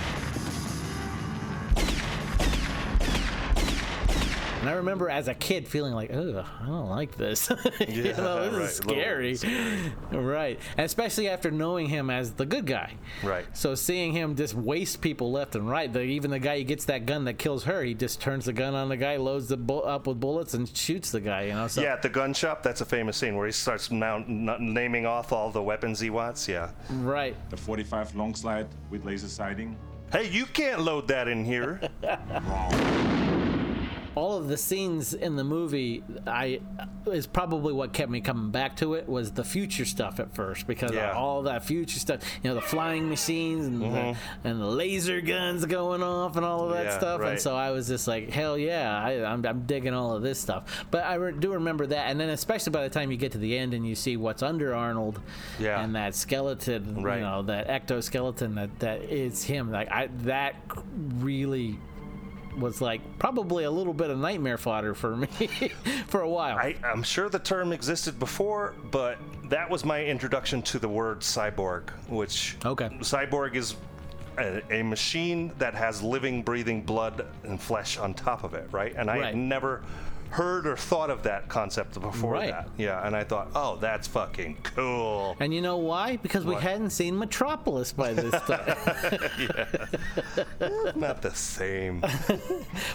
Speaker 1: And I remember as a kid feeling like, oh, I don't like this. [laughs] you
Speaker 2: Yeah,
Speaker 1: know, this
Speaker 2: right,
Speaker 1: is
Speaker 2: a little
Speaker 1: scary. right. And especially after knowing him as the good guy.
Speaker 2: Right.
Speaker 1: So seeing him just waste people left and right, the, even the guy who gets that gun that kills her, he just turns the gun on the guy, loads the bu- up with bullets, and shoots the guy, you know? So,
Speaker 2: yeah, at the gun shop, that's a famous scene where he starts mount, n- naming off all the weapons he wants. Yeah.
Speaker 1: Right.
Speaker 9: The 45 long slide with laser sighting.
Speaker 2: Hey, you can't load that in here.
Speaker 1: all of the scenes in the movie i is probably what kept me coming back to it was the future stuff at first because
Speaker 2: Yeah.
Speaker 1: all that future stuff you know the flying machines and,
Speaker 2: Mhm.
Speaker 1: the, and the laser guns going off and all of that
Speaker 2: Yeah,
Speaker 1: stuff
Speaker 2: right.
Speaker 1: and so i was just like hell yeah I, I'm, I'm digging all of this stuff but i re- do remember that and then especially by the time you get to the end and you see what's under arnold
Speaker 2: Yeah.
Speaker 1: and that skeleton
Speaker 2: Right.
Speaker 1: you know that ectoskeleton that that is him like i that really was like probably a little bit of nightmare fodder for me [laughs] for a while.
Speaker 2: I, I'm sure the term existed before, but that was my introduction to the word cyborg, which okay. cyborg is a, a machine that has living, breathing blood and flesh on top of it, right? And I
Speaker 1: Right.
Speaker 2: had never heard or thought of that concept before
Speaker 1: Right.
Speaker 2: that. Yeah, and I thought, oh, that's fucking
Speaker 1: [laughs]
Speaker 2: cool.
Speaker 1: And you know why? Because we
Speaker 2: Why?
Speaker 1: hadn't seen Metropolis by this time.
Speaker 2: Not the same.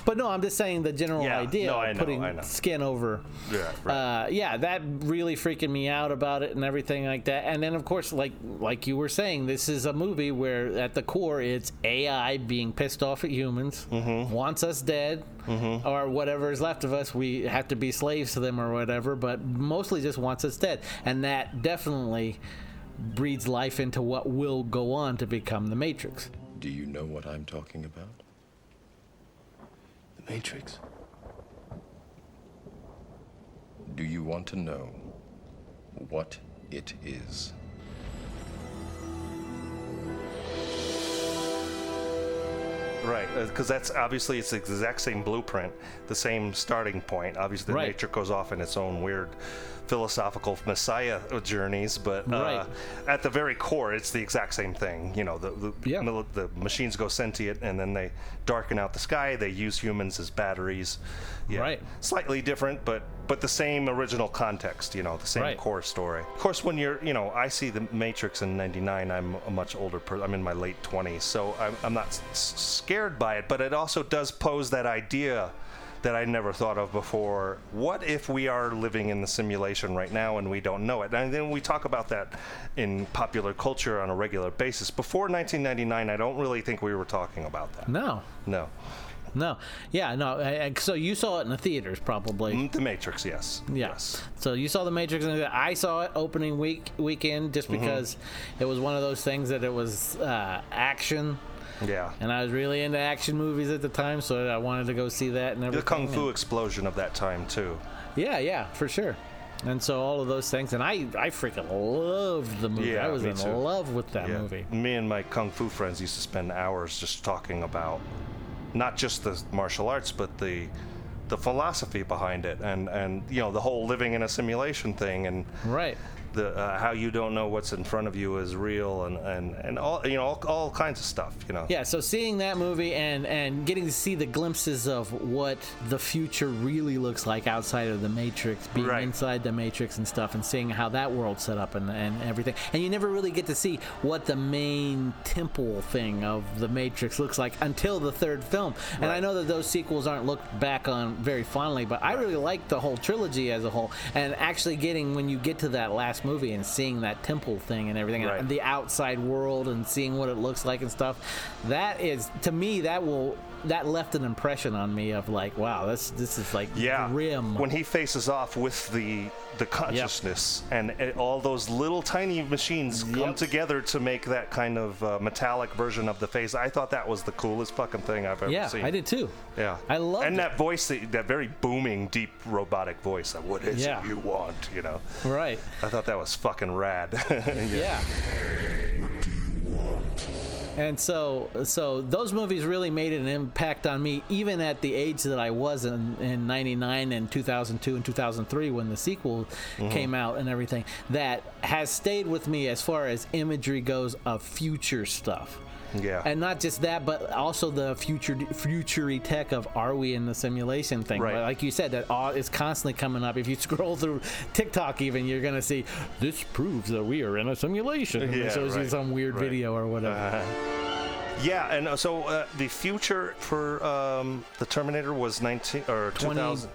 Speaker 1: but no, I'm just saying the general
Speaker 2: Yeah,
Speaker 1: idea
Speaker 2: no, I
Speaker 1: of
Speaker 2: know,
Speaker 1: putting
Speaker 2: I know.
Speaker 1: skin over.
Speaker 2: Yeah,
Speaker 1: Uh, yeah, that really freaking me out about it and everything like that. And then of course, like like you were saying, this is a movie where at the core it's AI being pissed off at humans,
Speaker 2: Mm-hmm.
Speaker 1: wants us dead, or whatever is left of us. We have to be slaves to them or whatever, but mostly just wants us dead. And that definitely breathes life into what will go on to become the Matrix.
Speaker 13: Do you know what I'm talking about?
Speaker 24: The Matrix.
Speaker 13: Do you want to know what it is?
Speaker 2: Right, because that's obviously it's the exact same blueprint, the same starting point. Obviously,
Speaker 1: Right.
Speaker 2: nature goes off in its own weird philosophical messiah journeys, but uh,
Speaker 1: Right.
Speaker 2: at the very core, it's the exact same thing. You know, the the, mili- the machines go sentient, and then they darken out the sky. They use humans as batteries. Yeah. Right. Slightly different, but but the same original context. You know, the same
Speaker 1: Right.
Speaker 2: core story. Of course, when you're you know, I see the Matrix in '99. I'm a much older person. I'm in my late 20s, so I'm, I'm not s- s- scared by it. But it also does pose that idea that I never thought of before. What if we are living in the simulation right now and we don't know it? And then we talk about that in popular culture on a regular basis. Before 1999, I don't really think we were talking about that.
Speaker 1: No,
Speaker 2: No.
Speaker 1: no, yeah, no. I, I- so you saw it in the theaters, probably.
Speaker 2: The Matrix, Mm-hmm. yes.
Speaker 1: Yeah. So you saw the Matrix, and I saw it opening week weekend just
Speaker 2: Mhm.
Speaker 1: because it was one of those things that it was uh, action.
Speaker 2: Yeah.
Speaker 1: And I was really into action movies at the time, so I wanted to go see that and everything.
Speaker 2: The kung fu
Speaker 1: and-
Speaker 2: explosion of that time, too.
Speaker 1: Yeah, yeah, for sure. And so all of those things, and I, I freaking loved the movie. I was
Speaker 2: me
Speaker 1: in
Speaker 2: too.
Speaker 1: love with that
Speaker 2: Yeah.
Speaker 1: movie.
Speaker 2: Me and my kung fu friends used to spend hours just talking about not just the martial arts, but the the philosophy behind it, and and you know the whole living in a simulation thing, and
Speaker 1: right.
Speaker 2: The, uh, how you don't know what's in front of you is real, and, and, and all you know all, all kinds of stuff, you know.
Speaker 1: Yeah, so seeing that movie and and getting to see the glimpses of what the future really looks like outside of the Matrix, being inside the Matrix and stuff, and seeing how that world's set up and, and everything. And you never really get to see what the main temple thing of the Matrix looks like until the third film. And I know that those sequels aren't looked back on very fondly, but I really like the whole trilogy as a whole. And actually getting when you get to that last movie and seeing that temple thing and everything, and
Speaker 2: Right.
Speaker 1: the outside world and seeing what it looks like and stuff. That is to me that will that left an impression on me of like, wow, this this is like
Speaker 2: yeah.
Speaker 1: grim.
Speaker 2: When he faces off with the the consciousness and it, all those little tiny machines come together to make that kind of uh, metallic version of the face, I thought that was the coolest fucking thing I've ever
Speaker 1: yeah,
Speaker 2: seen.
Speaker 1: I did too.
Speaker 2: Yeah,
Speaker 1: I love
Speaker 2: and that voice, that, that very booming, deep robotic voice. Like, what is
Speaker 1: Yeah.
Speaker 2: it you want? You know.
Speaker 1: Right.
Speaker 2: I thought that was fucking rad. [laughs]
Speaker 1: Yeah. And so, so those movies really made an impact on me, even at the age that I was in, in '99 and 2002 and 2003 when the sequel
Speaker 14: Mhm.
Speaker 1: came out and everything. That has stayed with me as far as imagery goes of future stuff.
Speaker 2: Yeah.
Speaker 1: And not just that, but also the future, futury tech of are we in the simulation thing?
Speaker 2: Right.
Speaker 1: Like you said, that all is constantly coming up. If you [laughs] scroll through TikTok, even you're gonna see this proves that we are in a simulation. And
Speaker 2: Yeah,
Speaker 1: it shows
Speaker 2: right,
Speaker 1: you some weird
Speaker 2: right. Uh-huh.
Speaker 1: video or whatever.
Speaker 2: Yeah, and uh, so uh, the future for um, the Terminator was 19 or
Speaker 1: 20
Speaker 2: 2000.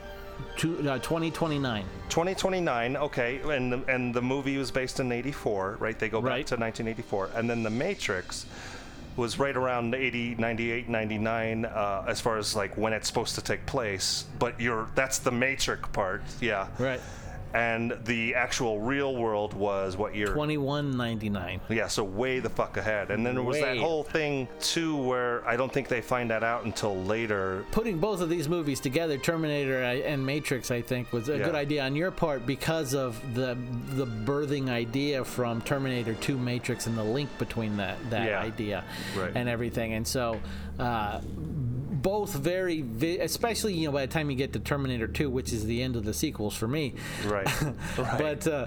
Speaker 1: Two, uh, 2029.
Speaker 2: 2029, okay, and the, and the movie was based in 84, right? They go back to 1984. And then The Matrix was right around 80, 98, 99 uh, as far as like when it's supposed to take place, but you're that's the Matrix part. Yeah.
Speaker 1: Right.
Speaker 2: And the actual real world was what year?
Speaker 1: 2199.
Speaker 2: Yeah, so way the fuck ahead. And then there was that
Speaker 1: Way.
Speaker 2: whole thing too where I don't think they find that out until later.
Speaker 1: Putting both of these movies together, Terminator I- and Matrix, I think, was a
Speaker 2: Yeah.
Speaker 1: good idea on your part because of the the birthing idea from Terminator to Matrix and the link between that that
Speaker 2: Yeah.
Speaker 1: idea
Speaker 2: Right.
Speaker 1: and everything. And so, uh, both very, vi- especially you know, by the time you get to Terminator 2, which is the end of the sequels for me,
Speaker 2: Right.
Speaker 1: [laughs] but uh,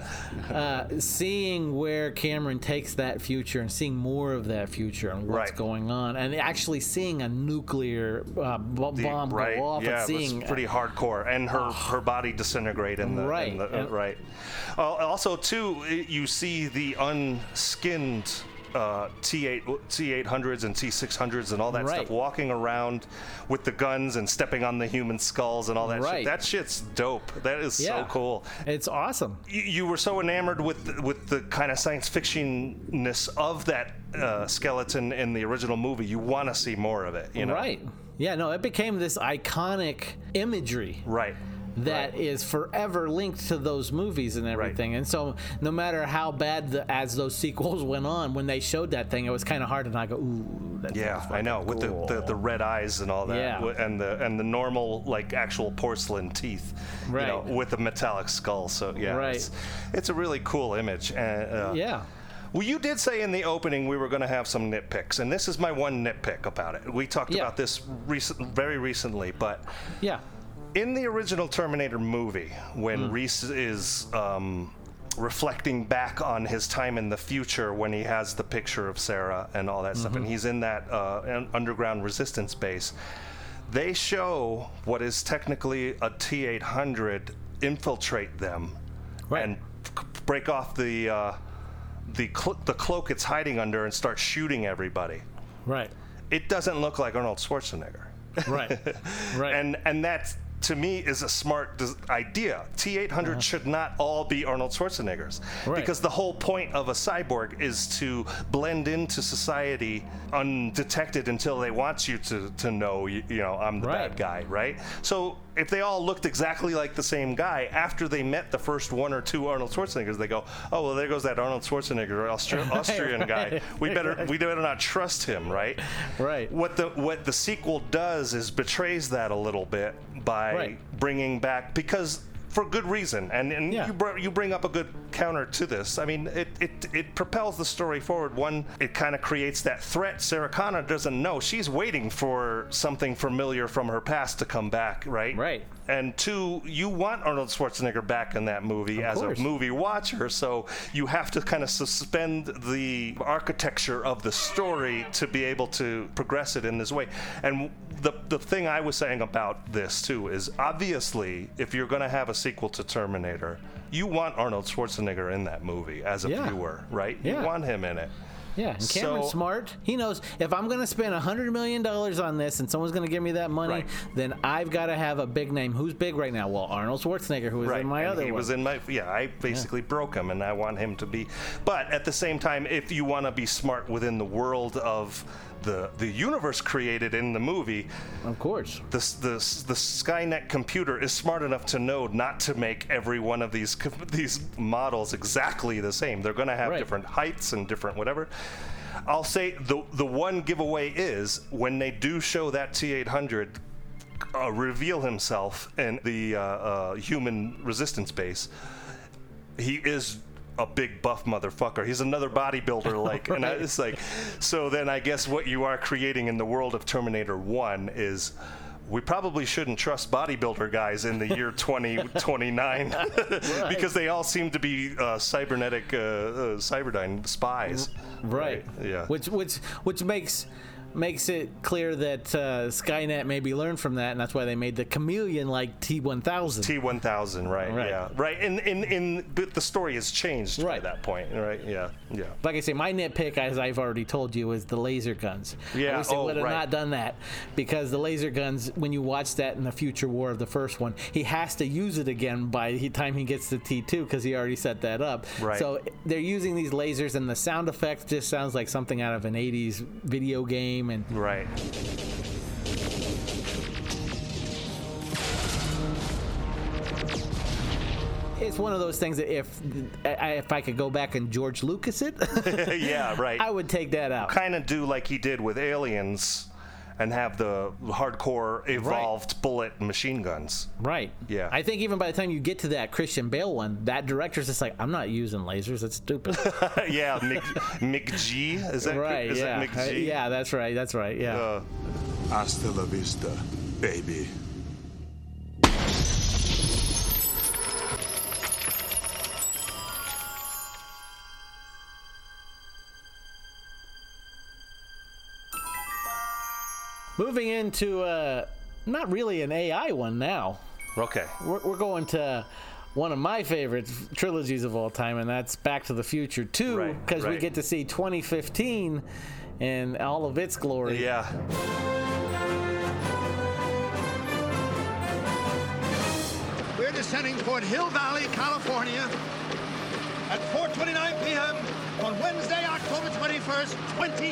Speaker 1: uh, seeing where Cameron takes that future and seeing more of that future and what's going on, and actually seeing a nuclear uh, bo-
Speaker 2: The-
Speaker 1: bomb
Speaker 2: right.
Speaker 1: go off
Speaker 2: yeah,
Speaker 1: and seeing uh,
Speaker 2: it was pretty hardcore,
Speaker 1: [sighs]
Speaker 2: and her her body disintegrate in the in
Speaker 1: Right,
Speaker 2: the- uh,
Speaker 1: and-
Speaker 2: right. Al- also, too, i- you see the unskinned. Uh, T8 T800s and T600s and all that
Speaker 1: Right.
Speaker 2: stuff walking around with the guns and stepping on the human skulls and all that
Speaker 1: Right.
Speaker 2: shit. That shit's dope. That is
Speaker 1: Yeah.
Speaker 2: so cool.
Speaker 1: It's awesome.
Speaker 2: You, you were so enamored with with the kind of science fictionness of that uh, skeleton in the original movie. You want to see more of it, you know?
Speaker 1: Right. Yeah, no, it became this iconic imagery.
Speaker 2: Right.
Speaker 1: that is forever linked to those movies and everything. And so, no matter how bad the, as those sequels [laughs] went on, when they showed that thing, it was kind of hard to not go, ooh, that
Speaker 2: Yeah, I know. With the, the, the red eyes and all that,
Speaker 1: Yeah.
Speaker 2: wi- and the and the normal like actual porcelain teeth, you know,
Speaker 1: Right.
Speaker 2: with a metallic skull. So yeah,
Speaker 1: Right.
Speaker 2: it's, it's a really cool image. And uh,
Speaker 1: Yeah.
Speaker 2: Well, you did say in the opening we were going to have some nitpicks, and this is my one nitpick about it. We talked about this recent, very recently, but
Speaker 1: yeah,
Speaker 2: in the original Terminator movie, when Reese is um, reflecting back on his time in the future, when he has the picture of Sarah and all that stuff, and
Speaker 12: Mhm.
Speaker 2: he's in that uh, un- underground resistance base, they show what is technically a T 800 infiltrate them and c- break off the, uh, the, cl- the cloak it's hiding under and start shooting everybody.
Speaker 1: Right.
Speaker 2: It doesn't look like Arnold Schwarzenegger.
Speaker 1: Right.
Speaker 2: [laughs]
Speaker 1: right.
Speaker 2: And and that to me is a smart des- idea. T800 should not all be Arnold Schwarzeneggers
Speaker 12: Right.
Speaker 2: because the whole point of a cyborg is to blend into society undetected until they want you to to know you, you know I'm the bad guy, right? So if they all looked exactly like the same guy after they met the first one or two Arnold Schwarzeneggers, they go, "Oh, well there goes that Arnold Schwarzenegger Austra-
Speaker 12: Right,
Speaker 2: Austrian guy.
Speaker 12: right,
Speaker 2: We better
Speaker 12: right.
Speaker 2: we better not trust him, right?
Speaker 1: Right.
Speaker 2: What the what the sequel does is betrays that a little bit by bringing back because for good reason, and and you br- you bring up a good counter to this. I mean, it it, it propels the story forward. One, it kind of creates that threat. Sarah Connor doesn't know she's waiting for something familiar from her past to come back, right? Right. And two, you want Arnold Schwarzenegger back in that movie as
Speaker 12: course.
Speaker 2: a movie watcher, so you have to kind of suspend the architecture of the story to be able to progress it in this way. And the, the thing I was saying about this too is obviously, if you're going to have a sequel to Terminator, you want Arnold Schwarzenegger in that movie as a
Speaker 1: Yeah.
Speaker 2: viewer, right?
Speaker 1: Yeah.
Speaker 2: You want him in it.
Speaker 1: Yeah, and Cameron's
Speaker 2: So-
Speaker 1: smart. He knows if I'm going to spend $100 million on this and someone's going to give me that money, then I've got to have a big name. Who's big right now? Well, Arnold Schwarzenegger, who was
Speaker 2: right.
Speaker 1: in my
Speaker 2: and
Speaker 1: other
Speaker 2: he
Speaker 1: one.
Speaker 2: was in my yeah. I basically broke him, and I want him to be. But at the same time, if you want to be smart within the world of the the universe created in the movie,
Speaker 1: of course,
Speaker 2: the s- the s- the Skynet computer is smart enough to know not to make every one of these co- these models exactly the same. They're going to have different heights and different whatever. I'll say the the one giveaway is when they do show that T800 uh, reveal himself in the uh, uh, human resistance base, he is a big buff motherfucker. He's another [laughs] bodybuilder, like, and I,
Speaker 12: Right.
Speaker 2: it's like, so then I guess what you are creating in the world of Terminator One is. We probably shouldn't trust bodybuilder guys [laughs] in the year 2029 [laughs] because they all seem to be uh, cybernetic, uh, uh, cyberdyne spies.
Speaker 1: Right.
Speaker 2: Yeah.
Speaker 1: Which which which makes makes it clear that uh, Skynet maybe learned from that, and that's why they made the chameleon like T1000.
Speaker 2: T1000, right? Yeah. Right. And in in but the story has changed by that point, right? Yeah. Yeah.
Speaker 1: Like I say, my nitpick, as I've already told you, is the laser guns. I
Speaker 2: Yeah,
Speaker 1: wish they
Speaker 2: oh,
Speaker 1: would have
Speaker 2: right.
Speaker 1: not done that because the laser guns, when you watch that in the future war of the first one, he has to use it again by the time he gets to T2 because he already set that up.
Speaker 12: Right.
Speaker 1: So they're using these lasers, and the sound effect just sounds like something out of an 80s video game. And
Speaker 2: Right.
Speaker 1: It's one of those things that if I, if I could go back and George Lucas it,
Speaker 2: [laughs]
Speaker 1: [laughs]
Speaker 2: yeah, right.
Speaker 1: I would take that out.
Speaker 2: Kind of do like he did with Aliens and have the hardcore evolved bullet machine guns. [laughs]
Speaker 1: Right.
Speaker 2: Yeah.
Speaker 1: I think even by the time you get to that Christian Bale one, that director's just like, I'm not using lasers. That's stupid.
Speaker 2: yeah,
Speaker 1: [laughs]
Speaker 2: Mick, Mick G. Is that
Speaker 1: right?
Speaker 2: Is
Speaker 1: yeah.
Speaker 2: that Mick G? Uh,
Speaker 1: Uh, yeah, that's right. That's right. Yeah.
Speaker 14: Hasta la vista, baby.
Speaker 1: Moving into uh, not really an AI one now.
Speaker 2: Okay.
Speaker 1: We're, we're going to one of my favorite trilogies of all time, and that's Back to the Future 2,
Speaker 12: Right,
Speaker 1: because we
Speaker 12: right.
Speaker 1: get to see 2015 and all of its glory.
Speaker 2: Yeah. [laughs]
Speaker 14: We're descending toward Hill Valley, California at 4.29 p.m. on Wednesday, October 21st,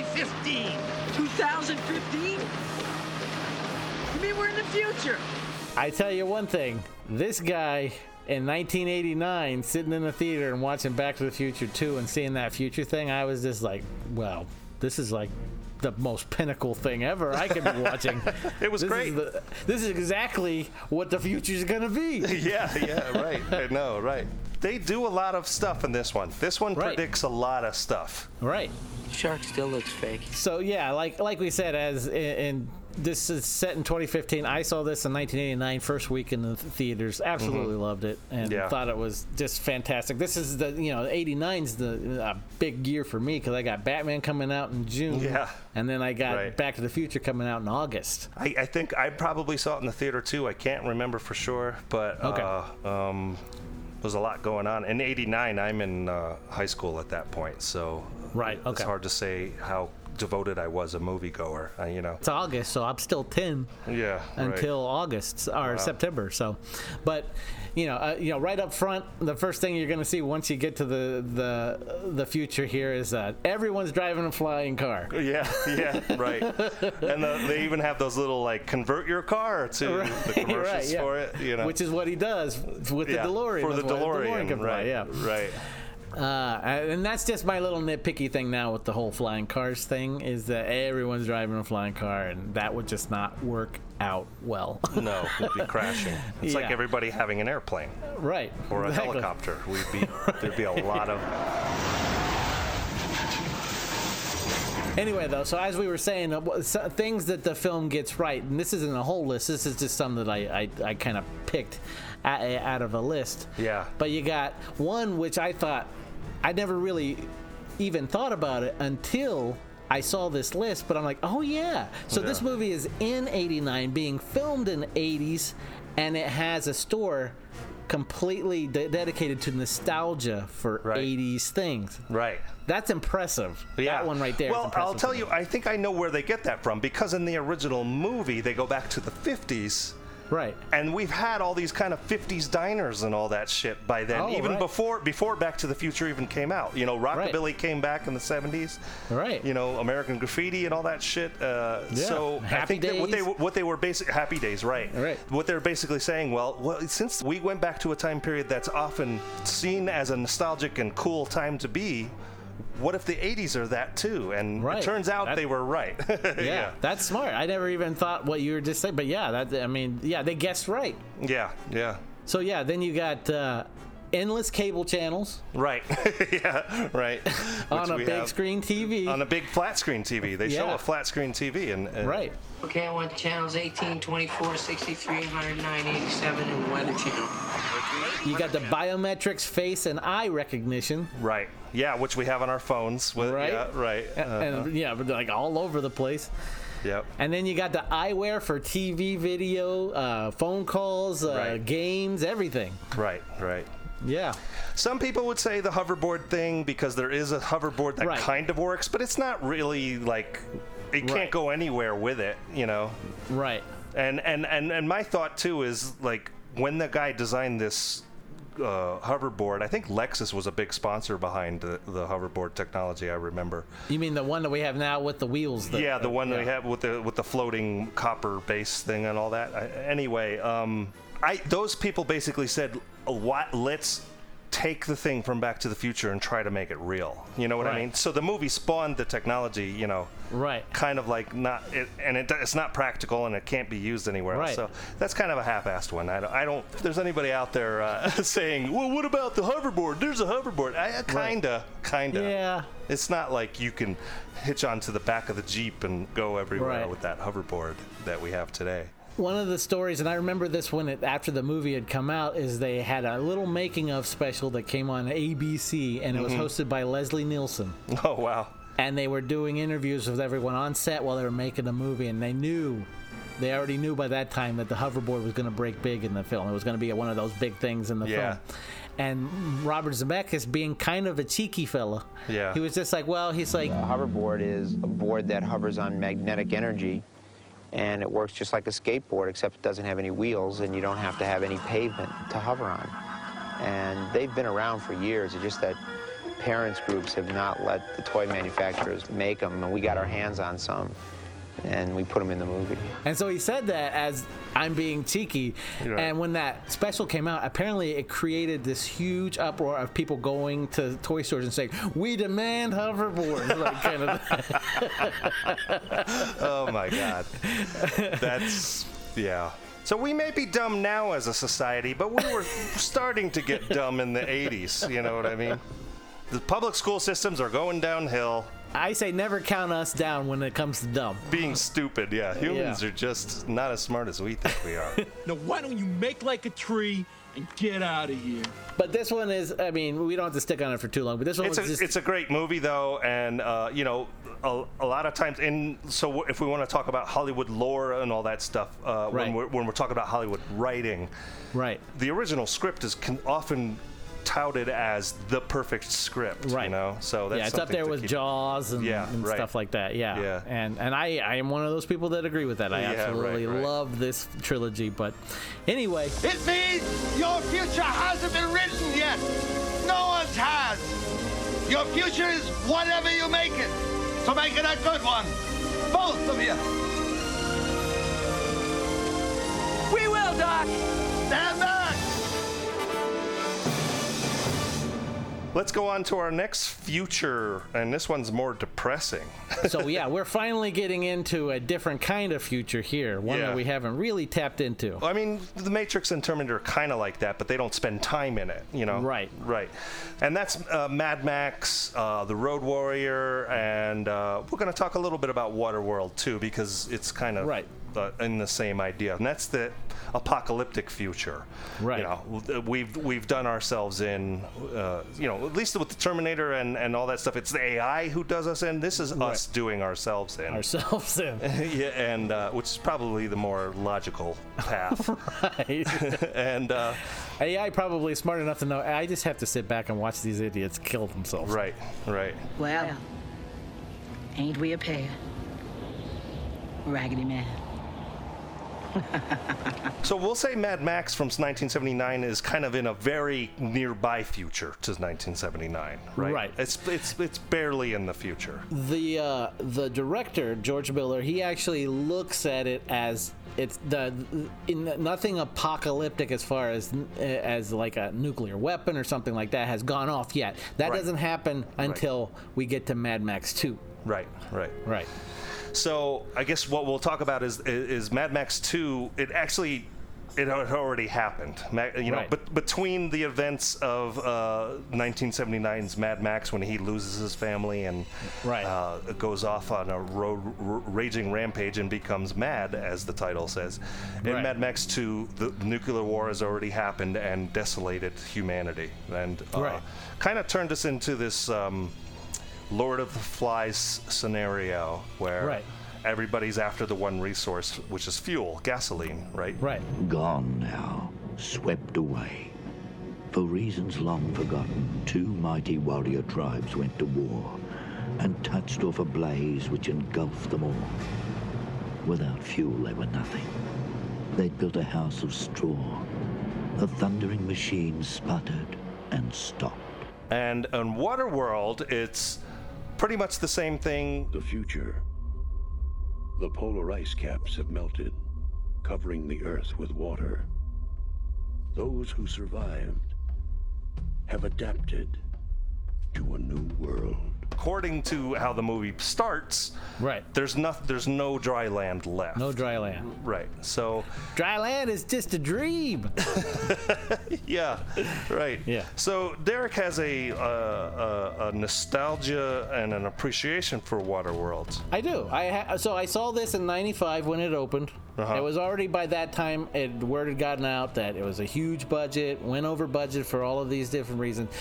Speaker 14: 2015. 2015?
Speaker 16: You mean we're in the future?
Speaker 1: I tell you one thing this guy in 1989 sitting in the theater and watching Back to the Future 2 and seeing that future thing, I was just like, well, this is like the most pinnacle thing ever I could be watching.
Speaker 2: [laughs] It was
Speaker 1: This is
Speaker 2: great.
Speaker 1: the- this is exactly what the future's gonna be.
Speaker 2: [laughs] yeah, yeah, right. I know, right. They do a lot of stuff in this one. This one predicts a lot of stuff.
Speaker 1: Right.
Speaker 12: Shark still looks fake.
Speaker 1: So yeah, like like we said, as in, in this is set in 2015. I saw this in 1989, first week in the theaters. Absolutely
Speaker 2: Mhm.
Speaker 1: loved it and
Speaker 2: Yeah.
Speaker 1: thought it was just fantastic. This is the you know 89's the a big year for me because I got Batman coming out in June.
Speaker 2: Yeah.
Speaker 1: And then I got
Speaker 2: Right.
Speaker 1: Back to the Future coming out in August.
Speaker 2: I, I think I probably saw it in the theater too. I can't remember for sure, but uh, um, there was a lot going on. In '89, I'm in uh, high school at that point, so right. It's hard to say how devoted I was a moviegoer. Uh, you know.
Speaker 1: It's August, so I'm still 10.
Speaker 2: Yeah. right.
Speaker 1: until August or
Speaker 2: Wow.
Speaker 1: September. So, but you know, uh, you know, right up front, the first thing you're going to see once you get to the the the future here is that everyone's driving a flying car.
Speaker 2: Yeah, yeah, right. and the, they even have those little like convert your car to
Speaker 1: [laughs]
Speaker 2: the
Speaker 1: Right,
Speaker 2: commercials
Speaker 1: yeah.
Speaker 2: for it. You know,
Speaker 1: which is what he does with
Speaker 2: Yeah,
Speaker 1: the DeLorean
Speaker 2: for
Speaker 1: That's
Speaker 2: the
Speaker 1: why
Speaker 2: DeLorean,
Speaker 1: can fly,
Speaker 2: right,
Speaker 1: Yeah,
Speaker 2: right.
Speaker 1: Uh, and that's just my little nitpicky thing now with the whole flying cars thing is that everyone's driving a flying car, and that would just not work out well.
Speaker 2: no, we'd be crashing. It's like
Speaker 1: Yeah.
Speaker 2: everybody having an airplane
Speaker 1: [laughs] right.
Speaker 2: or a
Speaker 1: exactly.
Speaker 2: helicopter. We'd be there'd be a
Speaker 1: [laughs]
Speaker 2: lot of
Speaker 1: Anyway, though, so as we were saying, uh, wh- so- things that the film gets right, and this isn't a whole list. This is just some that I I, I kind of picked a- a- out of a list.
Speaker 2: yeah.
Speaker 1: But you got one which I thought I never really even thought about it until I saw this list. But I'm like, oh yeah. So this
Speaker 16: Yeah.
Speaker 1: movie is in '89, being filmed in '80s, and it has a store completely de- dedicated to nostalgia for 80s things.
Speaker 2: Right.
Speaker 1: That's impressive. That one right there. is
Speaker 2: Well, I'll
Speaker 1: impressive
Speaker 2: tell
Speaker 1: to me.
Speaker 2: you, I think I know where they get that from because in the original movie, they go back to the 50s.
Speaker 1: Right.
Speaker 2: And we've had all these kind of 50s diners and all that shit by then,
Speaker 1: Oh,
Speaker 2: even
Speaker 1: right.
Speaker 2: before before Back to the Future even came out. You know, Rockabilly came back in the 70s.
Speaker 1: Right.
Speaker 2: You know, American Graffiti and all that shit. Uh,
Speaker 1: Yeah.
Speaker 2: So I
Speaker 1: Happy
Speaker 2: think that what they
Speaker 1: Days.
Speaker 2: what they were basic Happy Days, right? Right. What they're basically saying, well, well, since we went back to a time period that's often seen as a nostalgic and cool time to be, what if the 80s are that too? And it
Speaker 1: Right.
Speaker 2: turns out
Speaker 1: That-
Speaker 2: they were right. [laughs]
Speaker 1: yeah, that's smart. I never even thought what you were just saying, but yeah, that I mean, yeah, they guessed right.
Speaker 2: Yeah. Yeah.
Speaker 1: So yeah, then you got uh, endless cable channels
Speaker 2: Right. [laughs] yeah. Right.
Speaker 1: [laughs] on
Speaker 2: Which
Speaker 1: a
Speaker 2: we
Speaker 1: big
Speaker 2: have
Speaker 1: screen TV.
Speaker 2: On a big flat screen TV. They show
Speaker 1: Yeah.
Speaker 2: a flat screen TV and, and
Speaker 1: right.
Speaker 12: Okay, I want channels 18, 24, 63, 109, 87, and Weather Channel.
Speaker 1: You got the biometrics face and eye recognition,
Speaker 2: Right. Yeah, which we have on our phones. With,
Speaker 1: Right.
Speaker 2: Yeah, right.
Speaker 1: A-
Speaker 2: Uh-huh.
Speaker 1: and yeah, but like all over the place.
Speaker 2: Yep.
Speaker 1: And then you got the eyewear for TV, video, uh, phone calls, uh,
Speaker 2: Right.
Speaker 1: games, everything.
Speaker 2: Right, right.
Speaker 1: Yeah.
Speaker 2: Some people would say the hoverboard thing because there is a hoverboard that kind of works, but it's not really like it can't go anywhere with it, you know.
Speaker 1: Right.
Speaker 2: And and and and my thought too is like when the guy designed this uh, hoverboard, I think Lexus was a big sponsor behind the, the hoverboard technology. I remember.
Speaker 1: You mean the one that we have now with the wheels? that-
Speaker 2: yeah, the one that we have with the with the floating copper base thing and all that. I, anyway, um, I those people basically said, "What? Let's take the thing from Back to the Future and try to make it real." You know what I
Speaker 1: Right.
Speaker 2: mean? So the movie spawned the technology. You know,
Speaker 1: right?
Speaker 2: Kind of like not, it, and it, it's not practical and it can't be used anywhere else.
Speaker 1: Right.
Speaker 2: So that's kind of a half-assed one. I don't. I don't if there's anybody out there uh, [laughs] saying, "Well, what about the hoverboard?" There's a hoverboard. I, I kinda, kinda.
Speaker 1: Yeah.
Speaker 2: It's not like you can hitch onto the back of the Jeep and go everywhere
Speaker 1: Right.
Speaker 2: with that hoverboard that we have today. [laughs]
Speaker 1: One of the stories, and I remember this when it after the movie had come out, is they had a little making of special that came on ABC, and it was
Speaker 2: Mhm.
Speaker 1: hosted by Leslie Nielsen.
Speaker 2: Oh, wow.
Speaker 1: And they were doing interviews with everyone on set while they were making the movie, and they knew, they already knew by that time that the hoverboard was going to break big in the film. It was going to be one of those big things in the
Speaker 2: Yeah.
Speaker 1: film. And Robert Zemeckis, being kind of a cheeky fella,
Speaker 19: Yeah.
Speaker 1: he was just like, well, he's like,
Speaker 19: A hoverboard is a board that hovers on magnetic energy, and it works just like a skateboard, except it doesn't have any wheels, and you don't have to have any pavement to hover on. And they've been around for years. It's just that parents groups have not let the toy manufacturers make them, and we got our hands on some. and we put them in the movie.
Speaker 1: And so he said that as I'm being cheeky. And when that special came out, apparently it created this huge uproar of people going to toy stores and saying, "We demand hoverboards!" [laughs] like kind of.
Speaker 2: oh my god. That's yeah. So we may be dumb now as a society, but we were starting to get dumb in the 80s, you know what I mean? The public school systems are going downhill.
Speaker 1: I say never count us down when it comes to dumb.
Speaker 2: Being stupid, yeah. Humans are just not as smart as we think
Speaker 1: [laughs]
Speaker 2: we are.
Speaker 16: Now, why don't you make like a tree and get out of here?
Speaker 1: But this one is, I mean, we don't have to stick on it for too long, but this one
Speaker 2: it's
Speaker 1: was
Speaker 2: a,
Speaker 1: just.
Speaker 2: it's a great movie though and uh, you know a, a lot of times and so if we want to talk about hollywood lore and all that stuff uh, when,
Speaker 1: Right.
Speaker 2: we're, when we're talking about hollywood writing
Speaker 1: right
Speaker 2: the original script is con- often touted as the perfect script right you know so that's
Speaker 1: yeah, it's up
Speaker 2: something
Speaker 1: there
Speaker 2: to
Speaker 1: with
Speaker 2: keep-
Speaker 1: Jaws and,
Speaker 2: Yeah,
Speaker 1: and
Speaker 2: right.
Speaker 1: stuff like that. Yeah.
Speaker 2: Yeah.
Speaker 1: And and I, I am one of those people that agree with that. I
Speaker 2: Yeah, right,
Speaker 1: absolutely
Speaker 2: right.
Speaker 1: love this trilogy. But anyway,
Speaker 14: It means your future hasn't been written yet. No one's has. Your future is whatever you make it. So make it a good one. Both of you. We will, Doc. Stand back.
Speaker 2: let's go on to our next future and this one's more depressing [laughs]
Speaker 1: so yeah, we're finally getting into a different kind of future here, one
Speaker 2: Yeah. Oh.
Speaker 1: that we haven't really tapped into.
Speaker 2: I mean, The Matrix and Terminator are kind of like that, but they don't spend time in it, you know? Right. Right. And that's uh, Mad Max, uh, The Road Warrior, and uh, we're going to talk a little bit about Waterworld, too, because it's kind of right. uh, in the same idea. And that's the apocalyptic future. Right. You know, we've, we've done ourselves in, uh, you know, at least with the Terminator and, and all that stuff, it's the AI who does us in. This is us doing ourselves in.
Speaker 1: Ourselves in.
Speaker 2: [laughs] yeah, and uh, which is probably the more logical path. [laughs]
Speaker 1: right.
Speaker 2: and uh,
Speaker 1: AI probably is smart enough to know. I just have to sit back and watch these idiots kill themselves.
Speaker 2: Right. Right.
Speaker 15: Well, ain't we a pair? Raggedy man.
Speaker 2: So we'll say Mad Max from 1979 is kind of in a very nearby future to 1979, right?
Speaker 1: Right.
Speaker 2: It's it's it's barely in the future.
Speaker 1: the uh, the director George Miller he actually looks at it as it's the in nothing apocalyptic as far as uh, as like a nuclear weapon or something like that has gone off yet. That
Speaker 2: Right.
Speaker 1: doesn't happen
Speaker 2: Right.
Speaker 1: until we get to Mad Max 2.
Speaker 2: Right. Right.
Speaker 1: Right.
Speaker 2: So I guess what we'll talk about is is Mad Max 2. It actually. It had already happened, Ma- you know.
Speaker 1: Right.
Speaker 2: But between the events of uh, 1979's Mad Max, when he loses his family and uh, goes off on a road r- raging rampage and becomes mad, as the title says, in Mad Max 2, the, the nuclear war has already happened and desolated humanity, and uh,
Speaker 1: Right.
Speaker 2: kind of turned us into this um, Lord of the Flies scenario where
Speaker 1: Right.
Speaker 2: everybody's after the one resource, which is fuel, gasoline, right?
Speaker 1: Right.
Speaker 22: Gone now, swept away. For reasons long forgotten, two mighty warrior tribes went to war and touched off a blaze which engulfed them all. Without fuel, they were nothing. They'd built a house of straw. The thundering machine sputtered and stopped.
Speaker 2: And in Waterworld, it's pretty much the same thing.
Speaker 23: The future. The polar ice caps have melted, covering the Earth with water. Those who survived have adapted to a new world.
Speaker 2: According to how the movie starts,
Speaker 1: right?
Speaker 2: There's no, there's no dry land left.
Speaker 1: No dry land.
Speaker 2: Right. So
Speaker 1: Dry land is just a dream.
Speaker 2: yeah, right.
Speaker 1: Yeah.
Speaker 2: So Derek has a, uh, a, a nostalgia and an appreciation for Waterworld.
Speaker 1: I do. I ha- so I saw this in '95 when it opened.
Speaker 2: Uh-huh.
Speaker 1: It was already by that time it the word had gotten out that it was a huge budget, went over budget for all of these different reasons.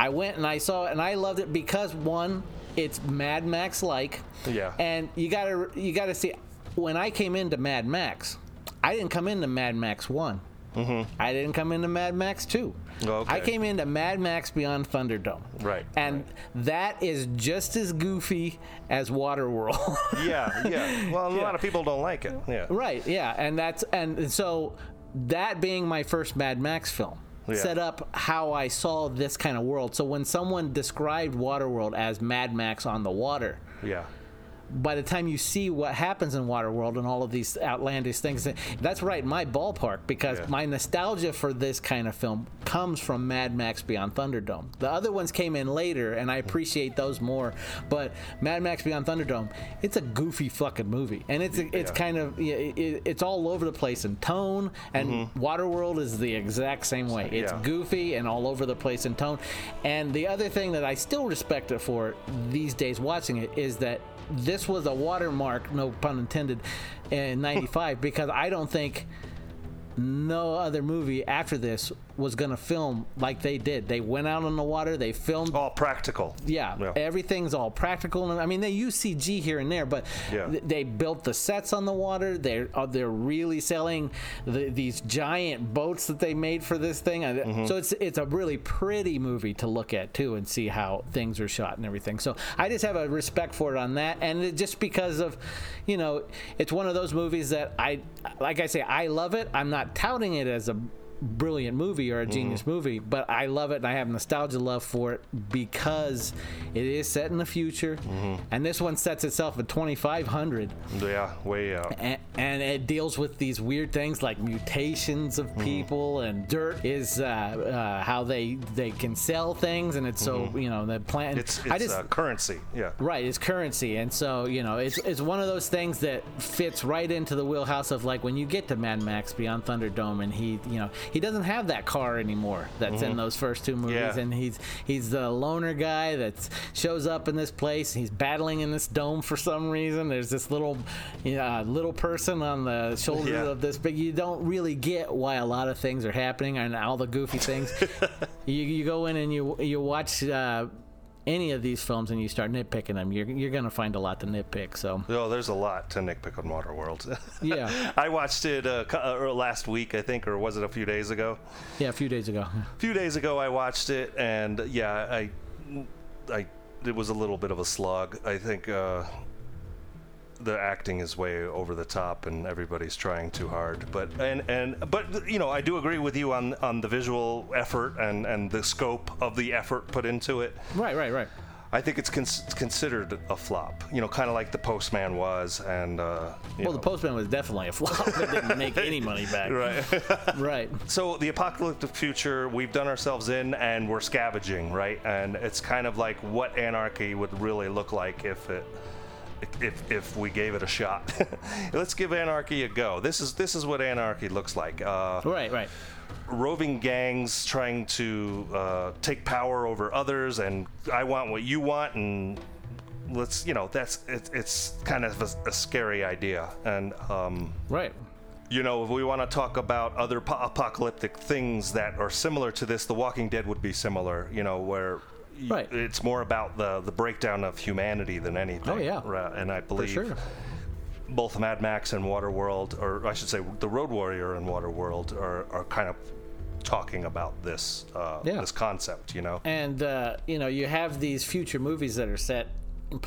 Speaker 1: I went and I saw it and I loved it because one, it's Mad Max like.
Speaker 2: Yeah.
Speaker 1: And you gotta you gotta see when I came into Mad Max, I didn't come into Mad Max one. Mm-hmm. I didn't come into Mad Max two.
Speaker 2: Okay.
Speaker 1: I came into Mad Max Beyond Thunderdome.
Speaker 2: Right.
Speaker 1: And that is just as goofy as Waterworld. [laughs]
Speaker 2: yeah, yeah. Well, a lot of people don't like it. Yeah.
Speaker 1: right, yeah. And that's and, and so that being my first Mad Max film
Speaker 2: Yeah.
Speaker 1: set up how I saw this kind of world. So when someone described Waterworld as Mad Max on the water,
Speaker 2: Yeah.
Speaker 1: by the time you see what happens in Waterworld and all of these outlandish things, that's right in my ballpark because
Speaker 6: Yeah.
Speaker 1: my nostalgia for this kind of film comes from Mad Max Beyond Thunderdome. The other ones came in later, and I appreciate those more. But Mad Max Beyond Thunderdome, it's a goofy fucking movie, and it's it's
Speaker 6: Yeah.
Speaker 1: kind of yeah, it, it- it's all over the place in tone. And Waterworld is the exact same way. It's
Speaker 6: Mm-hmm. Yeah.
Speaker 1: goofy and all over the place in tone. And the other thing that I still respect it for these days watching it is that this was a watermark, no pun intended, in 95 because I don't think no other movie after this was going to film like they did. They went out on the water, they filmed
Speaker 2: all practical.
Speaker 1: Yeah,
Speaker 2: Yeah.
Speaker 1: everything's all practical and I mean they use CG here and there, but
Speaker 2: Yeah.
Speaker 1: th- they built the sets on the water. They are they're really selling the, these giant boats that they made for this thing. And th- So it's it's a really pretty movie to look at too and see how things are shot and everything. So I just have a respect for it on that, and it, just because of, you know, it's one of those movies that I like. I say I love it. I'm not touting it as a brilliant movie
Speaker 2: Mm-hmm.
Speaker 1: or a genius movie, but I love it and I have nostalgia love for it because it is set in the future,
Speaker 2: Mm-hmm.
Speaker 1: and this one sets itself at 2500
Speaker 2: Yeah, way uh, out.
Speaker 1: and, and it deals with these weird things like mutations of
Speaker 2: Mm-hmm.
Speaker 1: people and dirt is uh, uh, how they they can sell things and it's so you know the plant
Speaker 2: Mm-hmm. It's it's
Speaker 1: I just
Speaker 2: uh, currency. Yeah.
Speaker 1: right it's currency and so you know it's it's one of those things that fits right into the wheelhouse of like when you get to Mad Max Beyond Thunderdome and he you know he doesn't have that car anymore that's in
Speaker 6: Mhm.
Speaker 1: those first two movies
Speaker 6: Yeah.
Speaker 1: and he's he's the loner guy that shows up in this place he's battling in this dome for some reason there's this little you know, uh, little person on the shoulder
Speaker 6: Yeah.
Speaker 1: of this big you don't really get why a lot of things are happening and all the goofy things you, you go in and you you watch uh, any of these films and you start nitpicking them you're, you're gonna find a lot to nitpick so
Speaker 2: Oh, there's a lot to nitpick on [laughs] Waterworld.
Speaker 1: yeah
Speaker 2: I watched it uh, cou- uh, or last week, I think, or was it a few days ago?
Speaker 1: yeah a few days ago
Speaker 2: A few days ago, I watched it, and yeah, I, I, it was a little bit of a slog. I think uh, the acting is way over the top, and everybody's trying too hard. But and and but you know, I do agree with you on on the visual effort and and the scope of the effort put into it.
Speaker 1: Right, right, right.
Speaker 2: I think it's cons- considered a flop. You know, kind of like the Postman was, and uh, you
Speaker 1: well
Speaker 2: know.
Speaker 1: the postman was definitely a flop it didn't make any money back
Speaker 2: [laughs] Right. [laughs]
Speaker 1: right.
Speaker 2: So the apocalyptic future, we've done ourselves in and we're scavenging, right? And it's kind of like what anarchy would really look like if it if if we gave it a shot. [laughs] Let's give anarchy a go. This is this is what anarchy looks like. Uh,
Speaker 1: right, right.
Speaker 2: Roving gangs trying to uh, take power over others, and I want what you want, and let's you know that's it, it's kind of a, a scary idea, and um,
Speaker 1: right
Speaker 2: you know, if we want to talk about other po- apocalyptic things that are similar to this, The Walking Dead would be similar. You know, where y- it's more about the the breakdown of humanity than anything.
Speaker 1: Oh, yeah.
Speaker 2: Ra- and I believe
Speaker 1: sure.
Speaker 2: both Mad Max and Waterworld, or I should say, The Road Warrior and Waterworld, are are kind of talking about this uh,
Speaker 1: Yeah.
Speaker 2: this concept. You know,
Speaker 1: and uh, you know you have these future movies that are set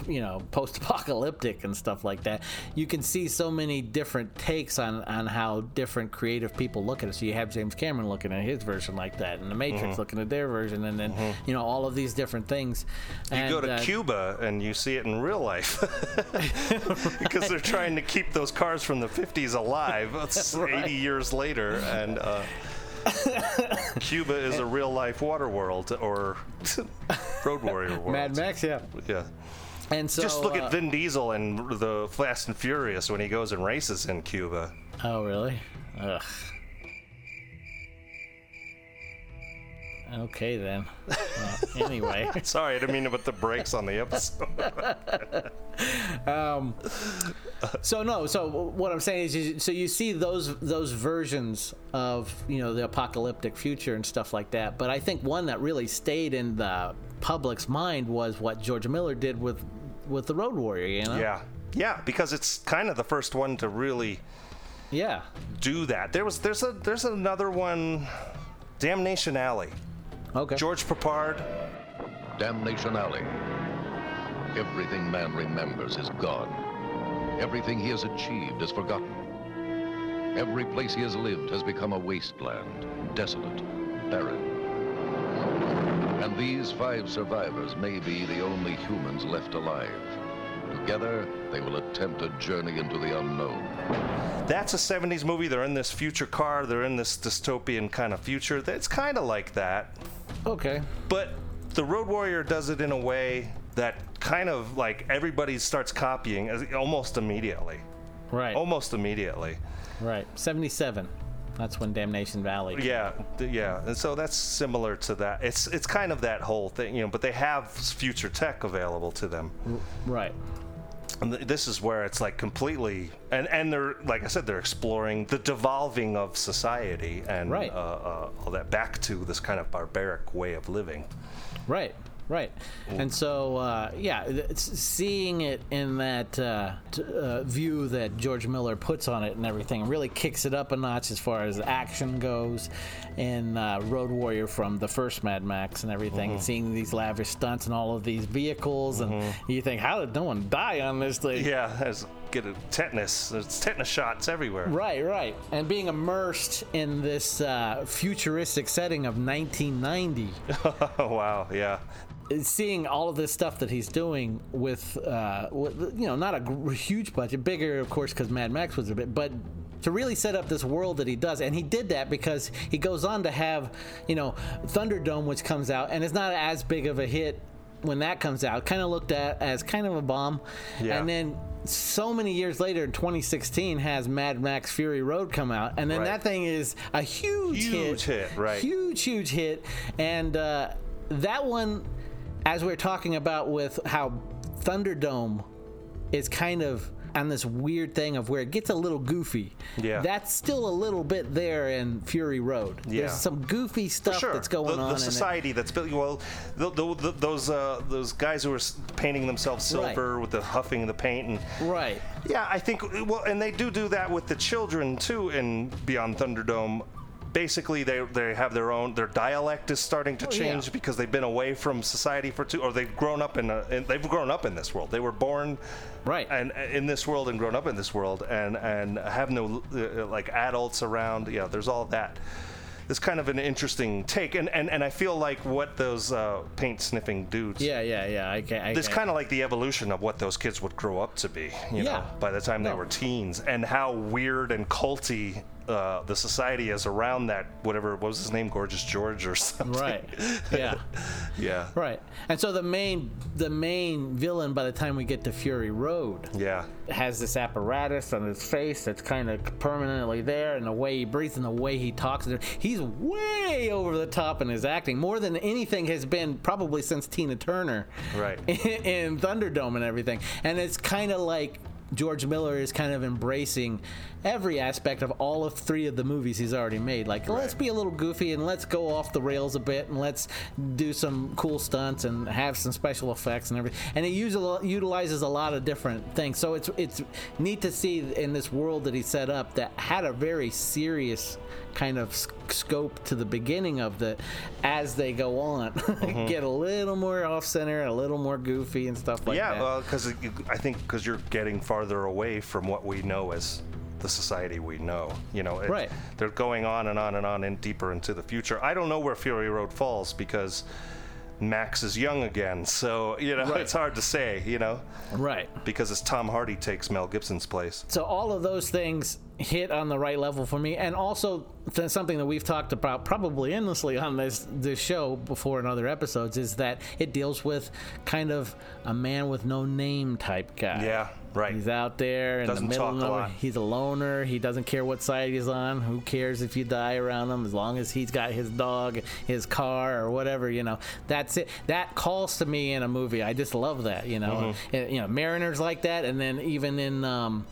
Speaker 1: you know post-apocalyptic and stuff like that you can see so many different takes on on how different creative people look at it so you have james cameron looking at his version like that and the matrix
Speaker 2: Mhm.
Speaker 1: looking at their version and then you know all of these different things
Speaker 2: Mm-hmm. you
Speaker 1: and,
Speaker 2: go to
Speaker 1: uh,
Speaker 2: Cuba and you see it in real life [laughs] because they're trying to keep those cars from the
Speaker 1: [laughs]
Speaker 2: 50s alive. It's 80 years later, and uh, Cuba is a real life water world or [laughs] road warrior world.
Speaker 1: mad max yeah
Speaker 2: Yeah.
Speaker 1: and so
Speaker 2: Just look
Speaker 1: uh,
Speaker 2: at Vin Diesel and the Fast and Furious when he goes and races in Cuba.
Speaker 1: oh really Ugh. okay then Well,
Speaker 2: [laughs]
Speaker 1: anyway [laughs]
Speaker 2: Sorry, I didn't mean to put the brakes on the episode.
Speaker 1: um, so no so what i'm saying is you, so you see those those versions of you know the apocalyptic future and stuff like that but i think one that really stayed in the public's mind was what george miller did with with the road warrior you know
Speaker 2: Yeah, yeah, because it's kind of the first one to really,
Speaker 1: yeah,
Speaker 2: do that. There was there's a there's another one, Damnation Alley.
Speaker 1: Okay.
Speaker 2: George Papard.
Speaker 13: Damnation Alley. Everything man remembers is gone. Everything he has achieved is forgotten. Every place he has lived has become a wasteland, desolate, barren. And these five survivors may be the only humans left alive. Together, they will attempt a journey into the unknown.
Speaker 2: That's a 70s movie. They're in this future car. They're in this dystopian kind of future. It's kind of like that.
Speaker 1: Okay.
Speaker 2: But the Road Warrior does it in a way that kind of like everybody starts copying as- almost immediately.
Speaker 1: Right.
Speaker 2: Almost immediately.
Speaker 1: Right. 77. That's when Damnation Valley. came
Speaker 2: Yeah, th- yeah, and so that's similar to that. It's it's kind of that whole thing, you know. But they have s- future tech available to them,
Speaker 1: right?
Speaker 2: And th- this is where it's like completely, and and they're like I said, they're exploring the devolving of society and
Speaker 1: Right.
Speaker 2: uh, uh, all that back to this kind of barbaric way of living.
Speaker 1: Right, right. And so, uh, yeah, it's- seeing it in that uh, t- uh, view that George Miller puts on it and everything really kicks it up a notch as far as action goes. In uh, Road Warrior from the first Mad Max and everything,
Speaker 6: Mhm.
Speaker 1: seeing these lavish stunts and all of these vehicles, and you think, how did no one die on this thing?
Speaker 2: Yeah, there's get a tetanus. There's tetanus shots everywhere. [laughs]
Speaker 1: Right, right. And being immersed in this uh, futuristic setting of 1990.
Speaker 2: Oh, wow, yeah.
Speaker 1: Seeing all of this stuff that he's doing with, uh, with you know, not a gr- huge budget, bigger, of course, because Mad Max was a bit, but to really set up this world that he does. And he did that because he goes on to have, you know, Thunderdome, which comes out and it's not as big of a hit when that comes out, kind of looked at as kind of a bomb.
Speaker 6: Yeah.
Speaker 1: And then so many years later in 2016 has Mad Max Fury Road come out and then
Speaker 6: Right.
Speaker 1: that thing is a huge hit.
Speaker 2: Huge hit, right.
Speaker 1: Huge huge hit and uh, that one as we are talking about with how Thunderdome is kind of on this weird thing of where it gets a little goofy.
Speaker 2: Yeah.
Speaker 1: That's still a little bit there in Fury Road.
Speaker 2: Yeah.
Speaker 1: There's some goofy
Speaker 2: For
Speaker 1: stuff that's going
Speaker 2: the,
Speaker 1: on in
Speaker 2: The
Speaker 1: it.
Speaker 2: society that's built. Well, th th th those uh, those guys who were s- painting themselves
Speaker 1: Right.
Speaker 2: silver with the huffing of the paint and
Speaker 1: Right.
Speaker 2: Yeah, I think well, and they do do that with the children too in Beyond Thunderdome. Basically, they they have their own their dialect is starting to
Speaker 1: Oh, yeah.
Speaker 2: change because they've been away from society for two or they've grown up in, a, in they've grown up in this world. They were born
Speaker 1: right
Speaker 2: and uh, in this world and grown up in this world and and have no uh, like adults around. Yeah, there's all that. It's kind of an interesting take, and, and, and I feel like what those uh, paint sniffing dudes
Speaker 1: Yeah, yeah, yeah. I can. I
Speaker 2: this
Speaker 1: can-
Speaker 2: kind of like the evolution of what those kids would grow up to be,
Speaker 1: Yeah.
Speaker 2: you know, by the time they were teens, and how weird and culty uh, the society is around that. Whatever what was his name, Gorgeous George or [laughs] something.
Speaker 1: Right.
Speaker 2: [laughs]
Speaker 1: Yeah.
Speaker 2: yeah.
Speaker 1: Right. And so the main the main villain by the time we get to Fury Road
Speaker 2: Yeah.
Speaker 1: has this apparatus on his face that's kind of permanently there and the way he breathes and the way he talks and he's way over the top in his acting more than anything has been probably since Tina Turner
Speaker 2: Right.
Speaker 1: in, [laughs] in Thunderdome and everything. And it's kind of like George Miller is kind of embracing every aspect of all of three of the movies he's already made. Like, let's be a little goofy and let's go off the rails a bit and let's do some cool stunts and have some special effects and everything. And it uses, utilizes a lot of different things. So it's it's neat to see in this world that he set up that had a very serious kind of s- scope to the beginning of the as they go on [laughs]
Speaker 2: Mm-hmm.
Speaker 1: get a little more off center a little more goofy and stuff like
Speaker 2: yeah,
Speaker 1: that
Speaker 2: well, because I think because you're getting farther away from what we know as the society we know. You know, it,
Speaker 1: Right.
Speaker 2: They're going on and on and on and deeper into the future. I don't know where Fury Road falls because Max is young again, so you know
Speaker 1: Right.
Speaker 2: it's hard to say. You know,
Speaker 1: right?
Speaker 2: Because it's Tom Hardy takes Mel Gibson's place.
Speaker 1: so all of those things hit on the right level for me and also th- something that we've talked about probably endlessly on this this show before in other episodes is that it deals with kind of a man with no name type guy
Speaker 2: Yeah, right.
Speaker 1: he's out there in
Speaker 2: Doesn't
Speaker 1: the middle
Speaker 2: talk a
Speaker 1: of nowhere.
Speaker 2: lot.
Speaker 1: he's a loner he doesn't care what side he's on who cares if you die around him as long as he's got his dog his car or whatever you know that's it that calls to me in a movie i just love that you know
Speaker 6: Mhm.
Speaker 2: Mm-hmm.
Speaker 1: and, you know mariners like that and then even in um,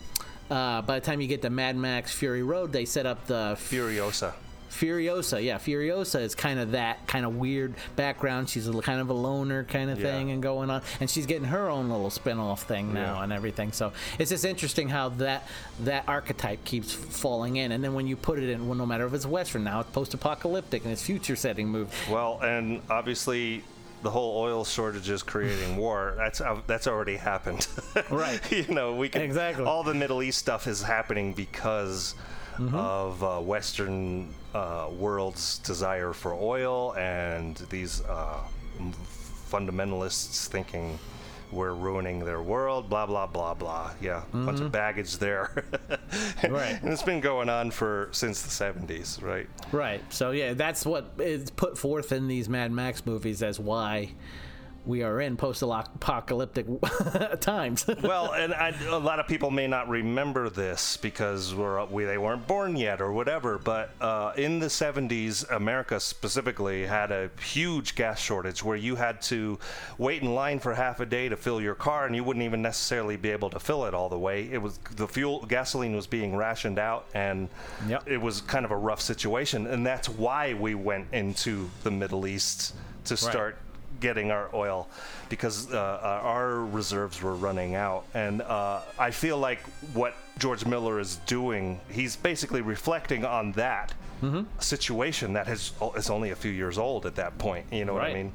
Speaker 1: uh, by the time you get to mad max fury road they set up the
Speaker 2: furiosa
Speaker 1: Furiosa, yeah, Furiosa is kind of that kind of weird background. She's a, l- kind of a loner kind of
Speaker 6: Yeah.
Speaker 1: thing and going on, and she's getting her own little spin-off thing now
Speaker 6: Yeah.
Speaker 1: and everything. So it's just interesting how that that archetype keeps f- falling in, and then when you put it in, well, no matter if it's western now, it's post-apocalyptic and it's future-setting movie.
Speaker 2: Well, and obviously, the whole oil shortage
Speaker 1: [laughs]
Speaker 2: is creating war. That's uh, that's already happened. [laughs]
Speaker 1: right.
Speaker 2: you know, we can
Speaker 1: Exactly.
Speaker 2: all the Middle East stuff is happening because
Speaker 1: Mm-hmm.
Speaker 2: of uh, Western uh, world's desire for oil and these uh, m- fundamentalists thinking we're ruining their world, blah, blah, blah, blah. Yeah, bunch
Speaker 1: Mm-hmm.
Speaker 2: of baggage there. [laughs] right. And it's been going on for since the 70s, right?
Speaker 1: Right. So yeah, that's what is put forth in these Mad Max movies as why we are in post-apocalyptic [laughs] times. [laughs]
Speaker 2: well, and I, a lot of people may not remember this because we're, we they weren't born yet or whatever. But uh, in the 70s, America specifically had a huge gas shortage where you had to wait in line for half a day to fill your car, and you wouldn't even necessarily be able to fill it all the way. It was the fuel gasoline was being rationed out, and it was kind of a rough situation. And that's why we went into the Middle East to start getting our oil because uh, our our reserves were running out. And uh, I feel like what George Miller is doing, he's basically reflecting on that
Speaker 1: Mm-hmm.
Speaker 2: situation that has, oh, is only a few years old at that point. You know what I
Speaker 1: Right.
Speaker 2: mean?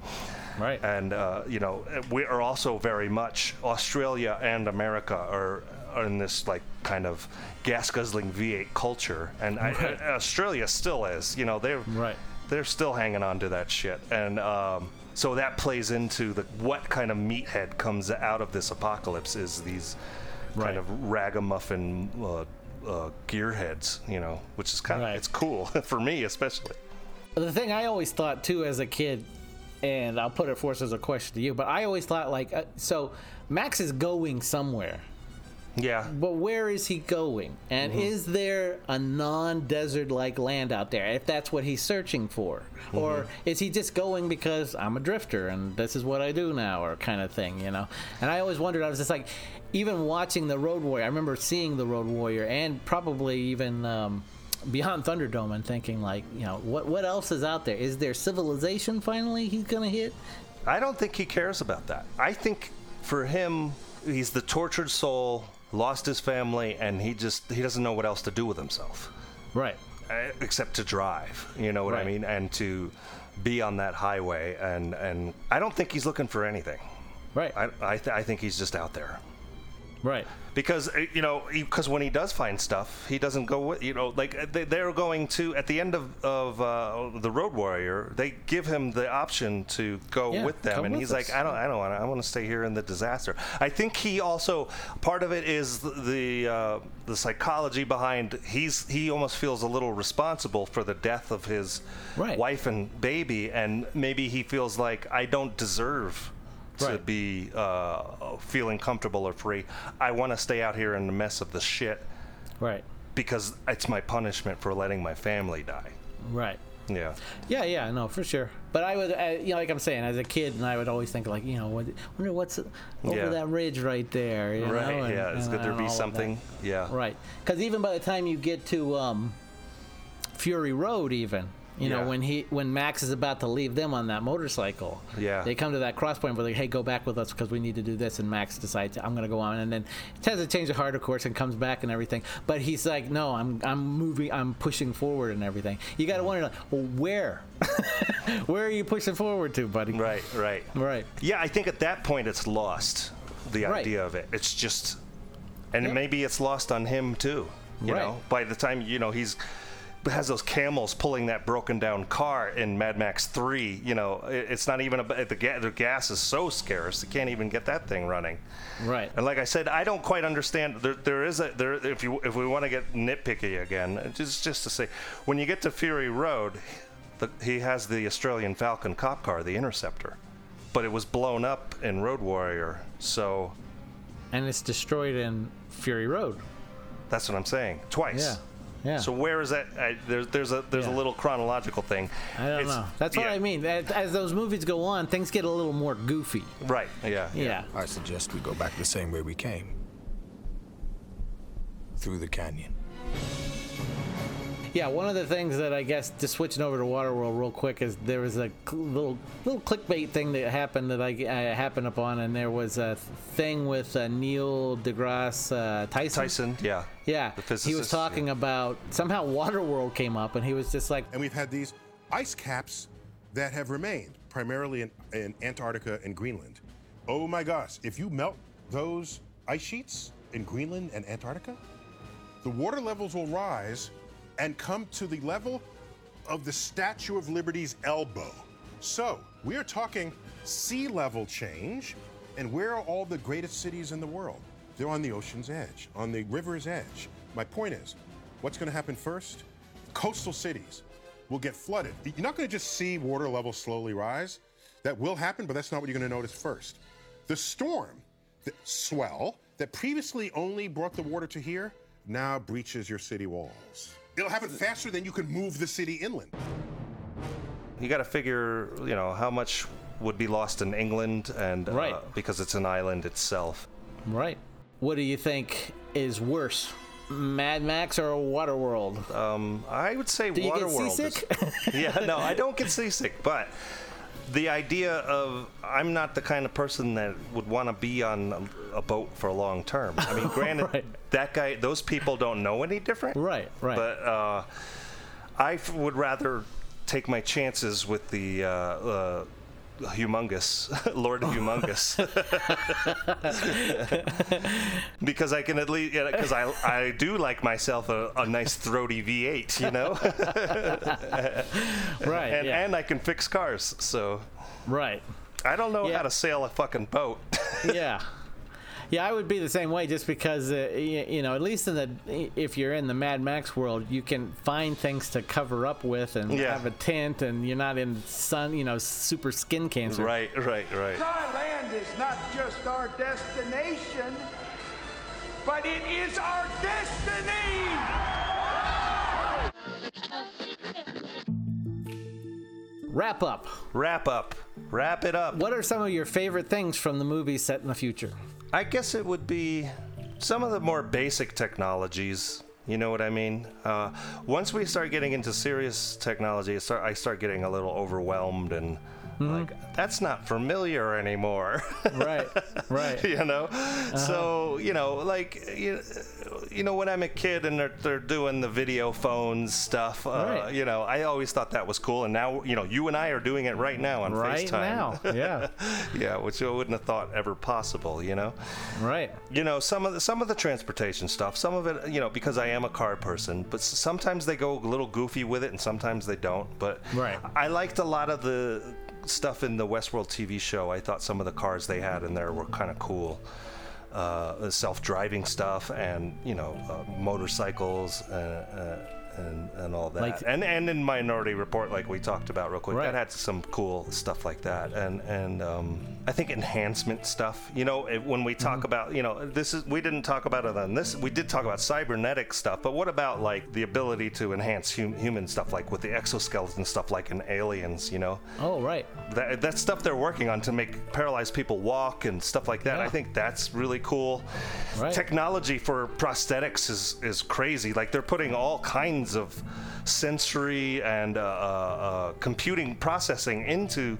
Speaker 1: Right.
Speaker 2: And, uh, you know, we are also very much, Australia and America are, are in this, like, kind of gas guzzling V8 culture. And I,
Speaker 1: Right.
Speaker 2: Australia still is. You know, they're they're still hanging on to that shit, and um, so that plays into the what kind of meathead comes out of this apocalypse is these kind of ragamuffin uh, uh, gearheads, you know, which is kind of it's cool [laughs] for me especially.
Speaker 1: The thing I always thought too as a kid, and I'll put it forth as a question to you, but I always thought like, uh, so Max is going somewhere.
Speaker 2: Yeah.
Speaker 1: But where is he going? And
Speaker 2: Mhm.
Speaker 1: is there a non desert like land out there if that's what he's searching for? Or is he just going because I'm a drifter and this is what I do now or kind of thing, you know? And I always wondered, I was just like, even watching The Road Warrior, I remember seeing The Road Warrior and probably even. Um, Beyond Thunderdome, and thinking like, you know, what what else is out there? Is there civilization finally he's gonna hit?
Speaker 2: I don't think he cares about that. I think for him, he's the tortured soul, lost his family, and he just he doesn't know what else to do with himself.
Speaker 1: Right.
Speaker 2: Except to drive, you know what I mean, and to be on that highway, and and I don't think he's looking for anything.
Speaker 1: Right.
Speaker 2: I I, th- I think he's just out there.
Speaker 1: Right.
Speaker 2: Because uh, you know, because when he does find stuff, he doesn't go with you know, like uh, they, they're going to at the end of of uh, the Road Warrior, they give him the option to go
Speaker 6: Yeah,
Speaker 2: with them,
Speaker 6: come
Speaker 2: and
Speaker 6: with
Speaker 2: he's
Speaker 6: us.
Speaker 2: like, I don't, I don't want to, I want to stay here in the disaster. I think he also part of it is the uh, the psychology behind he's he almost feels a little responsible for the death of his wife and baby, and maybe he feels like I don't deserve to
Speaker 6: Right.
Speaker 2: be uh, feeling comfortable or free. I want to stay out here in the mess of the shit.
Speaker 1: Right.
Speaker 2: Because it's my punishment for letting my family die.
Speaker 1: Right.
Speaker 2: Yeah.
Speaker 1: Yeah, yeah, no, for sure. But I would, uh, you know, like I'm saying, as a kid, and I would always think, like, you know, what, wonder what's over
Speaker 2: Yeah.
Speaker 1: that ridge right there. You
Speaker 2: right.
Speaker 1: Know? and-
Speaker 2: yeah. Is
Speaker 1: and-
Speaker 2: could there
Speaker 1: and
Speaker 2: be
Speaker 1: all of that.
Speaker 2: something? Yeah.
Speaker 1: Right. Because even by the time you get to um, Fury Road, even you
Speaker 2: Yeah.
Speaker 1: know when he when Max is about to leave them on that motorcycle,
Speaker 2: Yeah.
Speaker 1: they come to that cross point where they hey go back with us because we need to do this, and Max decides I'm gonna go on, and then it has a change of heart, of course, and comes back and everything. But he's like, no, I'm I'm moving, I'm pushing forward and everything. You
Speaker 2: Mm-hmm.
Speaker 1: gotta wonder, like, well, where, [laughs] where are you pushing forward to, buddy?
Speaker 2: Right. Right.
Speaker 1: Right.
Speaker 2: Yeah. I think at that point it's lost. The
Speaker 1: Right.
Speaker 2: idea of it. It's just, and maybe it's lost on him too. You
Speaker 6: Right.
Speaker 2: know. By the time you know he's has those camels pulling that broken down car in Mad Max 3 you know it, it's not even about the, ga- the gas is so scarce they can't even get that thing running
Speaker 1: Right.
Speaker 2: And like I said, I don't quite understand. There, there is a there. If you if we want to get nitpicky again, it's just just to say, when you get to Fury Road, the, he has the Australian Falcon cop car, the Interceptor, but it was blown up in Road Warrior. So
Speaker 1: And it's destroyed in Fury Road.
Speaker 2: that's what I'm saying. Twice.
Speaker 1: Yeah. Yeah.
Speaker 2: So where is that? I, there's there's a there's a little chronological thing.
Speaker 1: I don't
Speaker 2: It's-
Speaker 1: know. That's what
Speaker 2: yeah.
Speaker 1: I mean. As, as those movies go on, things get a little more goofy.
Speaker 2: Right. Yeah.
Speaker 1: Yeah.
Speaker 17: I suggest we go back the same way we came. Through the canyon.
Speaker 1: Yeah, one of the things that I guess just switching over to Waterworld real quick is there was a cl- little little clickbait thing that happened that I, I happened upon, and there was a thing with uh, Neil deGrasse uh, Tyson.
Speaker 2: Tyson. Yeah.
Speaker 1: Yeah,
Speaker 2: The
Speaker 1: he was
Speaker 2: physicist,
Speaker 1: talking
Speaker 2: yeah.
Speaker 1: about somehow Waterworld came up, and he was just like,
Speaker 18: and we've had these ice caps that have remained primarily in, in Antarctica and Greenland. Oh my gosh, if you melt those ice sheets in Greenland and Antarctica, the water levels will rise and come to the level of the Statue of Liberty's elbow. So we are talking sea level change And where are all the greatest cities in the world? They're on the ocean's edge, on the river's edge. My point is, what's going to happen first? Coastal cities will get flooded. You're not going to just see water levels slowly rise. That will happen, but that's not what you're going to notice first. The storm the swell that previously only brought the water to here now breaches your city walls. It'll happen faster than you can move the city inland.
Speaker 2: You got to figure, you know, how much would be lost in England and uh,
Speaker 1: Right.
Speaker 2: because it's an island itself.
Speaker 1: Right. What do you think is worse, Mad Max or Waterworld?
Speaker 2: Um, I would say
Speaker 1: do you get
Speaker 2: Waterworld is-
Speaker 1: seasick?
Speaker 2: [laughs]
Speaker 1: [laughs]
Speaker 2: yeah, no, I don't get seasick, but the idea of I'm not the kind of person that would want to be on a, a boat for long term.
Speaker 1: [laughs]
Speaker 2: I mean, granted, that guy, those people don't know any different.
Speaker 1: Right, right.
Speaker 2: But uh, I f- would rather take my chances with the. Uh, uh, Humongous, [laughs] Lord Humongous, [laughs] because I can at least because I I do like myself a, a nice throaty V8, you [laughs] know.
Speaker 1: Right,
Speaker 2: And,
Speaker 1: yeah.
Speaker 2: and I can fix cars, so.
Speaker 1: Right.
Speaker 2: I don't know how to sail a fucking boat. [laughs]
Speaker 1: yeah. Yeah, I would be the same way just because, uh, you, you know, at least in the, if you're in the Mad Max world, you can find things to cover up with and
Speaker 2: Yeah.
Speaker 1: have a tent and you're not in sun, you know, super skin cancer.
Speaker 2: Right, right, right.
Speaker 5: Dry land is not just our destination, but it is our destiny!
Speaker 1: Wrap up.
Speaker 2: Wrap up. Wrap it up.
Speaker 1: What are some of your favorite things from the movie set in the future?
Speaker 2: I guess it would be some of the more basic technologies. You know what I mean? Uh, once we start getting into serious technology, I start, I start getting a little overwhelmed and
Speaker 1: Hmm.
Speaker 2: like, that's not familiar anymore. [laughs]
Speaker 1: right, right.
Speaker 2: you know?
Speaker 1: Uh-huh.
Speaker 2: So, you know, like, you, you know, when I'm a kid and they're, they're doing the video phones stuff, uh,
Speaker 1: Right.
Speaker 2: you know, I always thought that was cool. And now, you know, you and I are doing it right now on
Speaker 1: Right
Speaker 2: FaceTime. [laughs]
Speaker 1: now, yeah.
Speaker 2: yeah, which I wouldn't have thought ever possible, you know.
Speaker 1: Right.
Speaker 2: You know, some of the some of the transportation stuff, some of it, you know, because I am a car person, but s- sometimes they go a little goofy with it and sometimes they don't, but
Speaker 1: Right.
Speaker 2: I liked a lot of the stuff in the Westworld TV show. I thought some of the cars they had in there were kind of cool. Uh, the self-driving stuff and you know uh, motorcycles uh, uh, and and all that
Speaker 1: Like-
Speaker 2: and and in Minority Report like we talked about real quick
Speaker 1: Right.
Speaker 2: that had some cool stuff like that and and um, I think enhancement stuff you know if, when we talk about you know this is we didn't talk about it on this we did talk about cybernetic stuff but what about like the ability to enhance hum- human stuff like with the exoskeleton stuff like in Aliens you know
Speaker 1: Oh, right.
Speaker 2: that, that stuff they're working on to make paralyzed people walk and stuff like that. I think that's really cool. Technology for prosthetics is, is crazy. Like they're putting all kinds of sensory and uh, uh, uh, computing processing into.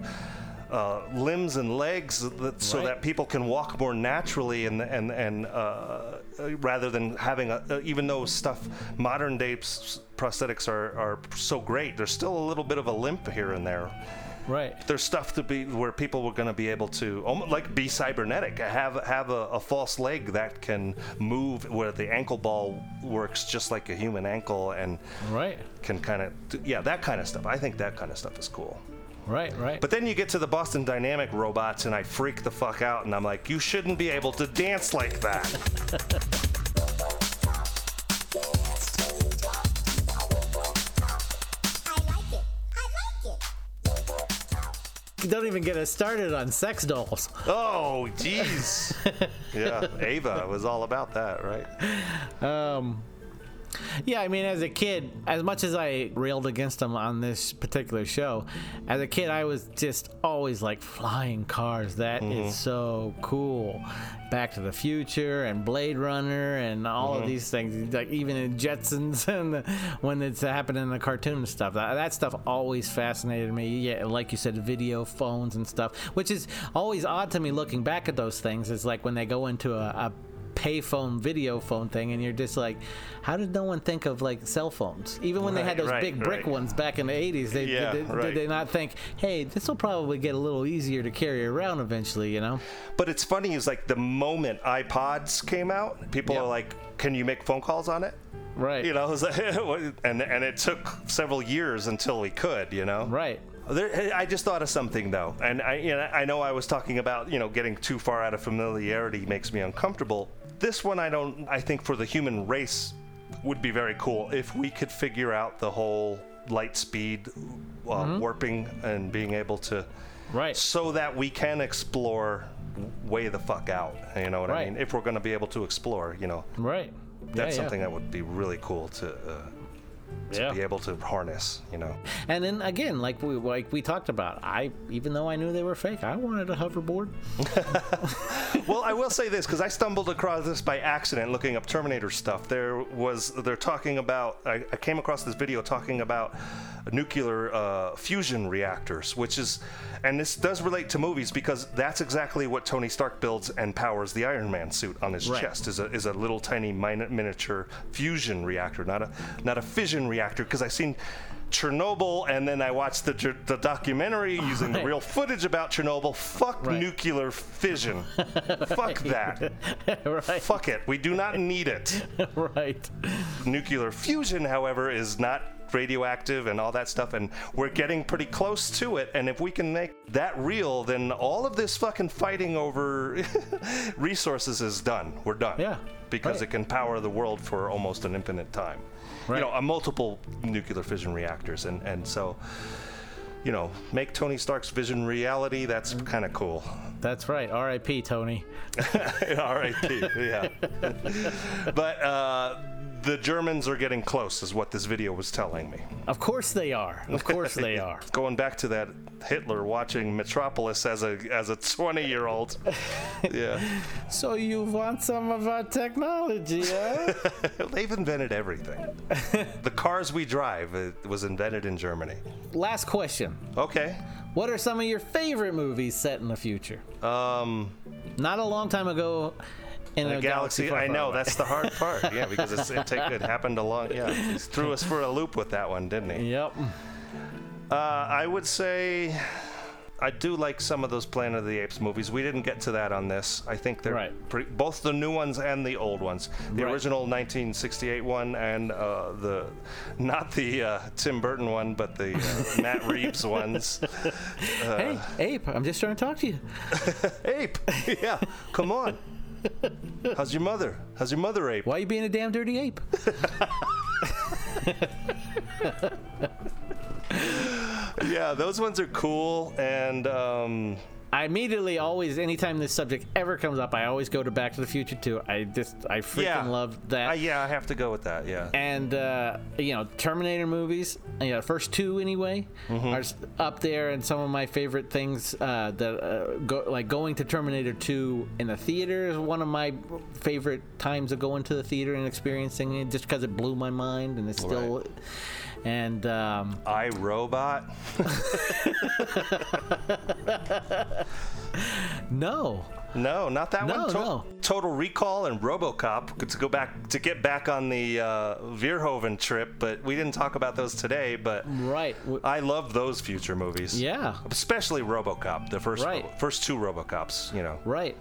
Speaker 2: Uh, limbs and legs, that, so
Speaker 1: Right.
Speaker 2: that people can walk more naturally, and and and uh, rather than having a, uh, even though stuff modern day s- prosthetics are are so great, there's still a little bit of a limp here and there
Speaker 1: Right.
Speaker 2: there's stuff to be where people were going to be able to almost like be cybernetic have have a, a false leg that can move where the ankle ball works just like a human ankle and
Speaker 1: right
Speaker 2: can kind of yeah that kind of stuff i think that kind of stuff is cool
Speaker 1: Right, right.
Speaker 2: but then you get to the boston dynamic robots and i freak the fuck out and i'm like you shouldn't be able to dance like that
Speaker 1: Don't even get us started on sex dolls.
Speaker 2: Oh, jeez. yeah ava was all about that right
Speaker 1: Um, yeah, I mean, as a kid, as much as I railed against them on this particular show, as a kid, I was just always like flying cars. That is
Speaker 6: Mhm.
Speaker 1: so cool. Back to the Future and Blade Runner and all
Speaker 6: Mhm.
Speaker 1: of these things, like even in Jetsons [laughs] and the, when it's happening in the cartoon and stuff. That, that stuff always fascinated me. Yeah, like you said, video phones and stuff, which is always odd to me looking back at those things. It's like when they go into a, a payphone video phone thing and you're just like how did no one think of like cell phones even when they
Speaker 6: Right,
Speaker 1: had those
Speaker 6: right,
Speaker 1: big brick
Speaker 6: right.
Speaker 1: ones back in the 80s they,
Speaker 6: Yeah,
Speaker 1: did, they,
Speaker 6: right.
Speaker 1: did they not think hey this will probably get a little easier to carry around eventually you know
Speaker 2: But it's funny is like the moment iPods came out, people are like, "Can you make phone calls on it?"
Speaker 1: Right.
Speaker 2: [laughs] You know, it's like- and and it took several years until we could. You know.
Speaker 1: Right.
Speaker 2: There, I just thought of something though, and I, you know, I know I was talking about you know getting too far out of familiarity makes me uncomfortable. This one, I don't. I think for the human race, would be very cool if we could figure out the whole light speed uh, warping and being able to,
Speaker 1: Mm-hmm. right?
Speaker 2: So that we can explore way the fuck out. You know what I
Speaker 1: Right.
Speaker 2: mean? If we're going to be able to explore, you know,
Speaker 1: Right.
Speaker 2: that's
Speaker 1: Yeah, yeah.
Speaker 2: something that would be really cool to. Uh, to be able to harness, you
Speaker 1: [laughs]
Speaker 2: know.
Speaker 1: And then again, like we like we talked about, I even though I knew they were fake, I wanted a hoverboard. [laughs]
Speaker 2: well, I will say this because I stumbled across this by accident looking up Terminator stuff. There was they're talking about. I, I came across this video talking about nuclear uh, fusion reactors, which is, and this does relate to movies because that's exactly what Tony Stark builds and powers the Iron Man suit on his
Speaker 6: Right.
Speaker 2: chest is a, is a little tiny min- miniature fusion reactor, not a not a fission reactor. Because I seen. Chernobyl, and then I watched the, dr- the documentary using the
Speaker 1: Right.
Speaker 2: real footage about Chernobyl. Fuck
Speaker 1: Right.
Speaker 2: nuclear fission. Fuck
Speaker 1: [laughs]
Speaker 2: that. Fuck it. We do not need it.
Speaker 1: right.
Speaker 2: Nuclear fusion, however, is not radioactive and all that stuff, and we're getting pretty close to it. And if we can make that real, then all of this fucking fighting over [laughs] resources is done. We're done. Yeah. Because
Speaker 1: right.
Speaker 2: it can power the world for almost an infinite time. You know, a multiple nuclear fission reactors, and and so. You know, make Tony Stark's vision reality. That's kind of cool.
Speaker 1: That's right. R.I.P. Tony.
Speaker 2: R.I.P.
Speaker 1: [laughs]
Speaker 2: Yeah. but uh, the Germans are getting close, is what this video was telling me.
Speaker 1: Of course they are. Of
Speaker 6: [laughs]
Speaker 1: course
Speaker 2: [laughs]
Speaker 1: they are.
Speaker 2: Going back to that Hitler watching Metropolis as a as a 20
Speaker 1: [laughs]
Speaker 2: year old. Yeah.
Speaker 1: So you want some of our technology, huh?
Speaker 2: They've invented everything. the cars we drive uh, was invented in Germany.
Speaker 1: Last question.
Speaker 2: Okay.
Speaker 1: What are some of your favorite movies set in the future?
Speaker 2: Um,
Speaker 1: not a long time ago. In
Speaker 2: In
Speaker 1: a,
Speaker 2: a galaxy,
Speaker 1: far,
Speaker 2: I
Speaker 1: far
Speaker 2: know
Speaker 1: away.
Speaker 2: that's the hard part. Yeah, because it's, it, take, it happened a long.
Speaker 1: [laughs]
Speaker 2: Yeah, he threw us for a loop with that one, didn't he?
Speaker 1: Yep.
Speaker 2: Uh, I would say I do like some of those Planet of the Apes movies. We didn't get to that on this. I think they're pre- both the new ones and the old ones. The original 1968 one and uh, the not the uh, Tim Burton one, but the
Speaker 1: [laughs]
Speaker 2: uh, Matt Reeves ones. Uh,
Speaker 1: Hey, Ape, I'm just trying to talk to you.
Speaker 2: Ape, [laughs] yeah, come on. How's your mother? How's your mother, Ape?
Speaker 1: Why you being a damn dirty ape?
Speaker 2: yeah, those ones are cool. And um,
Speaker 1: I immediately always, anytime this subject ever comes up, I always go to Back to the Future too. I just, I freaking
Speaker 2: Yeah.
Speaker 1: love that.
Speaker 2: yeah, I have to go with that. Yeah.
Speaker 1: And uh, you know, Terminator movies, you know, the first two anyway, are s- up there. And some of my favorite things uh, that uh, go, like going to Terminator 2 in the theater is one of my favorite times of going to the theater and experiencing it, just because it blew my mind and it's still. And um,
Speaker 2: I Robot.
Speaker 1: no.
Speaker 2: No, not that
Speaker 1: No,
Speaker 2: one. To-
Speaker 1: no.
Speaker 2: Total Recall and RoboCop to go back to get back on the uh, Verhoeven trip, but we didn't talk about those today. But
Speaker 1: right,
Speaker 2: I love those future movies.
Speaker 1: Yeah.
Speaker 2: especially RoboCop, the first
Speaker 1: Right.
Speaker 2: first two RoboCops. You know,
Speaker 1: Right.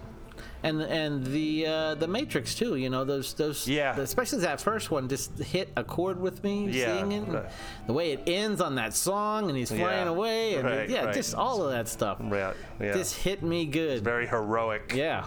Speaker 1: And and the uh, the Matrix too, you know those those yeah. Especially that first one just hit a chord with me
Speaker 2: Yeah,
Speaker 1: seeing it. and
Speaker 2: right.
Speaker 1: The way it ends on that song and he's flying
Speaker 2: Yeah,
Speaker 1: away and
Speaker 2: right,
Speaker 1: yeah,
Speaker 2: right.
Speaker 1: just all of that stuff.
Speaker 2: yeah, yeah.
Speaker 1: This hit me good.
Speaker 2: Very heroic.
Speaker 1: Yeah.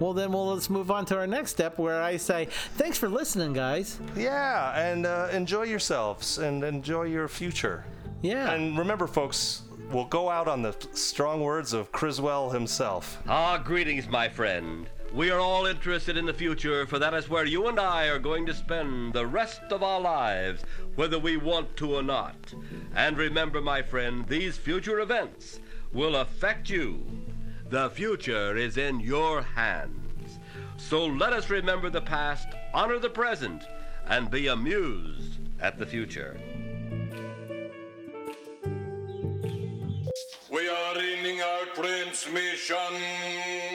Speaker 1: Well then, well let's move on to our next step where I say thanks for listening, guys.
Speaker 2: Yeah, and uh, enjoy yourselves and enjoy your future.
Speaker 1: Yeah.
Speaker 2: And remember, folks, we'll go out on the strong words of Criswell himself.
Speaker 7: Ah, greetings, my friend. We are all interested in the future, for that is where you and I are going to spend the rest of our lives, whether we want to or not. And remember, my friend, these future events will affect you. The future is in your hands. So let us remember the past, honor the present, and be amused at the future.
Speaker 8: We are ending our transmission.